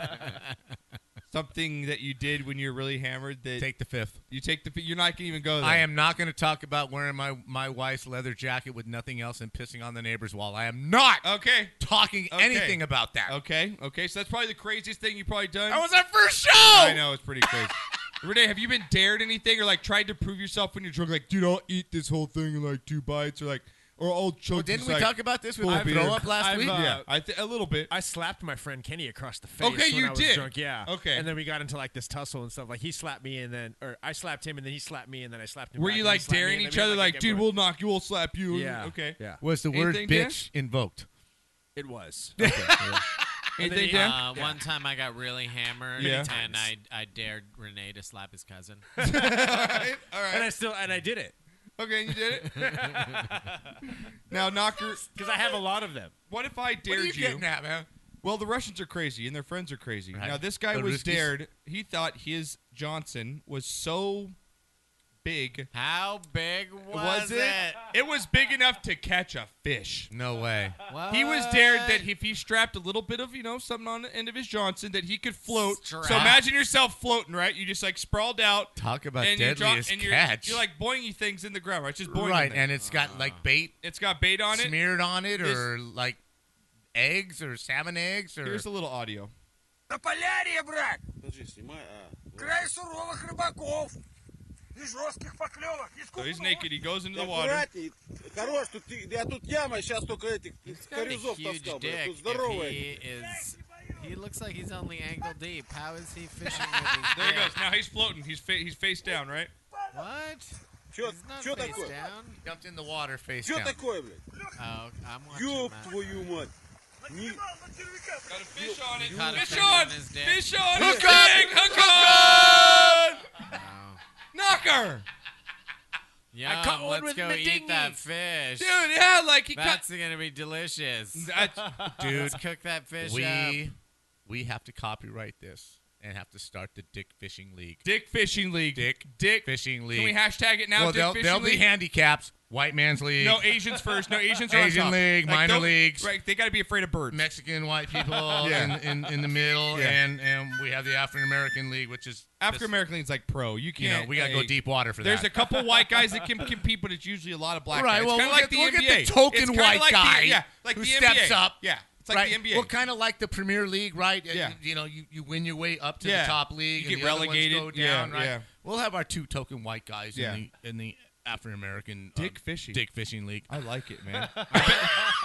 S1: something that you did when you were really hammered. That
S2: Take the fifth.
S1: You take the. fi- You're not gonna even go. There.
S2: I am not going to talk about wearing my, my wife's leather jacket with nothing else and pissing on the neighbor's wall. I am not
S1: okay
S2: talking
S1: Okay.
S2: anything about that.
S1: Okay, okay. So that's probably the craziest thing you probably done.
S2: That was our first show!
S1: I know it's pretty crazy. Renee, have you been dared anything or like tried to prove yourself when you're drunk? Like, dude, I'll eat this whole thing in like two bites or like, or I'll chug.
S2: Well, didn't
S1: this,
S2: we
S1: like,
S2: talk about this with
S1: full
S2: the
S1: beer.
S2: throw up last
S3: I've,
S2: week?
S3: uh,
S1: yeah, I th- a little bit.
S3: I slapped my friend Kenny across the face.
S1: Okay,
S3: when
S1: you
S3: I was
S1: did.
S3: Drunk, yeah.
S1: Okay.
S3: And then we got into like this tussle and stuff. Like he slapped me, and then or I slapped him, and then he slapped me, and then I slapped him.
S1: Were
S3: back,
S1: you
S3: and he
S1: like
S3: slapped me,
S1: daring
S3: and then
S1: each
S3: we had,
S1: other? Like,
S3: like, a
S1: dude,
S3: bit
S1: we'll knock you, we'll slap you.
S3: Yeah,
S1: Okay.
S3: yeah.
S2: Was the word
S1: Anything, Dan?
S2: bitch
S1: [LAUGHS]
S2: invoked?
S3: It was.
S7: [LAUGHS] And
S1: Anything,
S7: then,
S1: Dan?
S7: uh, One time I got really hammered,
S1: Yeah.
S7: and I, I dared Renee to slap
S1: [LAUGHS]
S7: his cousin.
S1: All right.
S3: And I still and I did it
S1: Okay, you did
S7: [LAUGHS]
S1: it. now,
S2: [LAUGHS]
S1: knocker.
S3: because I have a lot of them.
S1: What if I dared
S2: you getting at, man?
S1: Well, the Russians are crazy and their friends are crazy.
S2: Right.
S1: Now, this guy
S2: The
S1: was
S2: Ruskies.
S1: dared. He thought his Johnson was so big.
S7: How big was,
S1: Was it? It was big enough to catch a fish.
S2: No way.
S1: He was dared that if he strapped a little bit of, you know, something on the end of his Johnson, that he could float. So
S7: Strap.
S1: imagine yourself floating, right? You just like sprawled out.
S2: Talk about
S1: you're dro-
S2: deadliest
S1: and you're,
S2: catch.
S1: You're like boingy things in the ground, right? Just boingy.
S2: right,
S1: things.
S2: and it's got like bait
S1: it's got bait on it.
S2: smeared on it,
S1: This-
S2: or like eggs, or salmon eggs, or
S1: Here's a little audio.
S20: На полярье, брат! Край суровых рыбаков и жестких поклевок.
S1: So he's naked. He goes into the water.
S20: Хорош, тут я тут яма, сейчас только этих
S7: Got a huge dick. If he is, he looks like he's only ankle deep. How is
S1: [LAUGHS]
S7: he fishing with his
S1: There he
S7: dick?
S1: goes. Now he's floating. He's fa- he's face down, right?
S7: What?
S20: Чё,
S7: He's not
S20: чё
S7: face
S20: такое?
S7: down.
S2: dumped in the water face
S20: Чё
S2: down.
S20: такое, блядь?
S7: Oh, I'm watching
S20: Ёб
S7: that.
S20: твою мать. Не-
S1: Got a fish on it.
S7: Caught a
S1: Fish
S7: fish
S1: on.
S7: on his dick.
S1: Fish on.
S2: Hook
S1: his
S2: up.
S1: dick. Hook on. Knocker.
S7: Yum,
S3: caught one
S7: let's
S3: with
S7: go
S3: my
S7: eat
S3: dinghy.
S7: that fish.
S1: Dude, yeah, like he cut.
S7: That's gonna be delicious.
S1: That's-
S2: Dude,
S7: Let's cook that fish up.
S2: we we have to copyright this and have to start the dick fishing league.
S1: Dick fishing league.
S2: Dick
S1: Dick.
S2: fishing league.
S1: Can we hashtag it now?
S2: well,
S1: Dick
S2: there'll,
S1: fishing
S2: there'll
S1: league.
S2: be handicaps, white man's league,
S1: no Asians
S2: [LAUGHS]
S1: first. No Asians. Are on
S2: Asian
S1: top.
S2: league, minor
S1: don't-
S2: leagues.
S1: Right. They got to be afraid of birds.
S2: Mexican white [LAUGHS]
S1: [LAUGHS]
S2: people
S1: Yeah.
S2: in, in, in the middle,
S1: Yeah.
S2: and and we have the African American league, which is
S1: African American league's like pro. You
S2: You know,
S1: can't.
S2: we gotta go
S1: hey,
S2: deep water for
S1: There's
S2: that.
S1: a couple white guys
S2: [LAUGHS]
S1: that can compete, but it's usually a lot of black
S2: right.
S1: guys.
S2: Well,
S1: kind
S2: we'll
S1: of like
S2: get,
S1: the
S2: we'll
S1: NBA.
S2: get the token
S1: It's kinda
S2: white
S1: like the-
S2: guy,
S1: yeah, like
S2: who
S1: the
S2: steps
S1: NBA.
S2: up.
S1: Yeah, it's like
S2: right?
S1: the NBA.
S2: Well, kind of like the Premier League, right? Uh,
S1: Yeah.
S2: You know, you, you win your way up to
S1: Yeah.
S2: the top league,
S1: You
S2: and
S1: get
S2: the other ones
S1: relegated.
S2: go down,
S1: Yeah,
S2: right?
S1: yeah.
S2: We'll have our two token white guys
S1: Yeah.
S2: in the in the African American
S1: Dick fishing.
S2: [LAUGHS] Dick fishing league.
S1: I like it, man.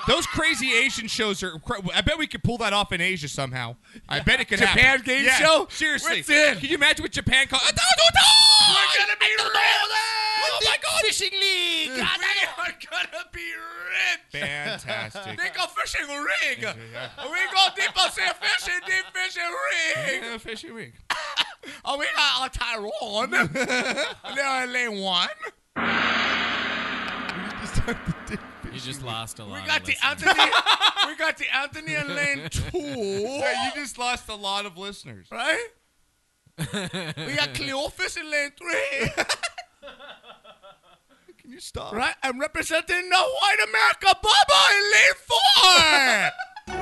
S1: Those crazy Asian shows are. incre- I bet we could pull that off in Asia somehow. I bet it could
S2: Japan
S1: happen.
S2: game
S1: Yeah,
S2: show?
S1: Seriously,
S2: What's in?
S1: Can you imagine what Japan called?
S2: We're gonna be
S1: Oh
S2: ripped.
S1: my God!
S2: Fishing league. [LAUGHS] We are gonna be ripped.
S1: Fantastic.
S2: They go fishing rig. we go deep sea fishing, deep fishing rig.
S1: Yeah, fishing rig.
S2: [LAUGHS] oh, we got
S1: [LAUGHS]
S2: our Tyrone. They're in lane one.
S7: You just lost a lot.
S2: We
S7: of
S2: got the
S7: listeners.
S2: Anthony.
S1: [LAUGHS]
S2: we got the [LAUGHS] Anthony and lane two.
S1: Yeah, you just lost a lot of [LAUGHS] listeners.
S2: right? We
S1: [LAUGHS]
S2: got Cleophas in lane three.
S1: Can you stop?
S2: Right? I'm representing the white America
S1: [LAUGHS]
S2: Baba in lane four.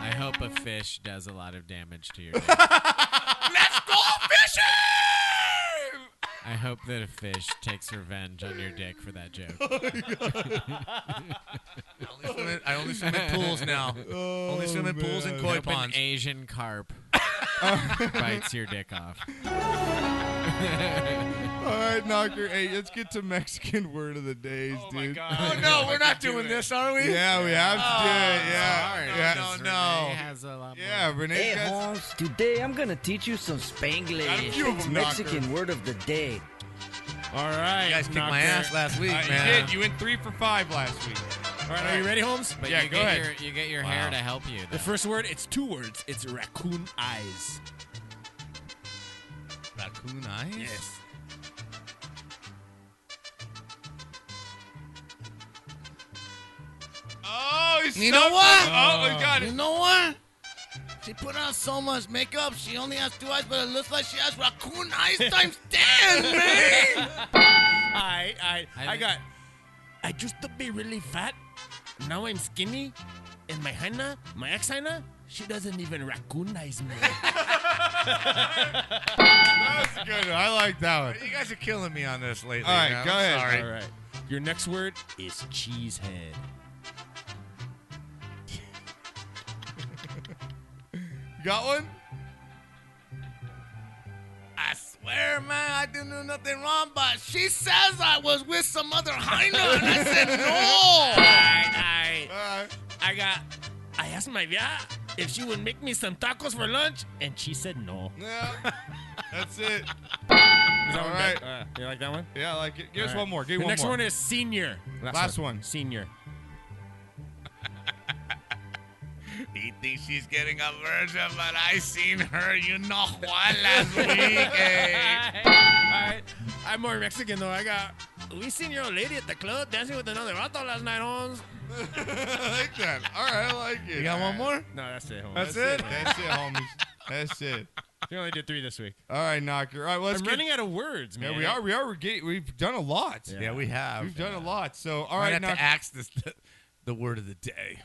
S7: I hope a fish does a lot of damage
S2: [LAUGHS]
S7: to your.
S2: Let's go fishing!
S7: I hope that a fish takes revenge on your dick for that joke.
S2: Oh,
S7: [LAUGHS]
S2: I only swim in pools now. Only swim in pools and koi
S7: Oh, Hope an
S2: ponds. [LAUGHS]
S7: Asian carp bites your dick off.
S1: All right, knocker. Hey, let's get to Mexican word of the days, dude.
S2: Oh no, we're not doing this, are we? Oh,
S1: Yeah, we have to do it. Yeah. yeah.
S2: No, no, no.
S7: has a lot
S1: Yeah, Renee.
S4: Hey, Holmes, today I'm gonna teach you some
S1: Got a
S4: Spanglish.
S1: few of
S4: It's
S1: them,
S4: Mexican
S1: Knocker.
S4: word of the day.
S3: All right.
S2: You guys kicked my
S3: Knocker.
S2: ass last week,
S1: Uh, you
S2: man.
S1: did. You went three for five last week. All
S3: All right, are you ready, Holmes?
S7: But
S1: Yeah,
S7: you
S1: go
S7: get
S1: ahead.
S7: Your, you get your
S3: Wow.
S7: hair to help you.
S3: The first word, it's two words. It's raccoon eyes.
S2: Raccoon eyes?
S3: Yes.
S1: Oh, he's
S2: You
S1: so
S2: know what?
S1: close. Oh, we got it.
S2: You know what? She put on so much makeup. She only has two eyes, but it looks like she has raccoon eyes
S1: [LAUGHS]
S2: times ten, man.
S3: All right, all right.
S7: I
S3: I,
S7: think-
S3: got. I used to be really fat. Now I'm skinny. And my Hannah, my ex Hannah, she doesn't even raccoonize
S1: [LAUGHS]
S3: me.
S1: That was good. I like that one.
S2: You guys are killing me on this lately.
S1: All right,
S2: man.
S1: go
S2: I'm
S1: ahead.
S2: Sorry.
S3: All right. Your next word is cheesehead.
S1: You got one?
S2: I swear, man, I didn't do nothing wrong, but she says I was with some other hyena, and
S1: [LAUGHS]
S2: I said
S3: All
S2: no.
S3: right, all right.
S1: Uh,
S3: I got. I asked my via if she would make me some tacos for lunch, and she said no.
S1: yeah. That's [LAUGHS] it.
S3: Is that
S1: All
S3: one
S1: right.
S3: bad? Uh, you like that one?
S1: Yeah, I like it. Give us
S3: All right.
S1: one more. Give
S3: the
S1: one
S3: next
S1: more.
S3: one is senior.
S1: Last one.
S3: Senior.
S2: He thinks she's getting a virgin, but I seen her, you know what, last week. eh?
S3: All right. I'm more Mexican though. I got. We seen your old lady at the club dancing with another vato last night, Holmes.
S1: [LAUGHS] I like that. All right, I like it.
S2: You got one more?
S3: No, that's it, Holmes.
S1: That's, it. That's it,
S3: [LAUGHS]
S1: homies. That's it.
S3: We only did three this week.
S1: All right, knocker. All right, well, let's
S3: I'm
S1: get-
S3: running out of words, man.
S1: Yeah, we are. We are. We're getting, we've done a lot.
S3: Yeah.
S2: Yeah, we have.
S1: We've done a lot. So, all
S2: All right,
S1: right,
S2: have
S1: knocker.
S2: to axe this, the, the word of the day.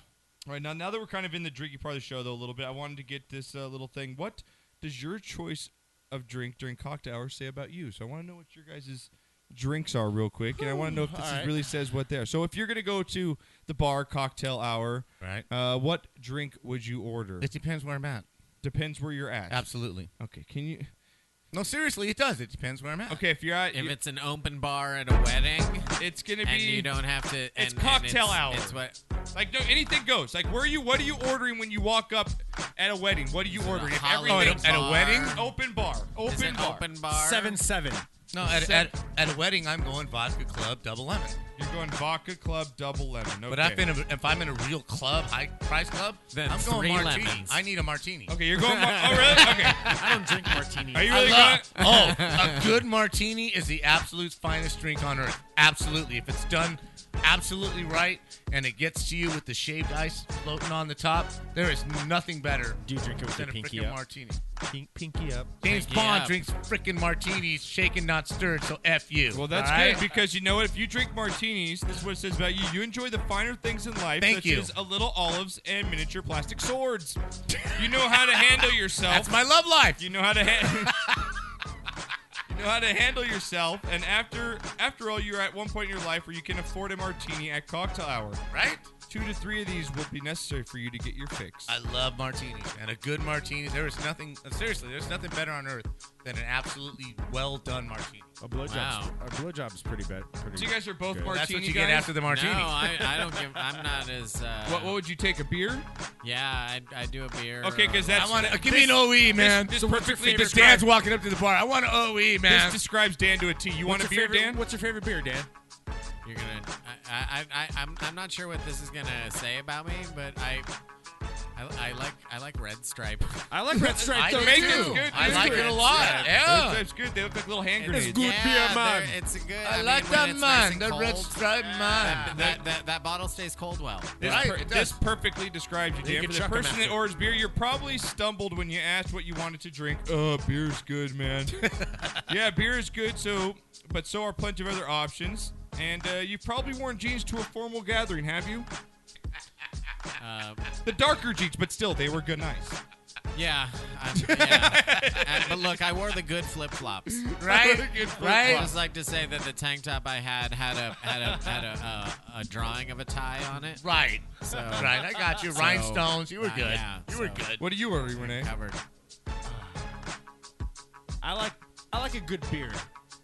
S1: All right, now now that we're kind of in the drinky part of the show, though, a little bit, I wanted to get this uh, little thing. What does your choice of drink during cocktail hour say about you? So I want to know what your guys' drinks are real quick, and I want to know if this
S3: All
S1: is,
S3: right.
S1: really says what they are. So if you're going to go to the bar cocktail hour,
S2: Right.
S1: uh, what drink would you order?
S2: It depends where I'm at.
S1: Depends where you're at.
S2: Absolutely.
S1: Okay, can you?
S2: No, seriously, it does. It depends where I'm at.
S1: Okay, if you're at,
S7: If
S1: you-
S7: it's an open bar at a wedding,
S1: it's going to be
S7: and you don't have to, and,
S1: it's
S7: and
S1: cocktail
S7: it's-
S1: hour.
S7: It's what
S1: like no anything goes. Like where are you? What are you ordering when you walk up at a wedding? What are you
S7: Is it a
S1: ordering? If
S7: holiday
S1: everything's-
S7: Oh, at a- at a wedding?
S1: open bar, open
S7: is an
S1: bar.
S7: open bar.
S3: Seven seven.
S2: No, at, at, at a wedding, I'm going vodka club double lemon.
S1: You're going vodka club double lemon. Okay.
S2: But I've been a, if I'm in a real club, high price club,
S7: Then
S2: I'm going
S7: three
S2: martini.
S7: lemons.
S2: I need a martini.
S1: Okay, you're going. mar- oh really? Okay.
S3: [LAUGHS] I don't drink martinis.
S1: Are you
S2: I
S1: really going?
S2: love- oh,
S1: [LAUGHS]
S2: a good martini is the absolute finest drink on earth. Absolutely. If it's done absolutely right and it gets to you with the shaved ice floating on the top, there is nothing better
S3: Do you drink it with
S2: than
S3: your
S2: a
S3: pinky
S2: freaking
S3: up?
S2: martini.
S3: Pink, pinky up.
S2: James
S7: Pinky
S2: Bond
S7: up.
S2: drinks freaking martinis, shaken, not stirred, so F you.
S1: Well, that's
S2: all right?
S1: good because you know what? If you drink martinis, this is what it says about you. You enjoy the finer things in life,
S2: Thank
S1: such
S2: you.
S1: as a little olives and miniature plastic swords. You know how to handle yourself.
S2: That's my love life.
S1: You know how to ha- [LAUGHS] You know how to handle yourself, and after after all, you're at one point in your life where you can afford a martini at cocktail hour.
S2: Right?
S1: Two to three of these would be necessary for you to get your fix.
S2: I love martinis and a good martini. There is nothing seriously. There's nothing better on earth than an absolutely well done martini.
S3: A blowjob's a blowjob's pretty bad. Pretty
S1: So you guys are both
S3: good.
S1: martini
S2: That's what you get after the martini.
S7: No, I, I don't give. I'm not as. Uh,
S1: [LAUGHS] What, what would you take? A beer?
S7: Yeah, I, I do a beer.
S1: Okay,
S7: or-
S1: because that's.
S7: I want
S2: give me an
S7: E,
S2: OE, man.
S1: This, this
S2: So what's your
S1: perfectly
S2: favorite
S1: describes-
S2: Dan's walking up to the bar. I want an OE, man.
S1: This describes Dan to a T. You want a
S3: What's
S1: beer,
S3: your favorite-
S1: Dan?
S3: What's your favorite beer, Dan?
S7: You're gonna. I, I, I, I'm, I'm not sure what this is gonna say about me, but I, I, I like, I like Red Stripe.
S3: I like
S7: [LAUGHS]
S3: Red Stripe, I though, do too.
S1: It's good. It's good.
S7: Yeah.
S1: Red Stripe's good. They look like little hand grenades.
S7: Yeah, they're- It's a good.
S2: I
S7: mean,
S2: like
S7: when
S2: that man,
S7: it's nice and
S2: that red
S7: cold,
S2: stripe man.
S7: uh, That, that, that, that bottle stays cold well.
S1: This,
S7: Right,
S1: per-
S7: it
S1: this
S7: does.
S1: perfectly describes you, Dan.
S7: You can
S1: For the
S7: chuck 'em
S1: person that
S7: after.
S1: orders beer, you probably stumbled when you asked what you wanted to drink. Uh, beer's good, man.
S2: [LAUGHS]
S1: yeah, beer is good. So, but so are plenty of other options. And uh, you've probably worn jeans to a formal gathering, have you?
S7: Uh,
S1: the darker jeans, but still, they were good, nice.
S7: Yeah,
S1: [LAUGHS]
S7: I'm, yeah. And- but look, I wore the good
S3: [LAUGHS]
S7: flip flops,
S1: Right?
S2: Right?
S7: I just like to say that the tank top I had had a had a had a, uh, a drawing of a tie on it.
S2: Right.
S7: So
S2: Right, I got you. Rhinestones, you were
S7: uh,
S2: good.
S7: yeah,
S2: You were
S7: so-
S2: good.
S1: What do you order, Renee?
S7: Covered.
S3: I like I like a good beer.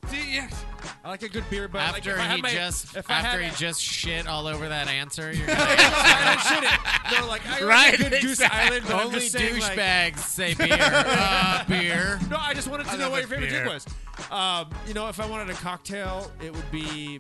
S1: See, yes.
S3: I like a good beer, but like,
S7: after
S3: if I had
S7: he
S3: my-
S7: just
S3: if I
S7: after
S3: had
S7: he just shit all over that answer, you're gonna
S3: I shouldn't. No,
S7: [LAUGHS]
S3: like I like a good Goose Island, but I'm
S7: only
S3: just saying, like- [LAUGHS]
S7: douchebags say beer. Uh, beer.
S3: No, I just wanted
S7: I
S3: to know
S7: love
S3: what your
S7: the
S3: favorite drink
S7: beer.
S3: was. Um, you know, if I wanted a cocktail, it would be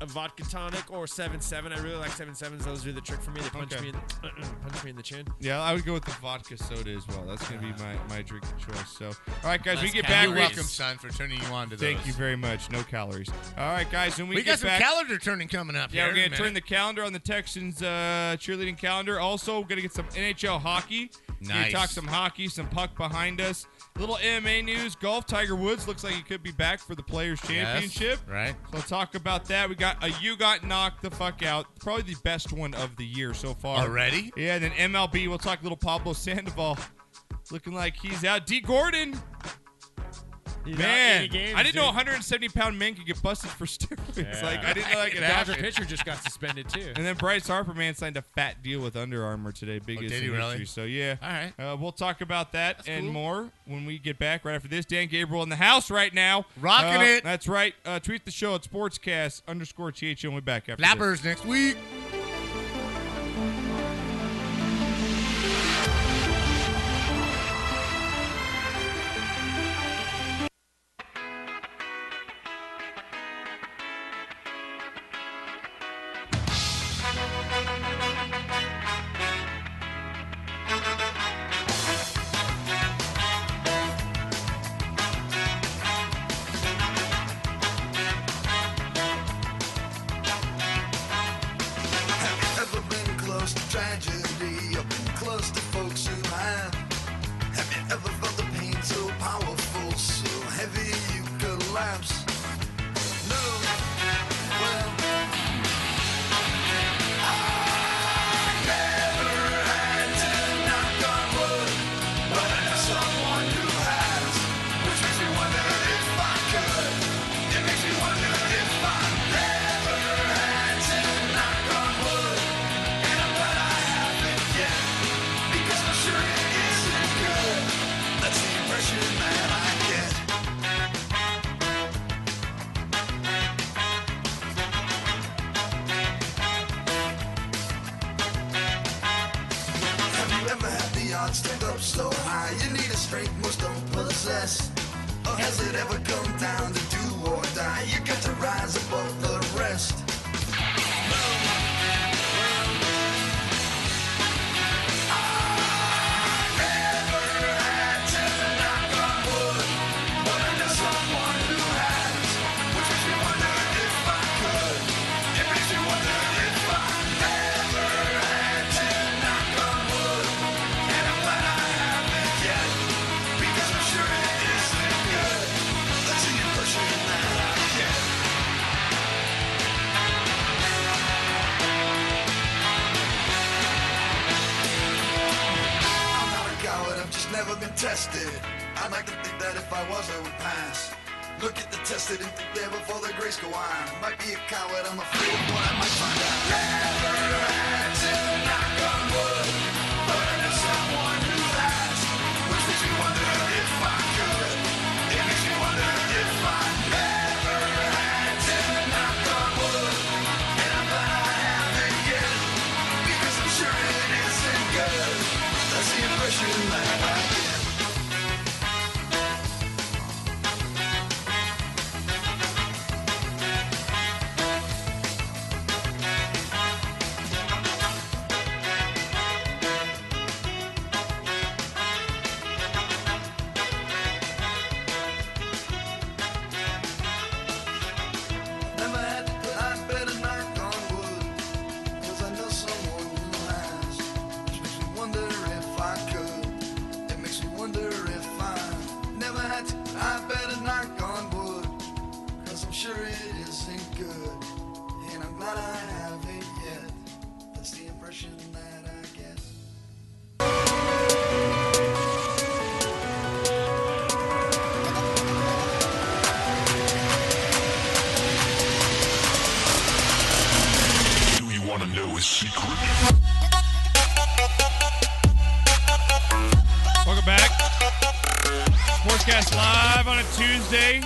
S3: a vodka tonic or seven seven. I really like seven sevens. Those do the trick for me. They punch
S1: Okay.
S3: me in the, [CLEARS THROAT] punch me in the
S7: [LAUGHS]
S3: chin.
S1: Yeah, I would go with the vodka soda as well. That's gonna be my my drink of choice. So, all right, guys, we
S2: Less
S1: get back.
S2: calories.
S1: we-
S2: You're welcome, son, for turning you on to
S1: Thank
S2: those.
S1: you very much. No calories. All right, guys, when we,
S2: We,
S1: get
S2: got some
S1: back,
S2: calendar turning coming up.
S1: Yeah,
S2: here
S1: we're
S2: in a
S1: gonna turn
S2: minute.
S1: the calendar on the Texans uh, cheerleading calendar. Also, we're gonna get some NHL hockey. We're gonna
S2: Nice.
S1: talk some hockey, some puck behind us. Little MMA news. Golf. Tiger Woods looks like he could be back for the Players Championship.
S2: right.
S1: So talk about that. We got a you got knocked the fuck out. Probably the best one of the year so far.
S2: Already?
S1: Yeah. Then MLB. We'll talk little Pablo Sandoval, looking like he's out. D Gordon.
S3: He's out
S1: man,
S3: 80 games,
S1: I didn't know
S3: dude.
S1: 170 pound men could get busted for steroids. [LAUGHS] Like I didn't know that could
S3: Dodger
S1: happen.
S3: pitcher just got suspended too.
S1: And then Bryce Harper, man, signed a fat deal with Under Armour today, biggest
S2: Oh, did he
S1: in
S2: really?
S1: history. So yeah,
S2: All right.
S1: Uh, we'll talk about that and more when we get back right after this. Dan Gabriel in the house right now,
S2: Rocking
S1: Uh,
S2: it.
S1: That's right. Uh, tweet the show at Sportscast underscore THN. We'll be back after
S2: Flappers next week.
S20: Have you ever been close to tragedy? Or been close to folks you have? Have you ever felt the pain so powerful, so heavy you collapse? No. Well, I never had to knock on wood, but I know someone who has, which makes me wonder if I could. It makes me wonder if I never had to knock on wood. And I'm glad I haven't yet, because I'm sure it isn't good. That's the impression that I get. Have you ever had the odds stand up so high? You need a strength most don't possess. Or has it ever come down to do or die? You got to rise above the rest. No. I never had to knock on wood, but I know someone who has, which makes me wonder if I could. It makes me wonder if I never had to knock on wood, and I'm glad I haven't yet, because I'm sure it isn't good. That's the impression that I get. I'm not a coward, I've just never been tested. I'd like to think that if I was, I would pass. Look at the test that isn't there before the grace go on. Might be a coward, I'm afraid of what I might find out. Never had to knock on wood, but I know someone who has, which makes me wonder if I could. It makes me wonder if I ever had to knock on wood, and I'm glad I haven't yet, because I'm sure it isn't good. That's the impression that I get. Never had to, I better knock on wood, 'cause I know someone who has. Which makes me wonder if I could. It makes me wonder if I never had to, I better knock on wood, 'cause I'm sure it isn't good. And I'm glad I haven't yet. That's the impression that I get.
S21: Do you want to know his secret?
S14: Welcome back.
S1: Sportscast live on a Tuesday.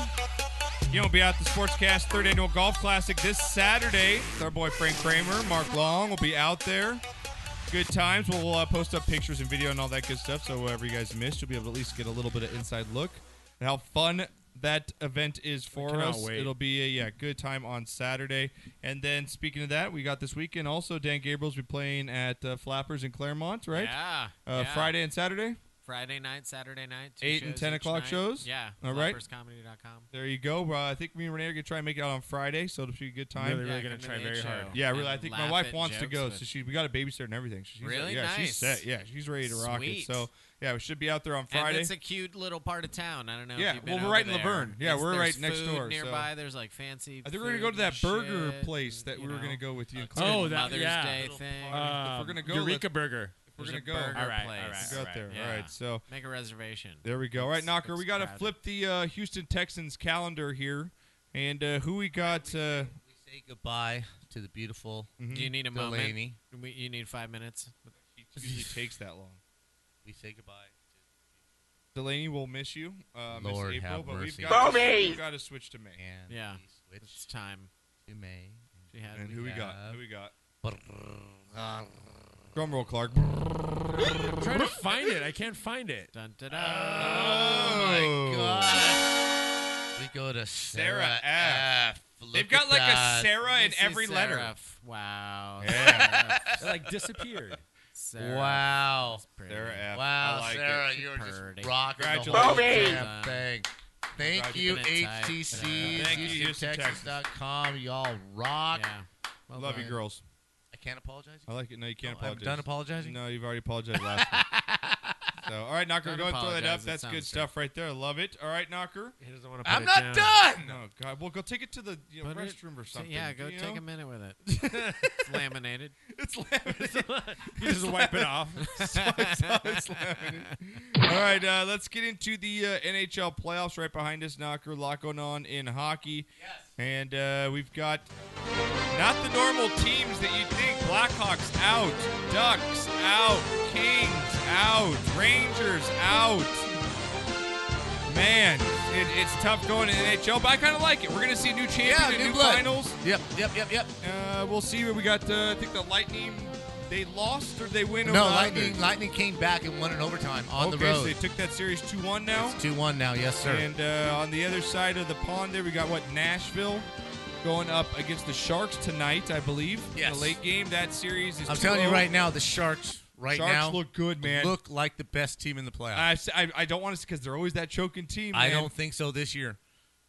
S1: You will be out at the Sportscast third annual golf classic this Saturday. It's our boy Frank Kramer, Mark Long will be out there. Good times. We'll uh, post up pictures and video and all that good stuff. So whatever you guys missed, you'll be able to at least get a little bit of inside look and how fun that event is for
S3: cannot
S1: us.
S3: wait.
S1: It'll be a yeah good time on Saturday. And then speaking of that, we got this weekend also Dan Gabriel's be playing at uh, Flappers in Claremont, right?
S7: Yeah,
S1: Uh,
S7: yeah.
S1: Friday and Saturday.
S7: Friday night, Saturday night, two
S1: Eight and
S7: shows
S1: ten
S7: each
S1: o'clock
S7: night.
S1: shows.
S7: Yeah.
S1: All right.
S7: Flopperscomedy.com.
S1: There you go. Uh, I think me and Renee are gonna try and make it out on Friday, so it'll be a good time.
S3: Really, really Yeah, gonna come to try the very show hard.
S1: Yeah, really.
S3: and
S1: I think my
S3: laugh
S1: wife
S3: at
S1: wants to
S3: jokes
S1: go,
S3: with-
S1: so she we got a babysitter and everything. So she's
S7: Really
S1: yeah, she's
S7: Nice.
S1: set. Yeah, she's ready to rock it.
S7: Sweet.
S1: So yeah, we should be out there on Friday.
S7: And it's a cute little part of town. I don't know.
S1: Yeah,
S7: if you've been
S1: well, we're
S7: over
S1: right in
S7: there.
S1: Laverne. Yeah,
S7: It's-
S1: we're
S7: there's
S1: right next
S7: food
S1: door, so-
S7: Nearby, there's like fancy.
S1: I think we're gonna go to that
S7: food and
S1: burger
S7: shit.
S1: place that we were gonna go with you. and
S7: good
S1: Clara.
S7: Oh, that- Mother's yeah. Day Little thing. party.
S1: If we're gonna go,
S3: Eureka
S1: let's-
S3: Burger.
S1: If we're
S7: There's
S1: gonna
S7: a
S1: go,
S7: burger
S3: All right,
S7: place.
S3: all right,
S1: Go
S3: all
S1: out there.
S7: Yeah.
S1: All right, so
S7: make a reservation.
S1: There we go. All right, Knocker, we got to
S7: crowded.
S1: flip the uh, Houston Texans calendar here, and uh, who we got? Uh, Mm-hmm.
S2: Say goodbye to the beautiful.
S7: Do you need a
S2: Delaney.
S7: moment? We- You need five minutes.
S1: It
S7: [LAUGHS]
S1: usually takes that long.
S2: We say goodbye.
S1: Delaney will miss you, uh, Miss
S2: Lord
S1: April,
S2: have
S1: but
S2: mercy.
S1: we've got, to,
S2: Bobby!
S1: we've got to switch to May.
S7: Yeah, it's time.
S2: To May.
S7: She had.
S1: And who we got? Who we got?
S2: Brrrr.
S1: Drum roll, Clark.
S3: I'm trying to find it. I can't find it.
S7: Dun,
S2: Oh my God. We go to Sarah,
S1: Sarah F. They've got like a Sarah in
S7: Missy
S1: every letter.
S7: Seraph. Wow.
S1: Yeah.
S7: Seraph.
S1: [LAUGHS] It, like, disappeared.
S7: Seraph.
S2: Wow.
S7: That's pretty.
S2: Sarah F. Wow,
S7: I like it.
S2: Sarah,
S7: She's
S2: you were just
S7: pretty.
S2: rocking the whole
S7: Congratulations.
S2: damn thing. Thank you,
S7: Keeping it tight.
S2: HTC,
S7: Thank you, Houston,
S2: HoustonTexas.com. Y'all rock.
S7: Well
S1: Love you,
S2: done.
S1: girls.
S2: I can't apologize.
S1: I like it. No, you can't
S2: I haven't
S1: apologize.
S2: done apologizing?
S1: No, you've already apologized last
S2: [LAUGHS]
S1: time. So, all right, Knocker,
S2: Don't
S1: go ahead and throw that up.
S2: apologize. It
S1: That's
S2: sounds
S1: good
S2: good.
S1: stuff right there. Love it. All right, Knocker. He doesn't want
S2: put I'm it not down. done!
S1: No, God. Well, go take it to the you know,
S7: Put it-
S1: restroom or
S7: t-
S1: something.
S7: yeah, go
S1: you
S7: take
S1: know?
S7: a minute with
S1: [LAUGHS]
S7: it. it's laminated.
S1: It's laminated.
S3: You just wipe
S1: [LAUGHS]
S3: it off.
S1: Swipes off, it's laminated. All right, uh, let's get into the uh, NHL playoffs right behind us. Knocker, lot going on in hockey. Yes. And uh, we've got not the normal teams that you think. Blackhawks out, Ducks out, Kings out, Rangers out. Man, it, it's tough going to NHL, but I kind of like it. We're going to see new champions
S2: Yeah,
S1: and
S2: new
S1: new
S2: blood.
S1: finals.
S2: Yep, yep, yep, yep.
S1: Uh, we'll see what we got. Uh, I think the Lightning, they lost or they win over
S2: No,
S1: the
S2: Lightning.
S1: Islanders?
S2: Lightning came back and won in overtime on
S1: okay,
S2: the road.
S1: so they took that series 2 1 now.
S2: Two one now. Yes, sir.
S1: And uh, on the other side of the pond there, we got what? Nashville going up against the Sharks tonight, I believe. In
S2: Yes.
S1: the late game, that series is oh.
S2: I'm telling you
S1: 2-0.
S2: right now, the Sharks right
S1: Sharks
S2: now
S1: look good, man.
S2: Look like the best team in the playoffs.
S1: I, I, I don't want to because they're always that choking team.
S2: I
S1: man.
S2: don't think so this year.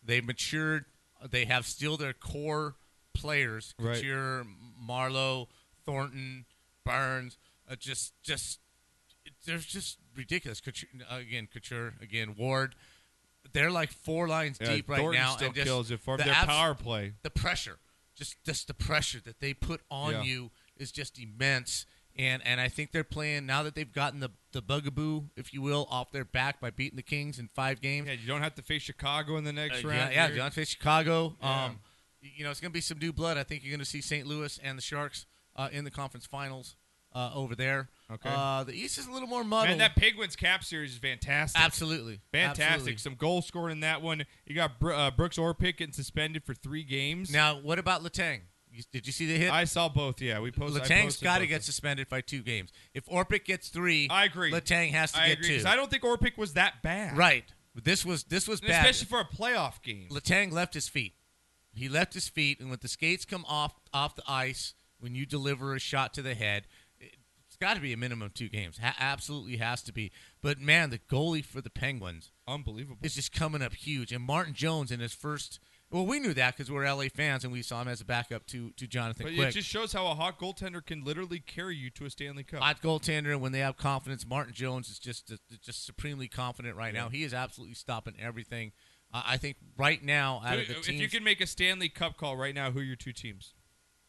S2: They've matured. They have still their core players:
S1: Right.
S2: Couture, Marlowe, Thornton, Burns. Uh, just, just, they're just ridiculous. Couture, again, Couture, again, Ward. They're like four lines
S1: Yeah,
S2: deep right
S1: Thornton
S2: now.
S1: still
S2: and just
S1: kills it for
S2: the
S1: their power play.
S2: The pressure, just, just the pressure that they put on
S1: Yeah.
S2: you is just immense. and and I think they're playing now that they've gotten the the bugaboo, if you will, off their back by beating the Kings in five games.
S1: Yeah, you don't have to face Chicago in the next
S2: Uh,
S1: round.
S2: Yeah, yeah,
S1: here.
S2: John face Chicago.
S1: Yeah.
S2: Um, y- you know, it's going to be some new blood. I think you're going to see St. Louis and the Sharks uh, in the conference finals uh, over there.
S1: Okay.
S2: Uh, the East is a little more
S1: Man,
S2: muddled.
S1: that [LAUGHS] Penguins cap series is fantastic.
S2: Absolutely.
S1: Fantastic.
S2: Absolutely.
S1: Some goals scored in that one. You got Br- uh, Brooks Orpik getting suspended for three games.
S2: Now, what about Latang? Did you see the hit?
S1: I saw both, yeah. We posted I
S2: Latang's
S1: posted
S2: got
S1: both
S2: to
S1: of
S2: get suspended by two games. If Orpik gets three, I agree. Latang has to
S1: I
S2: get
S1: agree, 'cause
S2: two.
S1: I don't think Orpik was that bad.
S2: Right. But This was this was
S1: And
S2: bad.
S1: especially for a playoff game.
S2: Latang left his feet. He left his feet, and when the skates come off off the ice, when you deliver a shot to the head, it's got to be a minimum of two games. Ha- absolutely has to be. But man, the goalie for the Penguins,
S1: unbelievable,
S2: is just coming up huge. And Martin Jones in his first, well, we knew that because we're LA fans, and we saw him as a backup to to Jonathan
S1: But
S2: Quick.
S1: it just shows how a hot goaltender can literally carry you to a Stanley Cup.
S2: Hot goaltender, and when they have confidence, Martin Jones is just just supremely confident right
S1: Yeah.
S2: now. He is absolutely stopping everything. I I think right now, out
S1: Who-
S2: of the
S1: if
S2: teams,
S1: you can make a Stanley Cup call right now, who are your two teams?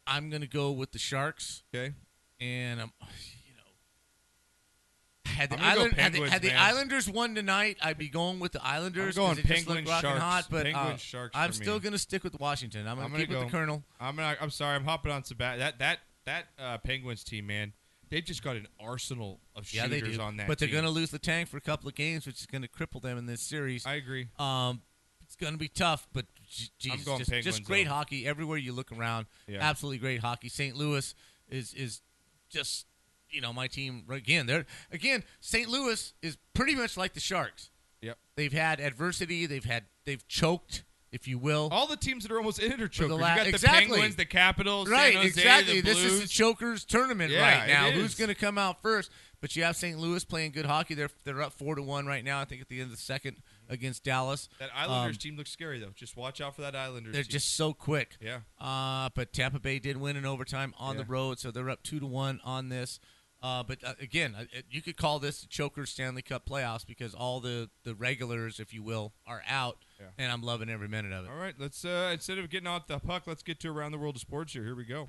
S2: I'm going to go with the Sharks.
S1: Okay.
S2: And I'm, [SIGHS] you know, had the,
S1: I'm gonna go
S2: Island, had the,
S1: Penguins,
S2: had the
S1: man.
S2: Islanders won tonight, I'd be going with the Islanders. 'cause
S1: going
S2: it just
S1: Penguins,
S2: looked rockin'
S1: Sharks.
S2: Hot, but,
S1: Penguins,
S2: uh,
S1: Sharks
S2: I'm
S1: for me.
S2: still going to stick with Washington. I'm going to
S1: gonna
S2: keep with the Colonel.
S1: I'm gonna, I'm sorry. I'm hopping on Sabat. That that that uh, Penguins team, man, they've just got an arsenal of
S2: Yeah,
S1: shooters
S2: they do.
S1: on that.
S2: but they're
S1: team.
S2: going to lose the tank for a couple of games, which is going to cripple them in this series. I
S1: agree.
S2: Um, it's going to be tough, but j-
S1: I'm
S2: Jesus,
S1: going
S2: just, just
S1: Penguins,
S2: great
S1: though.
S2: hockey everywhere you look around.
S1: Yeah.
S2: Absolutely great hockey. St. Louis is is just you know my team again. They're again St. Louis is pretty much like the Sharks.
S1: Yep.
S2: They've had adversity. They've had they've choked, if you will.
S1: All the teams that are almost in it are
S2: For
S1: chokers.
S2: the
S1: you
S2: la-
S1: got the
S2: exactly.
S1: Penguins, the Capitals, San
S2: right?
S1: Jose,
S2: exactly.
S1: the
S2: this is the
S1: Blues.
S2: chokers tournament
S1: Yeah,
S2: right
S1: it
S2: now.
S1: is.
S2: Who's going to come out first? But you have St. Louis playing good hockey. They're they're up four to one right now. I think at the end of the second against Dallas.
S1: That Islanders
S2: Um,
S1: team looks scary though. Just watch out for that Islanders.
S2: they're
S1: team.
S2: just so quick.
S1: Yeah.
S2: Uh, but Tampa Bay did win in overtime on the
S1: Yeah.
S2: road, so they're up two to one on this. Uh, but uh, again, uh, it- you could call this the Choker Stanley Cup playoffs because all the the regulars, if you will, are out,
S1: Yeah.
S2: and I'm loving every minute of it.
S1: All right, let's uh, instead of getting off the puck, let's get to around the world of sports here. Here we go.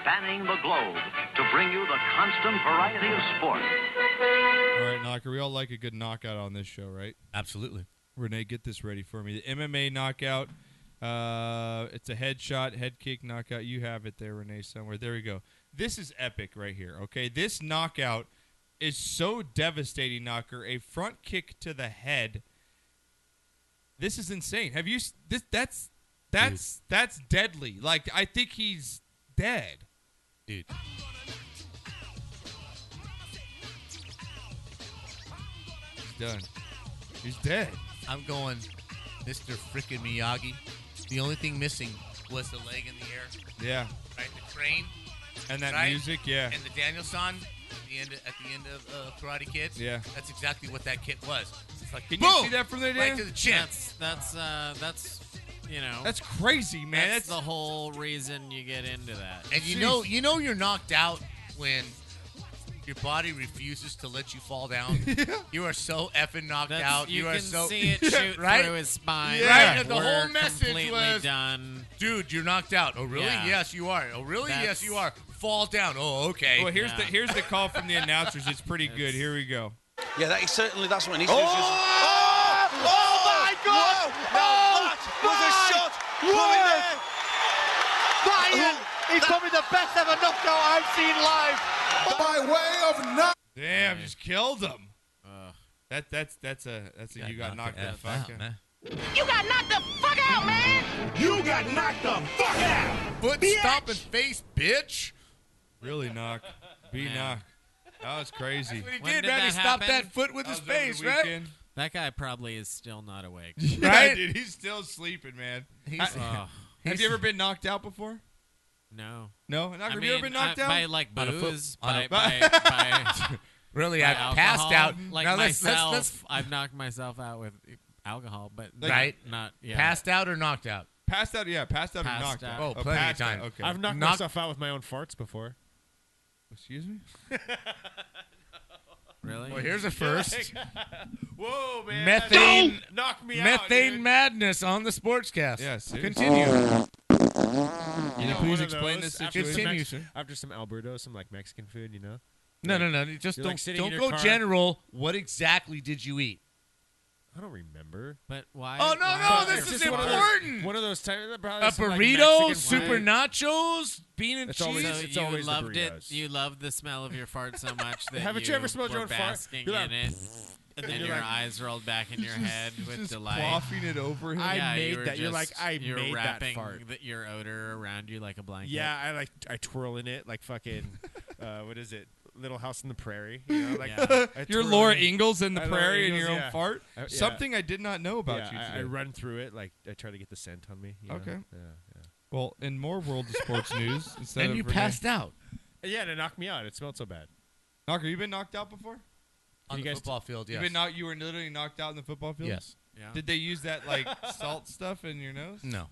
S21: Spanning the globe to bring you the constant variety of sport.
S1: All right, Knocker, we all like a good knockout on this show, right?
S2: Absolutely.
S1: Renee, get this ready for me. The MMA knockout. Uh, it's a headshot, head kick knockout. You have it there, Renee, somewhere. There we go. This is epic right here, okay? This knockout is so devastating, Knocker. A front kick to the head. This is insane. Have you s- this that's that's that's deadly. Like I think he's dead.
S2: Dude.
S1: He's done. He's dead.
S2: I'm going, Mr. Frickin' Miyagi. The only thing missing was the leg in the air.
S1: Yeah.
S2: Right, the crane.
S1: And that
S2: right?
S1: music, yeah.
S2: And the Danielson, the end at the end of uh, Karate Kid.
S1: Yeah.
S2: That's exactly what that kit was. It's like,
S1: Can you
S2: boom,
S1: see that from there,
S2: Right
S1: Dan?
S2: to the chin.
S7: That's that's uh, that's you know.
S1: That's crazy, man.
S7: That's,
S1: That's-
S7: the whole reason you get into that.
S2: And you know, you know, you're knocked out when your body refuses to let you fall
S1: [LAUGHS]
S2: down. You are so effing knocked
S7: That's-
S2: out.
S7: you
S2: You, are
S7: can
S2: so
S7: see
S2: [LAUGHS]
S7: it shoot
S2: right?
S7: through his
S2: Right,
S7: spine. Yeah.
S2: and the
S7: We're
S2: whole message
S7: completely
S2: was,
S7: done.
S2: dude, you're knocked out. Oh, really?
S7: Yeah.
S2: Yes, you are. Oh, really?
S7: That's-
S2: yes, you are. Fall down. Oh, okay.
S1: Well, here's the here's the call
S2: [LAUGHS]
S1: from the announcers. It's pretty good. Here we go.
S21: Yeah, that, certainly that's
S3: Oh!
S21: what needs
S1: to do.
S21: Oh, my God! Now
S20: Oh
S21: that was a shot from in there.
S20: Brian
S4: Oh!
S20: is probably the best ever knockout I've seen live. By way of not.
S1: Damn, just killed him. that that's that's a that's a you got knocked the
S2: F
S1: fuck out.
S17: You got knocked the fuck out, man!
S1: You got knocked the fuck out.
S2: Foot stomping
S1: [LAUGHS]
S2: face, bitch.
S1: Really knock, be knock. That was crazy.
S2: he When did, did man. He that stopped happen? that foot with his face, right?
S1: [LAUGHS]
S7: That guy probably is still not awake.
S1: Yeah, right, dude, he's still sleeping, man.
S7: He's-
S1: I-
S7: Oh.
S1: have
S7: He's-
S1: you ever been knocked out before?
S7: No.
S1: No, Knocker,
S7: I
S1: have you ever been
S7: mean,
S1: knocked
S7: I-
S1: out
S7: by like
S1: On a foot-
S7: booze?
S1: on
S7: By,
S1: a-
S7: by, by-
S2: Really,
S7: by
S2: I've passed
S7: alcohol.
S2: out.
S7: Like
S2: Now let's- let's-
S7: myself,
S2: let's-
S7: I've knocked myself out with alcohol, but
S2: right?
S7: not, not yeah.
S2: Passed out or knocked out?
S1: Passed out, yeah. Passed out
S7: Passed
S1: or knocked out.
S7: out. Oh,
S1: Oh,
S2: plenty of
S1: passed out,
S2: time.
S1: Okay.
S3: I've knocked
S2: Knock-
S3: myself out with my own farts before.
S1: Excuse me.
S7: Really? "Oh,
S2: Well, here's a first.
S1: [LAUGHS]
S3: Whoa, Oh, man!
S2: methane,
S3: Knock me out.
S2: methane madness on the sportscast.
S1: Yes,
S2: continue.
S1: Can you
S3: know,
S1: please
S3: one of
S1: explain
S3: those
S1: this
S3: after some
S1: situation?
S3: Mex- after some Alberto, some like Mexican food, you know?
S2: No,
S3: Like,
S2: no, no. Just
S3: you're,
S2: don't
S3: like, sitting in
S2: don't
S3: your
S2: go
S3: car.
S2: general. What exactly did you eat?
S3: I don't remember.
S7: But why?
S2: Oh, no,
S3: why-
S2: no,
S3: But
S2: this
S3: it's
S2: is
S3: just
S2: important.
S3: One of those, types of those
S2: A
S3: probably some, like,
S2: burrito,
S3: Mexican
S2: super
S3: food.
S2: nachos, bean and
S3: It's
S2: cheese.
S3: always-
S7: So
S3: it's
S7: you
S3: always the
S7: loved it.
S3: burritos.
S7: You loved the smell of your fart so much that
S3: Haven't you ever smelled
S7: were
S3: your own fart?
S7: basking
S3: You're like,
S7: in it,
S3: [LAUGHS] and
S7: and,
S3: then you're
S7: your
S3: like-
S7: eyes rolled back
S3: [LAUGHS]
S7: in your head with
S3: just
S7: delight.
S3: quaffing it over him. I
S7: Yeah, you
S3: made
S7: were
S3: that. You're like,
S7: just-
S3: I
S7: you're
S3: made that
S7: wrapping
S3: fart.
S7: the- your odor around you like a blanket.
S3: Yeah, I like I twirl in it like fucking uh, what is it? Little House in the Prairie. You know, like
S1: Yeah.
S3: [LAUGHS] I
S1: You're
S3: twirl
S1: Laura
S3: in it.
S1: Ingalls in the
S3: I Laura
S1: Prairie in
S3: Ingalls,
S1: your own
S3: yeah.
S1: fart?
S3: I- yeah.
S1: Something I did not know about
S3: Yeah,
S1: you
S3: I- I,
S1: today.
S3: run through it like I try to get the scent on me. you know?
S1: Okay.
S3: Yeah,
S1: Well, in more world of sports news, instead
S3: And
S1: of
S3: you
S1: Renee-
S3: passed out. yeah. Yeah, and it knocked me out. It smelled so bad.
S1: Knocker, you been knocked out before?
S2: On
S3: You
S2: the
S3: guys-
S2: football field,
S1: You
S2: yes.
S1: been knocked. You were literally knocked out in the football field.
S2: Yes.
S7: Yeah.
S1: Did they use that like [LAUGHS] salt stuff in your nose?
S2: No.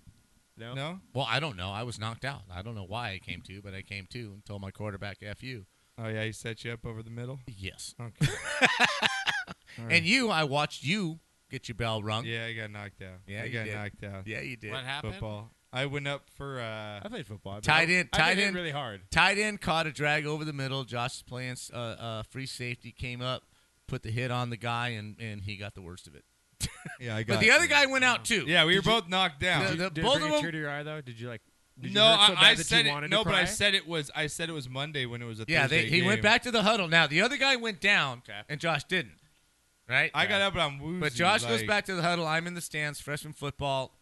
S3: No.
S1: No.
S2: Well, I don't know. I was knocked out. I don't know why I came to, but I came to and told my quarterback "f you."
S1: Oh yeah, he set you up over the middle.
S2: Yes. [LAUGHS]
S1: Okay.
S2: And you, I watched you get your bell rung.
S1: Yeah, I got knocked out.
S2: Yeah,
S1: I
S2: you
S1: got
S2: did.
S1: knocked out.
S2: Yeah, you did. What
S7: happened?
S1: Football. I went up for. Uh,
S3: I played football.
S2: Tight end, tight end,
S3: really hard.
S2: Tight end caught a drag over the middle. Josh playing uh, uh, free safety came up, put the hit on the guy, and, and he got the
S3: [LAUGHS]
S2: worst of it.
S1: Yeah, I got.
S2: but the other guy went out too.
S1: Yeah, we
S2: Did
S1: were
S2: you-
S1: both knocked down.
S2: The-
S1: Did
S2: the-
S1: you- did it
S2: both
S3: Bring
S2: of
S3: a
S2: them.
S3: tear to your eye though. Did you like? Did
S1: no,
S3: you hurt so bad
S1: I, I
S3: that
S1: said
S3: you
S1: it.
S3: wanted
S1: No,
S3: to
S1: but I
S3: cry?
S1: said it was. I said it was Monday when it was a.
S2: Yeah, they,
S1: Thursday
S2: he went
S1: game.
S2: back to the huddle. Now the other guy went down, and Josh didn't. Right?
S1: I got up and I'm woozy.
S2: But Josh goes
S1: like-
S2: back to the huddle. I'm in the stands, freshman football.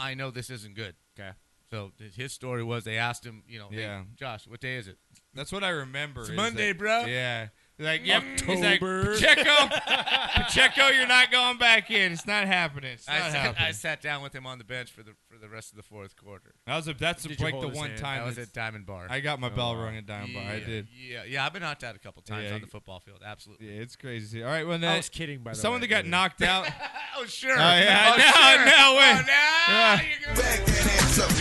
S2: I know this isn't good.
S3: Okay.
S2: So th- his story was they asked him, you know, hey,
S1: Yeah.
S2: Josh, what day is it?
S1: That's what I remember.
S2: It's
S1: is
S2: Monday,
S1: that-
S2: bro.
S1: Yeah. Like, yep. He's like,
S2: October. [LAUGHS]
S1: Pacheco, Pacheco, you're not going back in. It's not happening. It's not
S2: I sat,
S1: happening.
S2: I sat down with him on the bench for the for the rest of the fourth quarter.
S1: That was a, that's
S2: Did you
S1: like
S2: hold
S1: the
S2: his
S1: one
S2: hand?
S1: time
S2: I was
S1: that's-
S2: at Diamond Bar.
S1: I got my
S2: Oh,
S1: bell
S2: wow.
S1: rung at Diamond Bar. I
S2: Yeah,
S1: did.
S2: Yeah, yeah, I've been knocked out a couple times
S1: Yeah.
S2: on the football field. Absolutely.
S1: Yeah, it's crazy. All right, well, now,
S3: I was kidding, by the
S1: someone
S3: way.
S1: that got knocked out.
S2: [LAUGHS] oh sure.
S1: Oh yeah.
S2: Oh,
S1: no,
S2: sure.
S1: no way.
S2: Oh, now
S1: Yeah.
S2: you're gonna-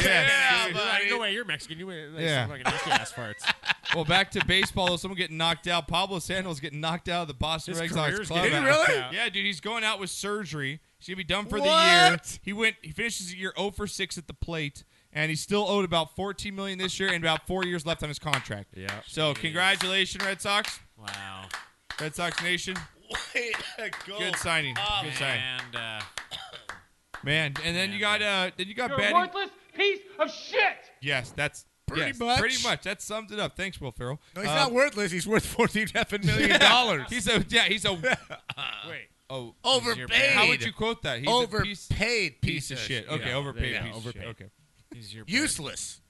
S1: Yeah,
S3: You're like, no way, you're Mexican. You went like,
S1: Yeah.
S3: some fucking [LAUGHS] Mexican ass farts.
S1: [LAUGHS] Well, back to baseball. Though someone getting knocked out. Pablo Sandoval's getting knocked out of the Boston
S3: His
S1: Red Sox
S3: career's
S1: club.
S3: getting Did he knocked really? out.
S1: Yeah, dude. He's going out with surgery. He's gonna be done for the year.
S3: What?
S1: He went. He finishes the year 0 for 6 at the plate, and he's still owed about 14 million this year and about four years left on his contract.
S3: Yeah.
S1: So congratulations, Red Sox.
S7: Wow.
S1: Red Sox Nation.
S2: Way to go.
S1: Good signing.
S2: Oh,
S1: Good signing.
S7: And uh,
S1: Man, and then you got uh, then you got
S5: You're a
S1: batting.
S5: worthless piece of shit.
S1: Yes, that's
S5: Pretty
S1: yes,
S5: much.
S1: Pretty much. That sums it up. Thanks, Will Ferrell.
S2: No, he's
S1: Uh,
S2: not worthless. He's worth fourteen effing million dollars.
S1: He's a [LAUGHS] yeah.
S2: [LAUGHS]
S1: He's a
S3: wait.
S1: Oh,
S2: Overpaid.
S1: How would you quote that? He's a piece-
S2: overpaid piece,
S1: piece of shit. Okay,
S2: Yeah,
S1: overpaid
S2: yeah,
S1: piece of shit.
S2: overpaid.
S1: Okay.
S7: He's your
S2: Useless.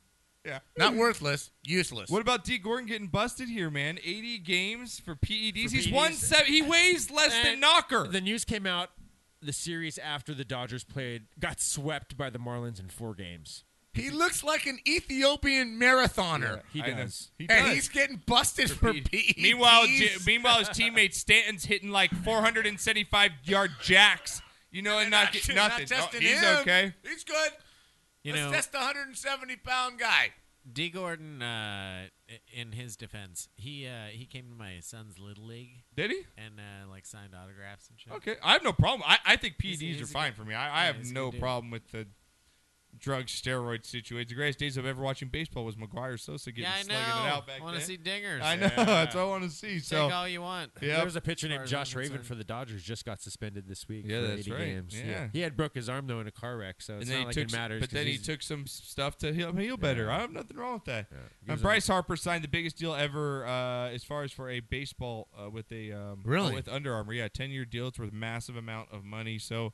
S1: Yeah.
S2: Not worthless. Useless.
S1: What about D Gordon getting busted here, man? 80 games for PEDs.
S2: E
S1: He's one seven. He weighs less than
S3: And
S1: Knocker.
S3: The news came out the series after the Dodgers played got swept by the Marlins in four games.
S2: He looks like an Ethiopian marathoner.
S3: Yeah, he I know. does. He
S2: and
S3: does.
S2: he's getting busted for, PEDs.
S1: Meanwhile, J- meanwhile, his teammate Stanton's hitting like 475 yard jacks. You know, and not, get,
S2: Not
S1: nothing.
S2: testing
S1: Oh, he's
S2: him.
S1: okay.
S2: He's good.
S7: You
S2: Let's
S7: know-
S2: test the 170 pound guy.
S7: D. Gordon, uh, i- in his defense, he uh, he came to my son's little league.
S1: Did he?
S7: And uh, like signed autographs and shit.
S1: Okay, I have no problem. I, I think PEDs
S7: He's- he's
S1: are
S7: a
S1: fine
S7: good-
S1: for me. I, I
S7: yeah,
S1: have
S7: he's a
S1: no
S7: good dude.
S1: problem with the drug steroid situation. The greatest days of ever watching baseball was McGuire Sosa getting
S7: Yeah, I
S1: slugging
S7: know.
S1: it out back
S7: I wanna
S1: then.
S7: see dingers.
S1: I know.
S7: Yeah.
S1: That's what I want to see.
S7: Take
S1: so
S7: all you want.
S1: Yeah,
S3: There was a pitcher
S7: As far
S3: named
S7: as I'm
S3: Josh Raven
S7: concerned.
S3: for the Dodgers just got suspended this week
S1: Yeah,
S3: for
S1: that's
S3: 80
S1: right.
S3: games.
S1: Yeah.
S3: He had broke his arm though in a car wreck, so it's
S1: and then
S3: not
S1: he
S3: like
S1: took,
S3: it
S1: some-
S3: matters.
S1: but
S3: 'cause
S1: then he
S3: he's-
S1: took some stuff to heal, heal better. I have nothing wrong with that.
S3: He
S1: And
S3: was
S1: Bryce Harper signed the biggest deal ever, uh, as far as for a baseball uh, with a um,
S2: Really?
S1: with Under Armour. Yeah, ten year deal. It's worth a massive amount of money. So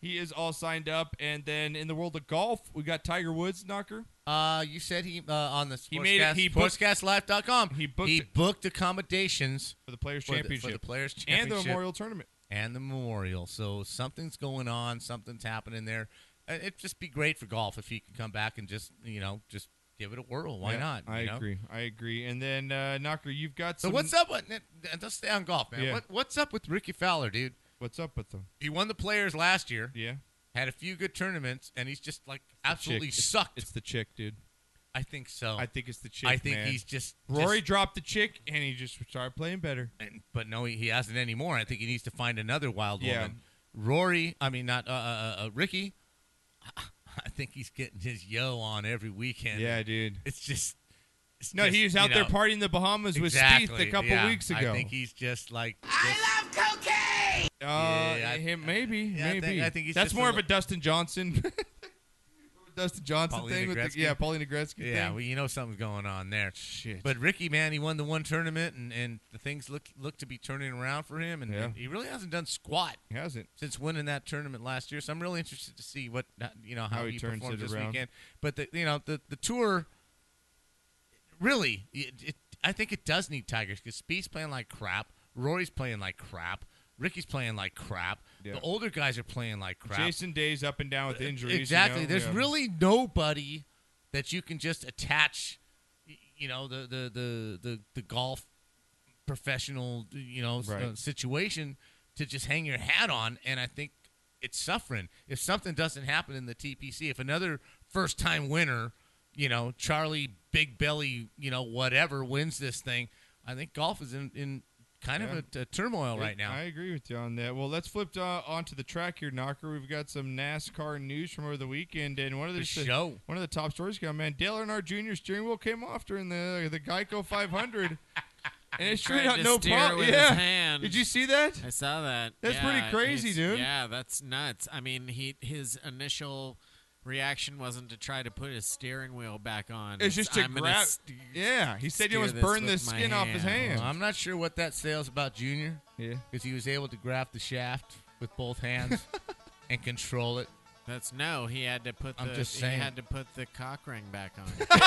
S1: he is all signed up. And then in the world of golf, we got Tiger Woods knocker.
S2: Uh, you said he uh, on the sportscast,
S1: He made it- he booked-
S2: sportscastlife.com. He
S1: booked
S2: he
S1: it.
S2: booked accommodations
S1: for the Players
S2: for the- for
S1: Championship.
S2: the Players
S1: And the
S2: Championship
S1: Memorial Tournament.
S2: and the Memorial. So something's going on. Something's happening there. Uh, It'd just be great for golf if he could come back and just you know just give it a whirl. Why
S1: Yeah,
S2: not?
S1: I
S2: you know?
S1: agree. I agree. And then uh, knocker, you've got
S2: So
S1: some.
S2: what's up? With, let's stay on golf, man.
S1: Yeah.
S2: What, what's up with Ricky Fowler, dude?
S1: What's up with him?
S2: He won the Players last year.
S1: Yeah.
S2: Had a few good tournaments, and he's just like absolutely
S1: Chick. It's-
S2: sucked.
S1: It's the chick, dude.
S2: I think so.
S1: I think it's the chick.
S2: I think
S1: man.
S2: he's just
S1: Rory
S2: just-
S1: dropped the chick, and he just started playing better.
S2: but no, he, he hasn't anymore. I think he needs to find another wild
S1: Yeah.
S2: woman. Rory, [LAUGHS] I mean, not uh, uh, uh, uh, Ricky. I think he's getting his yo on every weekend.
S1: Yeah, dude.
S2: It's just. It's
S1: No,
S2: just,
S1: he was
S2: you
S1: out there
S2: know,
S1: partying in the Bahamas with Steve
S2: exactly,
S1: a couple
S2: yeah.
S1: weeks
S2: I
S1: ago.
S2: think he's just like.
S1: Uh,
S2: Yeah, I-
S1: him- maybe,
S2: yeah, I
S1: maybe.
S2: think- I think he's
S1: That's
S2: just
S1: more
S2: a
S1: of a Dustin Johnson, [LAUGHS] Dustin Johnson
S2: Paulina
S1: thing. With
S2: Gretzky?
S1: the, yeah, Paulina Gretzky.
S2: Yeah,
S1: thing.
S2: well, you know something's going on there. Shit. But Ricky, man, he won the one tournament, and, and the things look look to be turning around for him, and
S1: Yeah.
S2: he really hasn't done squat.
S1: He hasn't
S2: since winning that tournament last year. So I'm really interested to see what you know how,
S1: How he turns
S2: performs
S1: it
S2: this
S1: around.
S2: weekend. But the, you know the the tour, really, it, it, I think it does need Tigers because Speed's playing like crap, Rory's playing like crap, Ricky's playing like crap.
S1: Yeah.
S2: The older guys are playing like crap. Uh,
S1: Jason Day's up and down with injuries. you
S2: Exactly.
S1: know,
S2: There's
S1: yeah.
S2: really nobody that you can just attach, y- you know, the the the the, the golf professional, you know, s-
S1: Right.
S2: uh, situation to just hang your hat on. And I think it's suffering. If something doesn't happen in the TPC, if another first time winner, you know, Charlie Big Belly, you know, whatever wins this thing, I think golf is in in kind
S1: Yeah.
S2: of a, a turmoil
S1: Yeah,
S2: right now.
S1: I agree with you on that. Well, let's flip uh, onto the track here, Knocker. We've got some NASCAR news from over the weekend, and one of the,
S2: For show.
S1: one of the top stories going, man. Dale Earnhardt Jr.'s steering wheel came off during the the Geico
S2: [LAUGHS]
S1: 500, and
S7: [LAUGHS]
S1: it's straight
S7: Tried
S1: out
S7: to
S1: no
S7: steer
S1: problem.
S7: with
S1: Yeah,
S7: his hand.
S1: did you see that?
S7: I saw that.
S1: That's
S7: Yeah,
S1: pretty crazy,
S7: he's-
S1: dude.
S7: Yeah, that's nuts. I mean, he his initial reaction wasn't to try to put his steering wheel back on.
S1: It's just to
S7: I'm gonna
S1: grab-
S7: st-
S1: yeah, he said he
S7: steer
S1: almost
S7: this
S1: burned
S7: with
S1: the
S7: my
S1: skin off his hand.
S2: Well, I'm not sure what that says about Junior.
S1: Yeah.
S2: Because he was able to grab the shaft with
S1: [LAUGHS]
S2: both hands and control it.
S7: That's no. He had to put.
S2: I'm
S7: the,
S2: just
S7: He
S2: saying.
S1: [LAUGHS]
S7: had to put the cock ring back [LAUGHS] on.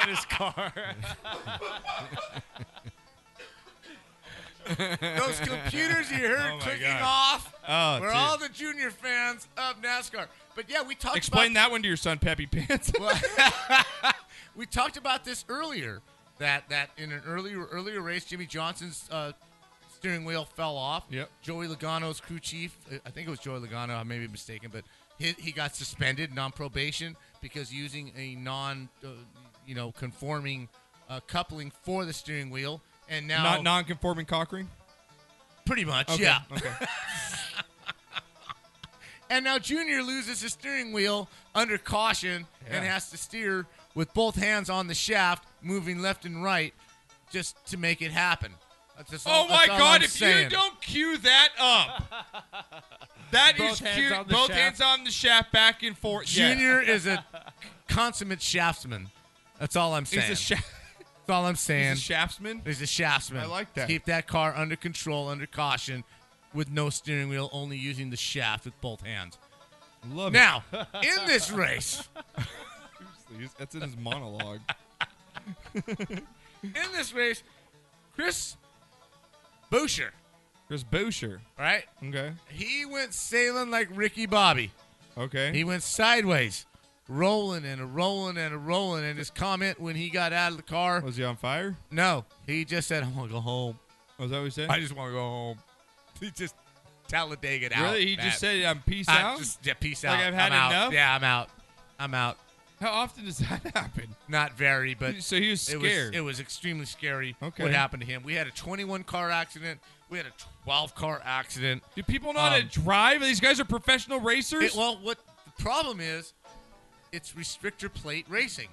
S3: on his car.
S2: [LAUGHS] Those computers you heard
S1: Oh, my
S2: clicking
S1: God.
S2: off
S1: Oh,
S2: were
S1: dude.
S2: all the junior fans of NASCAR. But yeah, we talked
S1: Explain
S2: about
S1: that one to your son, Peppy Pants. [LAUGHS]
S2: we talked about this earlier that that in an earlier earlier race Jimmy Johnson's uh, steering wheel fell off. Yep. Joey Logano's crew chief, uh, I think it was Joey Logano, I may be mistaken, but he, he got suspended non probation because using a non uh, you know conforming uh, coupling for the steering wheel and now
S1: Not non-conforming cockring.
S2: Pretty much,
S1: Okay,
S2: yeah.
S1: okay.
S2: [LAUGHS] and now Junior loses his steering wheel under caution and
S1: Yeah.
S2: has to steer with both hands on the shaft, moving left and right, just to make it happen. That's just all-
S1: Oh my
S2: that's all
S1: God!
S2: I'm
S1: If you
S2: saying.
S1: don't cue that up, that is
S2: Both hands
S1: cue.
S2: on the
S1: Both
S2: shaft.
S1: hands on the shaft, back and forth. Yes. [LAUGHS]
S2: Junior is a consummate shaftsman. That's all I'm
S1: He's a
S2: saying.
S1: sha-
S2: That's all I'm saying.
S1: He's a shaftsman.
S2: He's a shaftsman.
S1: I like that.
S2: Keep that car under control, under caution, with no steering wheel, only using the shaft with both hands.
S1: Love it. [LAUGHS]
S2: now, in this race,
S1: He's- That's in his monologue.
S2: in this race, Chris Boucher.
S1: Chris Boucher.
S2: All right.
S1: Okay.
S2: He went sailing like Ricky Bobby.
S1: Okay.
S2: He went sideways, rolling and a rolling and a rolling. And his comment when he got out of the car
S1: was he on fire? [LAUGHS]
S2: No, he just said, "I want to go home."
S1: Was Oh, that what he said?
S2: I just want to go home. He just Talladega it out.
S1: Really? He
S2: man.
S1: just said, "I'm peace
S2: I
S1: out?"
S2: just- yeah, peace
S1: Like,
S2: out.
S1: I've had
S2: I'm out.
S1: enough?
S2: Yeah, I'm out. I'm out.
S1: How often does [LAUGHS] that happen?
S2: Not very, but
S1: So he was
S2: It was,
S1: scared.
S2: it was extremely scary.
S1: Okay.
S2: what happened to him? We had a 21 car accident. We had a 12 car accident. Um,
S1: Do people not a drive? These guys are professional racers.
S2: It- well, what the problem is, it's restrictor plate racing.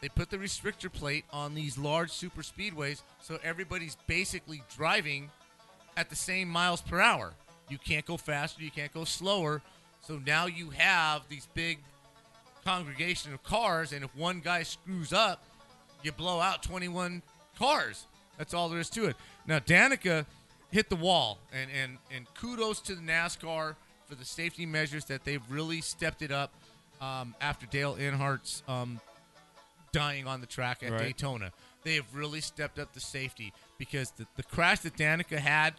S2: They put the restrictor plate on these large super speedways, so everybody's basically driving at the same miles per hour. You can't go faster, you can't go slower. So now you have these big congregation of cars, and if one guy screws up, you blow out 21 cars. That's all there is to it. Now Danica hit the wall, and and and kudos to the NASCAR for the safety measures that they've really stepped it up um, after Dale Earnhardt's um, dying on the track at
S1: Right.
S2: Daytona. They have really stepped up the safety because the, the crash that Danica had,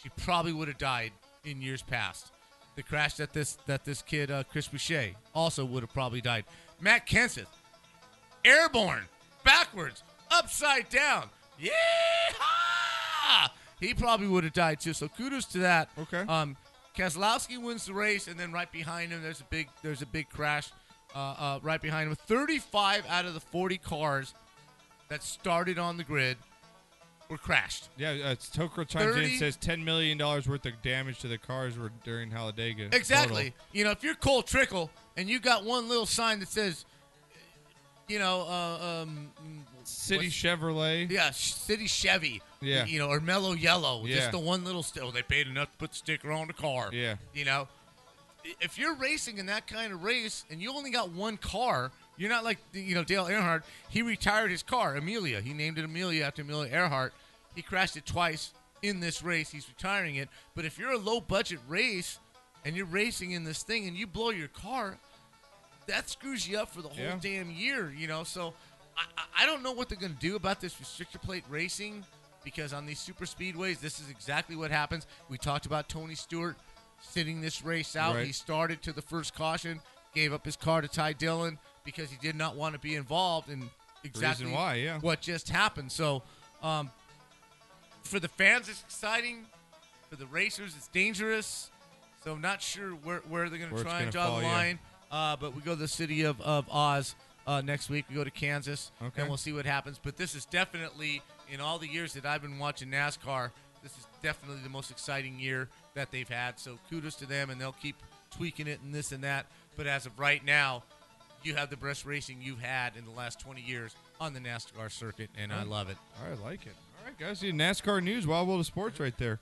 S2: she probably would have died in years past. The crash that this that this kid uh, Chris Boucher also would have probably died. Matt Kenseth, airborne, backwards, upside down. Yeah, he probably would have died too. So kudos to that. Okay. Um, Keselowski wins the race, and then right behind him, there's a big there's a big crash. Uh, uh, right behind him, 35 out of the 40 cars that started on the grid were crashed.
S1: Yeah, uh, it's Tokra chimes in
S2: 30?
S1: and says ten million dollars worth of damage to the cars were during Talladega.
S2: Exactly.
S1: Total.
S2: You know, if you're Cole Trickle and you got one little sign that says, you know, uh, um,
S1: City
S2: what's-
S1: Chevrolet.
S2: yeah, Sh- City Chevy.
S1: Yeah.
S2: You know, or Mellow Yellow.
S1: Yeah.
S2: Just the one little still. They paid enough to put the sticker on the car.
S1: Yeah.
S2: You know, I- if you're racing in that kind of race and you only got one car, you're not like, you know, Dale Earnhardt. He retired his car, Amelia. He named it Amelia after Amelia Earhart. He crashed it twice in this race. He's retiring it. But if you're a low budget race and you're racing in this thing and you blow your car, that screws you up for the whole
S1: Yeah.
S2: damn year, you know. So I, I- I don't know what they're going to do about this restrictor plate racing because on these super speedways, this is exactly what happens. We talked about Tony Stewart sitting this race out.
S1: Right.
S2: He started to the first caution, gave up his car to Ty Dillon because he did not want to be involved in exactly
S1: why, yeah.
S2: what just happened. So um, for the fans, it's exciting. For the racers, it's dangerous. So I'm not sure where, where they're going
S1: Where
S2: to
S1: it's
S2: try and
S1: gonna
S2: draw
S1: fall,
S2: the
S1: yeah.
S2: line. Uh, but we go to the city of, of Oz uh, next week. We go to Kansas,
S1: Okay.
S2: and we'll see what happens. But this is definitely, in all the years that I've been watching NASCAR, this is definitely the most exciting year that they've had. So kudos to them, and they'll keep tweaking it and this and that. But as of right now, you have the best racing you've had in the last 20 years on the NASCAR circuit, and I love it.
S1: I like it. All right, guys, see NASCAR news, Wild World of Sports, right there.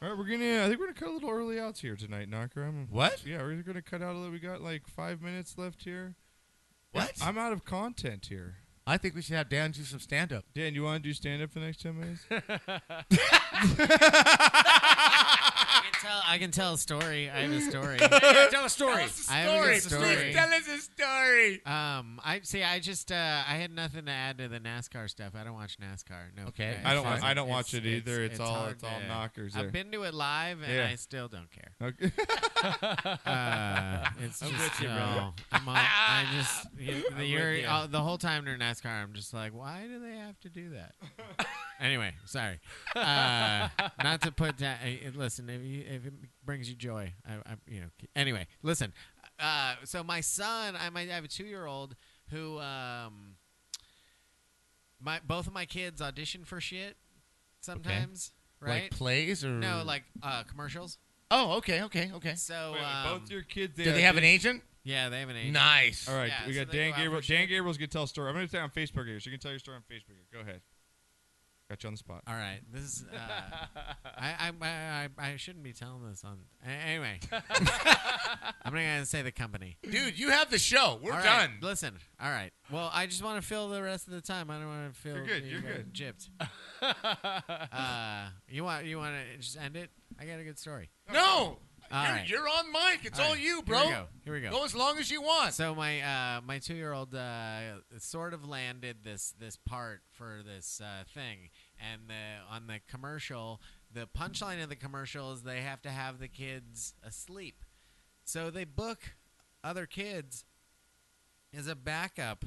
S1: All right, we're gonna. I think we're gonna cut a little early out here tonight, Knocker. I'm,
S2: What?
S1: Yeah, we're gonna cut out a little. We got like five minutes left here.
S2: What?
S1: I'm out of content here.
S2: I think we should have Dan do some stand up.
S1: Dan, you want to do stand up for the next ten
S7: [LAUGHS]
S1: minutes?
S7: I can tell. I can tell a story. I have a story.
S14: Yeah, [LAUGHS] tell a story. Tell us a
S7: I have a good
S14: story. Please
S7: story.
S14: tell us a
S2: story.
S7: Um, I see. I just uh, I had nothing to add to the NASCAR stuff. I don't watch NASCAR. No.
S1: Okay.
S7: offense.
S1: I don't wa-
S7: It's-
S1: I don't watch it either. It's all-
S7: hard
S1: it's all
S7: to-
S1: knockers there.
S7: I've been to it live and
S1: Yeah.
S7: I still don't care.
S1: [LAUGHS] Okay.
S7: uh, it's
S14: I'm
S7: just
S14: with you, brother.
S7: no. I'm, all, I
S1: [LAUGHS]
S7: just you,
S14: I'm
S7: the,
S14: with
S7: year-
S14: you.
S7: all- the whole time they're NASCAR. I'm just like, why do they have to
S1: [LAUGHS]
S7: do that? anyway, sorry. Uh, not to put that. Uh, listen, if, you, if it brings you joy, I, I you know. Anyway, listen. Uh, so my son, I might I have a two-year-old who, um, my both of my kids audition for shit sometimes,
S2: Like
S7: right?
S2: plays or-
S7: no, like uh, commercials.
S2: Oh, okay, okay, okay.
S7: So
S1: Wait, wait,
S7: um,
S1: both your kids.
S2: do they have an
S1: audition-
S2: agent?
S7: Yeah, they have an agent.
S2: Nice.
S1: All right,
S7: Yeah,
S1: we
S7: so
S1: got
S7: they
S1: Dan
S7: go out
S1: Gabriel.
S7: for
S1: Dan Gabriel's gonna tell a story. I'm gonna tell on Facebook here, so you can tell your story on Facebook here. Go ahead. Got you on the spot.
S7: All right, this is. [LAUGHS] Uh, I, I, I I I shouldn't be telling this on.
S1: [LAUGHS]
S7: a- Anyway, I'm not gonna say the company.
S2: Dude, you have the show. We're
S7: All right,
S2: done.
S7: Listen, all right. Well, I just want to fill the rest of the time. I don't want to feel.
S14: You're good,
S7: you
S14: you're
S7: guys
S14: good.
S2: [LAUGHS]
S7: Gypped. uh, you want you want to just end it? I got a good story.
S2: No.
S7: All
S2: you're,
S7: right.
S2: you're on mic. It's all,
S7: right,
S2: you, bro.
S7: Here we go. Here we go.
S2: as long as you want.
S7: So my uh, my two year old uh, sort of landed this this part for this uh, thing, and the, on the commercial, the punchline of the commercial is they have to have the kids asleep, so they book other kids as a backup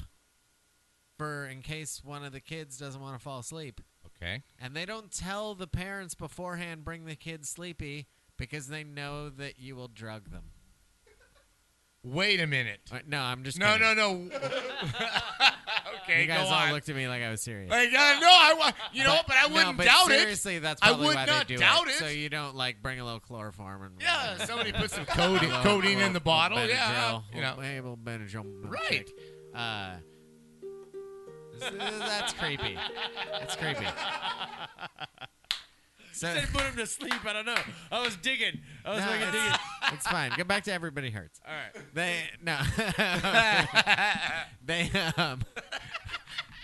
S7: for in case one of the kids doesn't want to fall asleep.
S2: Okay.
S7: And they don't tell the parents beforehand, bring the kids sleepy, because they know that you will drug them.
S2: Wait a minute.
S7: no, I'm just
S2: No,
S7: kidding. [LAUGHS]
S2: no, no. okay,
S7: you guys
S2: go
S7: all
S2: on.
S7: looked at me like I was serious.
S2: Like, uh, no, I wa- you know, but I
S7: no,
S2: wouldn't
S7: but
S2: doubt it.
S7: Seriously, that's
S2: I
S7: probably
S2: would
S7: why
S2: not
S7: they do
S2: doubt it.
S7: So you don't like bring a little chloroform and [LAUGHS]
S2: Yeah, somebody put some
S7: Code
S2: codeine, codeine in the bottle. Yeah, you know.
S7: a little Benadryl.
S2: Right.
S7: Uh, [LAUGHS] that's creepy.
S2: [LAUGHS]
S7: That's creepy. So-
S3: Said put him to sleep. I don't know. I was digging. I was
S7: No,
S3: fucking digging.
S7: it's, it's fine. Go back to everybody hurts.
S3: All right.
S7: They
S3: [LAUGHS]
S7: no. they um.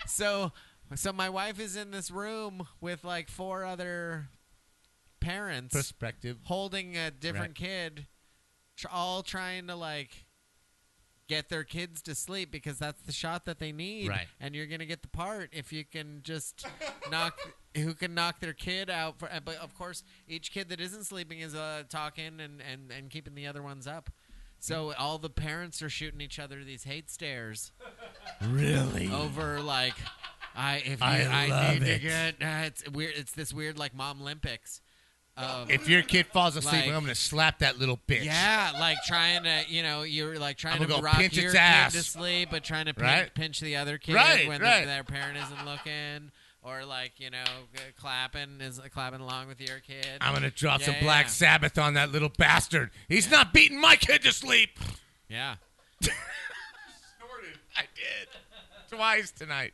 S7: So, so my wife is in this room with like four other parents,
S2: Perspective.
S7: holding a different
S2: Right.
S7: kid, tr- all trying to like get their kids to sleep because that's the shot that they need.
S2: Right.
S7: And you're gonna get the part if you can just knock who can knock their kid out. For, uh, but of course, each kid that isn't sleeping is uh, talking and, and and keeping the other ones up. So all the parents are shooting each other these hate stares.
S14: Really?
S7: Over like, I if you,
S14: I
S7: I,
S14: love
S7: need
S14: it.
S7: to get uh, it's weird. It's this weird like mom uh, Olympics. of-
S2: If your kid falls asleep,
S7: like-
S2: I'm gonna slap that little bitch.
S7: yeah, like trying to, you know, you're like trying
S2: I'ma
S7: to
S2: go
S7: rock
S2: pinch
S7: your
S2: its
S7: kid
S2: ass.
S7: to sleep, but trying to pin,
S2: Right.
S7: pinch the other kid
S2: Right,
S7: when
S2: right.
S7: The, their parent isn't looking. or like you know g- clapping is clapping along with your kid.
S2: I'm gonna drop
S7: Yeah,
S2: some
S7: yeah,
S2: Black
S7: yeah.
S2: Sabbath on that little bastard. He's not beating my kid to sleep.
S7: Yeah.
S2: Snorted. I did twice tonight.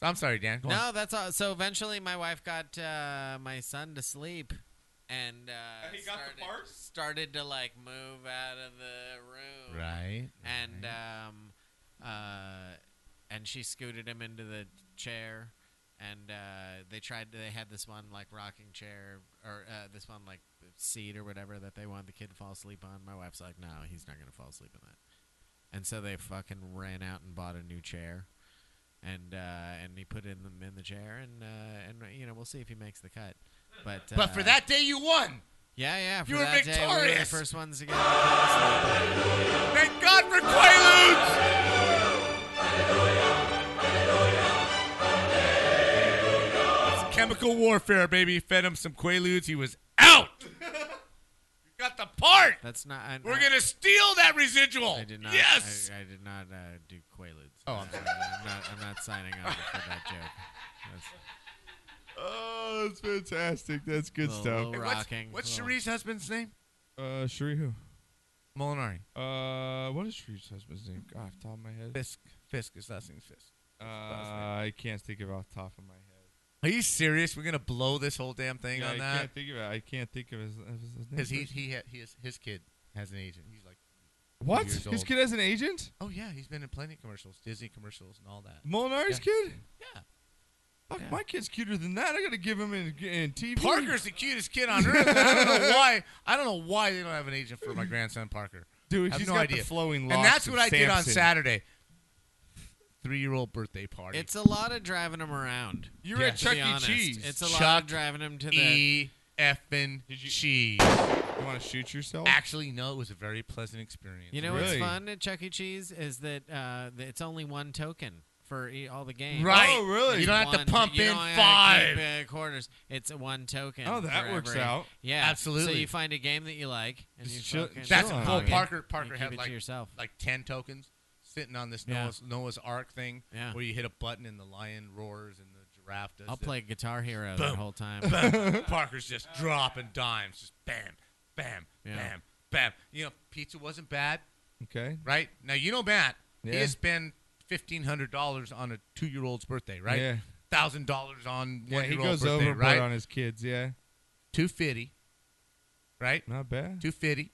S2: So I'm sorry, Dan. Go
S7: No,
S2: on.
S7: that's all. So eventually, my wife got uh, my son to sleep, and uh,
S1: He got the
S7: started, started to like move out of the room.
S2: Right,
S7: And um, uh, and she scooted him into the chair, and uh, they tried. They had this one like rocking chair or uh, this one like seat or whatever that they wanted the kid to fall asleep on. My wife's like, no, he's not gonna fall asleep on that. And so they fucking ran out and bought a new chair, and uh, and he put in them in the chair, and uh, and you know we'll see if he makes the cut. But uh,
S2: But for that day, you won.
S7: yeah, yeah, for
S2: You were
S7: that day, we were the
S2: victorious.
S7: first ones to get. the
S2: Thank God for Quaaludes. It's chemical warfare, baby. Fed him some Quaaludes. He was out. you got the part.
S7: That's not. I,
S2: We're
S7: I-
S2: gonna steal that residual.
S7: I did not.
S2: Yes.
S7: I, I did not uh, do Quaaludes.
S2: Oh, I'm
S7: I- I'm not. I'm not signing up for that joke. That's-
S1: Oh, that's fantastic. That's good
S7: Little-
S1: stuff.
S7: little Hey, what's- rocking.
S2: What's Cherie's husband's name?
S1: [LAUGHS] Uh, Sheree who?
S2: Molinari.
S1: Uh, what is Sheree's husband's name? God, off the top of my head.
S2: Fisk. Fisk. His last name's Fisk.
S1: Uh, I can't think of it off the top of my head.
S2: Are you serious? We're gonna blow this whole damn thing
S1: Yeah,
S2: on
S1: I
S2: that?
S1: can't think of it. I can't think of his, of his name.
S2: Because he he ha- he is, his kid has an agent. He's like
S1: What?
S2: years
S1: His
S2: old.
S1: kid has an agent?
S2: Oh yeah, he's been in plenty of commercials, Disney commercials, and all that.
S1: Molinari's kid?
S2: Yeah.
S1: Fuck, my kid's cuter than that. I gotta give him in, in TV.
S2: Parker's the cutest kid on earth. I
S1: [LAUGHS]
S2: don't know why. I don't know why they don't have an agent
S1: [CLEARS THROAT]
S2: for my grandson Parker.
S1: Dude,
S2: I have
S1: he's
S2: no
S1: got the
S2: idea.
S1: flowing
S2: And
S1: locks
S2: that's
S1: of
S2: what I did on
S1: Samson.
S2: Saturday. Three-year-old birthday party.
S7: It's a lot of driving him around.
S1: You're at
S7: to
S1: Chuck
S7: be
S1: E.
S7: honest.
S1: Cheese.
S7: It's a lot
S2: Chuck
S7: of driving him to the.
S2: E effing cheese.
S1: You want to shoot yourself?
S2: Actually, no. It was a very pleasant experience.
S7: You know what's fun at Chuck E. Cheese is that uh, th- it's only one token for e- all the games.
S2: Right. Oh, really? You don't have to
S7: One-
S2: pump
S7: you
S2: in
S7: don't gotta keep,
S2: five.
S7: uh, quarters. It's one token.
S2: Oh, that
S7: for
S2: works
S7: every-
S2: out.
S7: Yeah,
S2: Absolutely.
S7: So you find a game that you like, and
S2: Just
S7: you
S2: chill-
S7: fucking
S2: That's
S7: pump
S2: cool.
S7: it in.
S2: Parker
S7: You
S2: Parker
S7: keep
S2: had
S7: it to
S2: like
S7: yourself.
S2: like ten tokens sitting on this
S7: Yeah.
S2: Noah's, Noah's Ark thing
S7: Yeah.
S2: where you hit a button and the lion roars and the giraffe does.
S7: I'll
S2: the-
S7: play Guitar Hero
S2: Boom.
S7: the whole time.
S2: [LAUGHS] Boom. Parker's just dropping dimes, just bam, bam,
S7: Yeah.
S2: bam, bam. You know, pizza wasn't bad,
S1: Okay.
S2: right? Now you know Matt. He
S1: Yeah.
S2: has spent fifteen hundred dollars on a two-year-old's birthday, right?
S1: Yeah.
S2: Thousand dollars on
S1: Yeah, he
S2: one-year-old
S1: goes
S2: birthday,
S1: overboard
S2: right?
S1: on his kids. Yeah.
S2: Two fifty. Right.
S1: Not bad.
S2: Two fifty.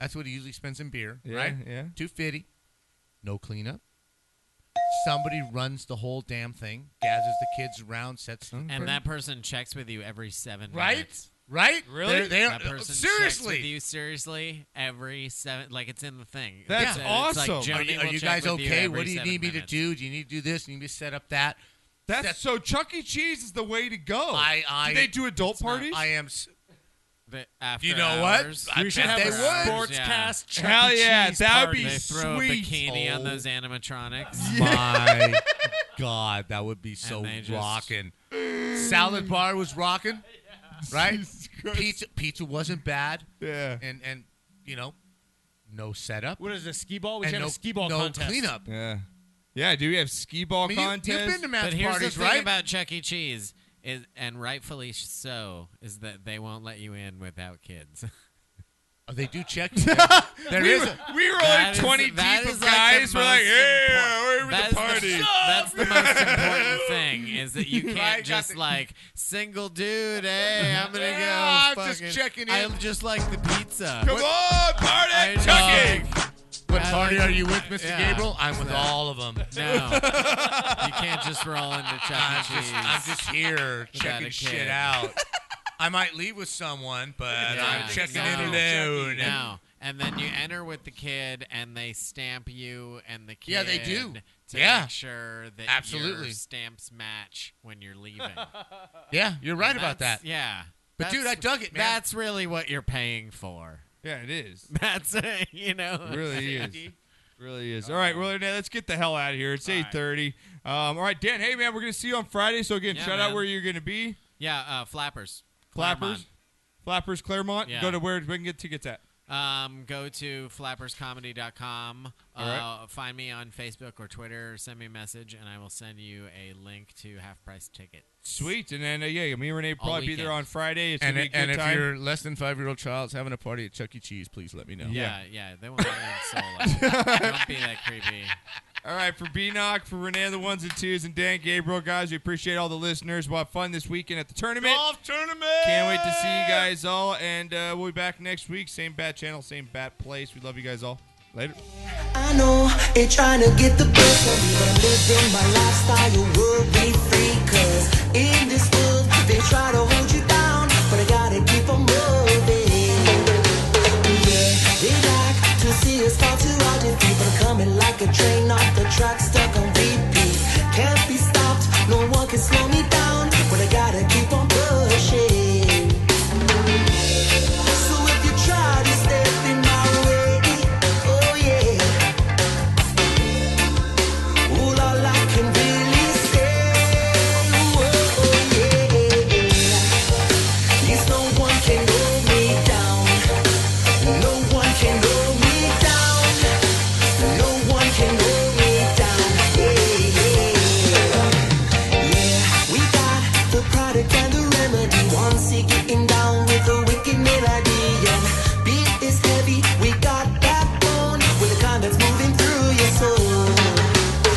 S2: That's what he usually spends in beer,
S1: Yeah,
S2: right?
S1: yeah.
S2: Two fifty. No cleanup. Somebody runs the whole damn thing, gathers the kids around, sets them.
S7: and that person checks with you every seven
S2: Right?
S7: minutes.
S2: Right? Really? They're- they
S7: that
S2: are-
S7: person checks
S2: seriously.
S7: with you seriously every seven. Like it's in the thing.
S2: That's
S7: It's, uh, it's like
S2: awesome. are
S7: Joni
S2: you, are
S7: will
S2: you
S7: check
S2: guys
S7: with
S2: okay?
S7: every
S2: what do you
S7: seven
S2: need me
S7: minutes.
S2: to do? Do you need to do this? Do you need me to set up that?
S1: That's, so Chuck E. Cheese is the way to go.
S2: I, I,
S1: do they do adult parties?
S2: I
S1: [LAUGHS]
S2: am. s-
S7: The after
S2: You know
S7: hours.
S2: what? I bet they would.
S1: Hell yeah, that would be
S7: E. They throw
S1: sweet.
S7: a bikini on
S1: Oh.
S7: those animatronics.
S2: [LAUGHS] My God, that would be so
S7: they just-
S2: rocking. Salad bar was [LAUGHS] rocking, right? Pizza, pizza wasn't bad.
S1: Yeah.
S2: And and you know, no setup.
S3: What is this skee ball? We
S2: and
S3: should have
S2: no
S3: a skee ball
S2: no
S3: contest.
S2: cleanup.
S1: Yeah. Yeah, do we have skee ball
S2: I mean, you- you've
S1: contests?
S2: been to Matt's
S7: but here's
S2: parties,
S7: the thing
S2: right?
S7: about Chuck E. Cheese is, and rightfully so, is that they won't let you in without kids. [LAUGHS]
S2: Oh, they do [LAUGHS] check.
S1: we,
S2: there is
S1: were,
S2: a-
S1: we were
S7: That
S1: like
S7: is-
S1: 20
S7: that
S1: deep
S7: is
S1: of
S7: like the
S1: guys. we're like,
S7: most
S1: yeah, we're at
S7: That
S1: the
S7: is
S1: party.
S7: The, that's the
S2: [LAUGHS]
S7: most important thing is that you can't just like single dude. Hey, I'm gonna
S2: Yeah,
S7: go.
S2: I'm just
S7: fucking-
S2: checking in."
S7: I just like the pizza.
S1: Come on, party, at
S7: I like-
S1: Chuck E.
S2: What
S7: I
S2: party
S7: like-
S2: are you with, Mr.
S7: yeah.
S2: Gabriel? I'm with all of them.
S7: No,
S2: [LAUGHS]
S7: you can't just roll into
S2: I'm
S7: Chuck E.
S2: just,
S7: Cheese.
S2: I'm just here
S7: a
S2: checking
S7: kid.
S2: shit out. [LAUGHS] I might leave with someone, but
S7: Yeah,
S2: I'm checking
S7: no,
S2: in alone.
S7: No, and then you enter with the kid, and they stamp you and the kid.
S2: Yeah, they do.
S7: To
S2: Yeah.
S7: make sure that
S2: Absolutely.
S7: your stamps match when you're leaving.
S2: [LAUGHS] Yeah, you're right about
S7: That's-
S2: that.
S7: Yeah.
S2: But, dude,
S7: That's-
S2: I dug it, man.
S7: That's really what you're paying for.
S1: Yeah, it is.
S7: [LAUGHS] That's it, you know.
S1: It
S7: [LAUGHS]
S1: really is. It Really is. All right, well, now let's get the hell out of here. It's eight thirty. Um, all right, Dan. Hey, man, we're gonna see you on Friday. So again,
S7: Yeah,
S1: shout out
S7: man.
S1: where you're gonna be.
S7: Yeah, uh, flappers.
S1: Flappers,
S7: Claremont.
S1: Flappers, Claremont.
S7: Yeah.
S1: Go to where we can get tickets at.
S7: Um, go to flapperscomedy.com. Uh,
S1: All right.
S7: Find me on Facebook or Twitter. Send me a message, and I will send you a link to half price ticket.
S1: Sweet, and then uh, yeah, me and Renee will
S7: All
S1: probably be there
S7: weekend.
S1: on Friday. It's
S2: and
S1: gonna be a good
S2: and if
S1: time.
S2: your less than five year old child's having a party at Chuck E. Cheese, please let me know.
S7: Yeah, yeah,
S2: [LAUGHS]
S7: they won't let me in solo. Don't be that creepy.
S1: [LAUGHS] All right, for B Knock, for Renee, the ones and twos, and Dan Gabriel, guys, we appreciate all the listeners. We'll have fun this weekend at the tournament. Golf
S22: tournament!
S1: Can't wait to see you guys all, and uh, we'll be back next week. Same bat channel, same bat place. We love you guys all. Later.
S8: I know it trying to get the best of me, but I'm living my lifestyle worry free. Cause in this world, they try to hold you down, but I gotta keep on moving. Yeah, they like to see us fall to our defeat, but I'm coming like a train off the track, stuck on repeat. Can't be stopped, no one can slow me down, but I gotta keep on pushing. So if you try to step in my way, oh yeah. All I can really say, oh yeah, is no one can hold me down. No one can hold me down. No one can hold me down. Yeah, yeah, we got the product and the remedy. Once you getting down with a wicked melody, and beat is heavy. We got that bone with a kind that's moving through your soul.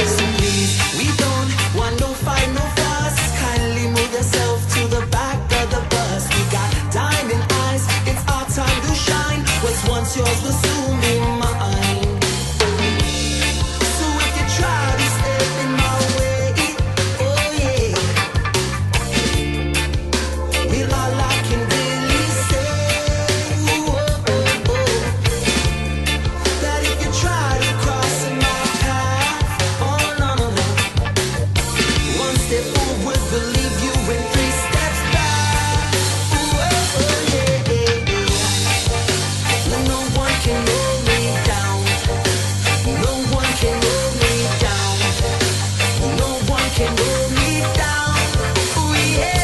S8: So please, we don't want no fight, no fuss. Kindly move yourself to the back of the bus. We got diamond eyes, it's our time to shine. What's once yours will soon be mine. So if you try to step in my way, oh yeah. Well, all I can really say, oh, oh, oh, that if you try to cross my path. Oh no no no! One step forward will leave you in three steps back. Ooh oh oh yeah yeah. No one can hold me down. No one can hold me down. No one can hold me down. Ooh yeah.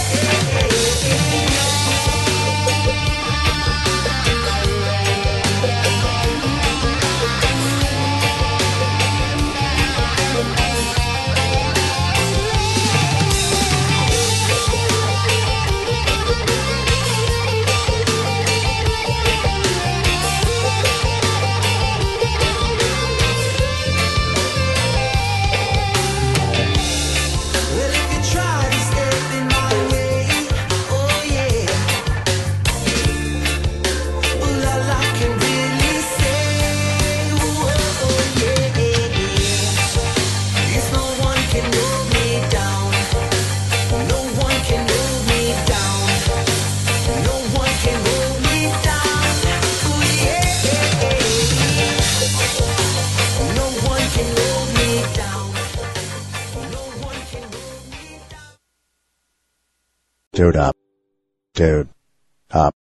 S8: Well, if you try to step in my way, oh yeah. Well, all I can really say, oh oh yeah, is no one can hold me down. No one can hold me down. No one can hold me down. Oh yeah. No one can hold me down.
S20: Dude up. Dude up.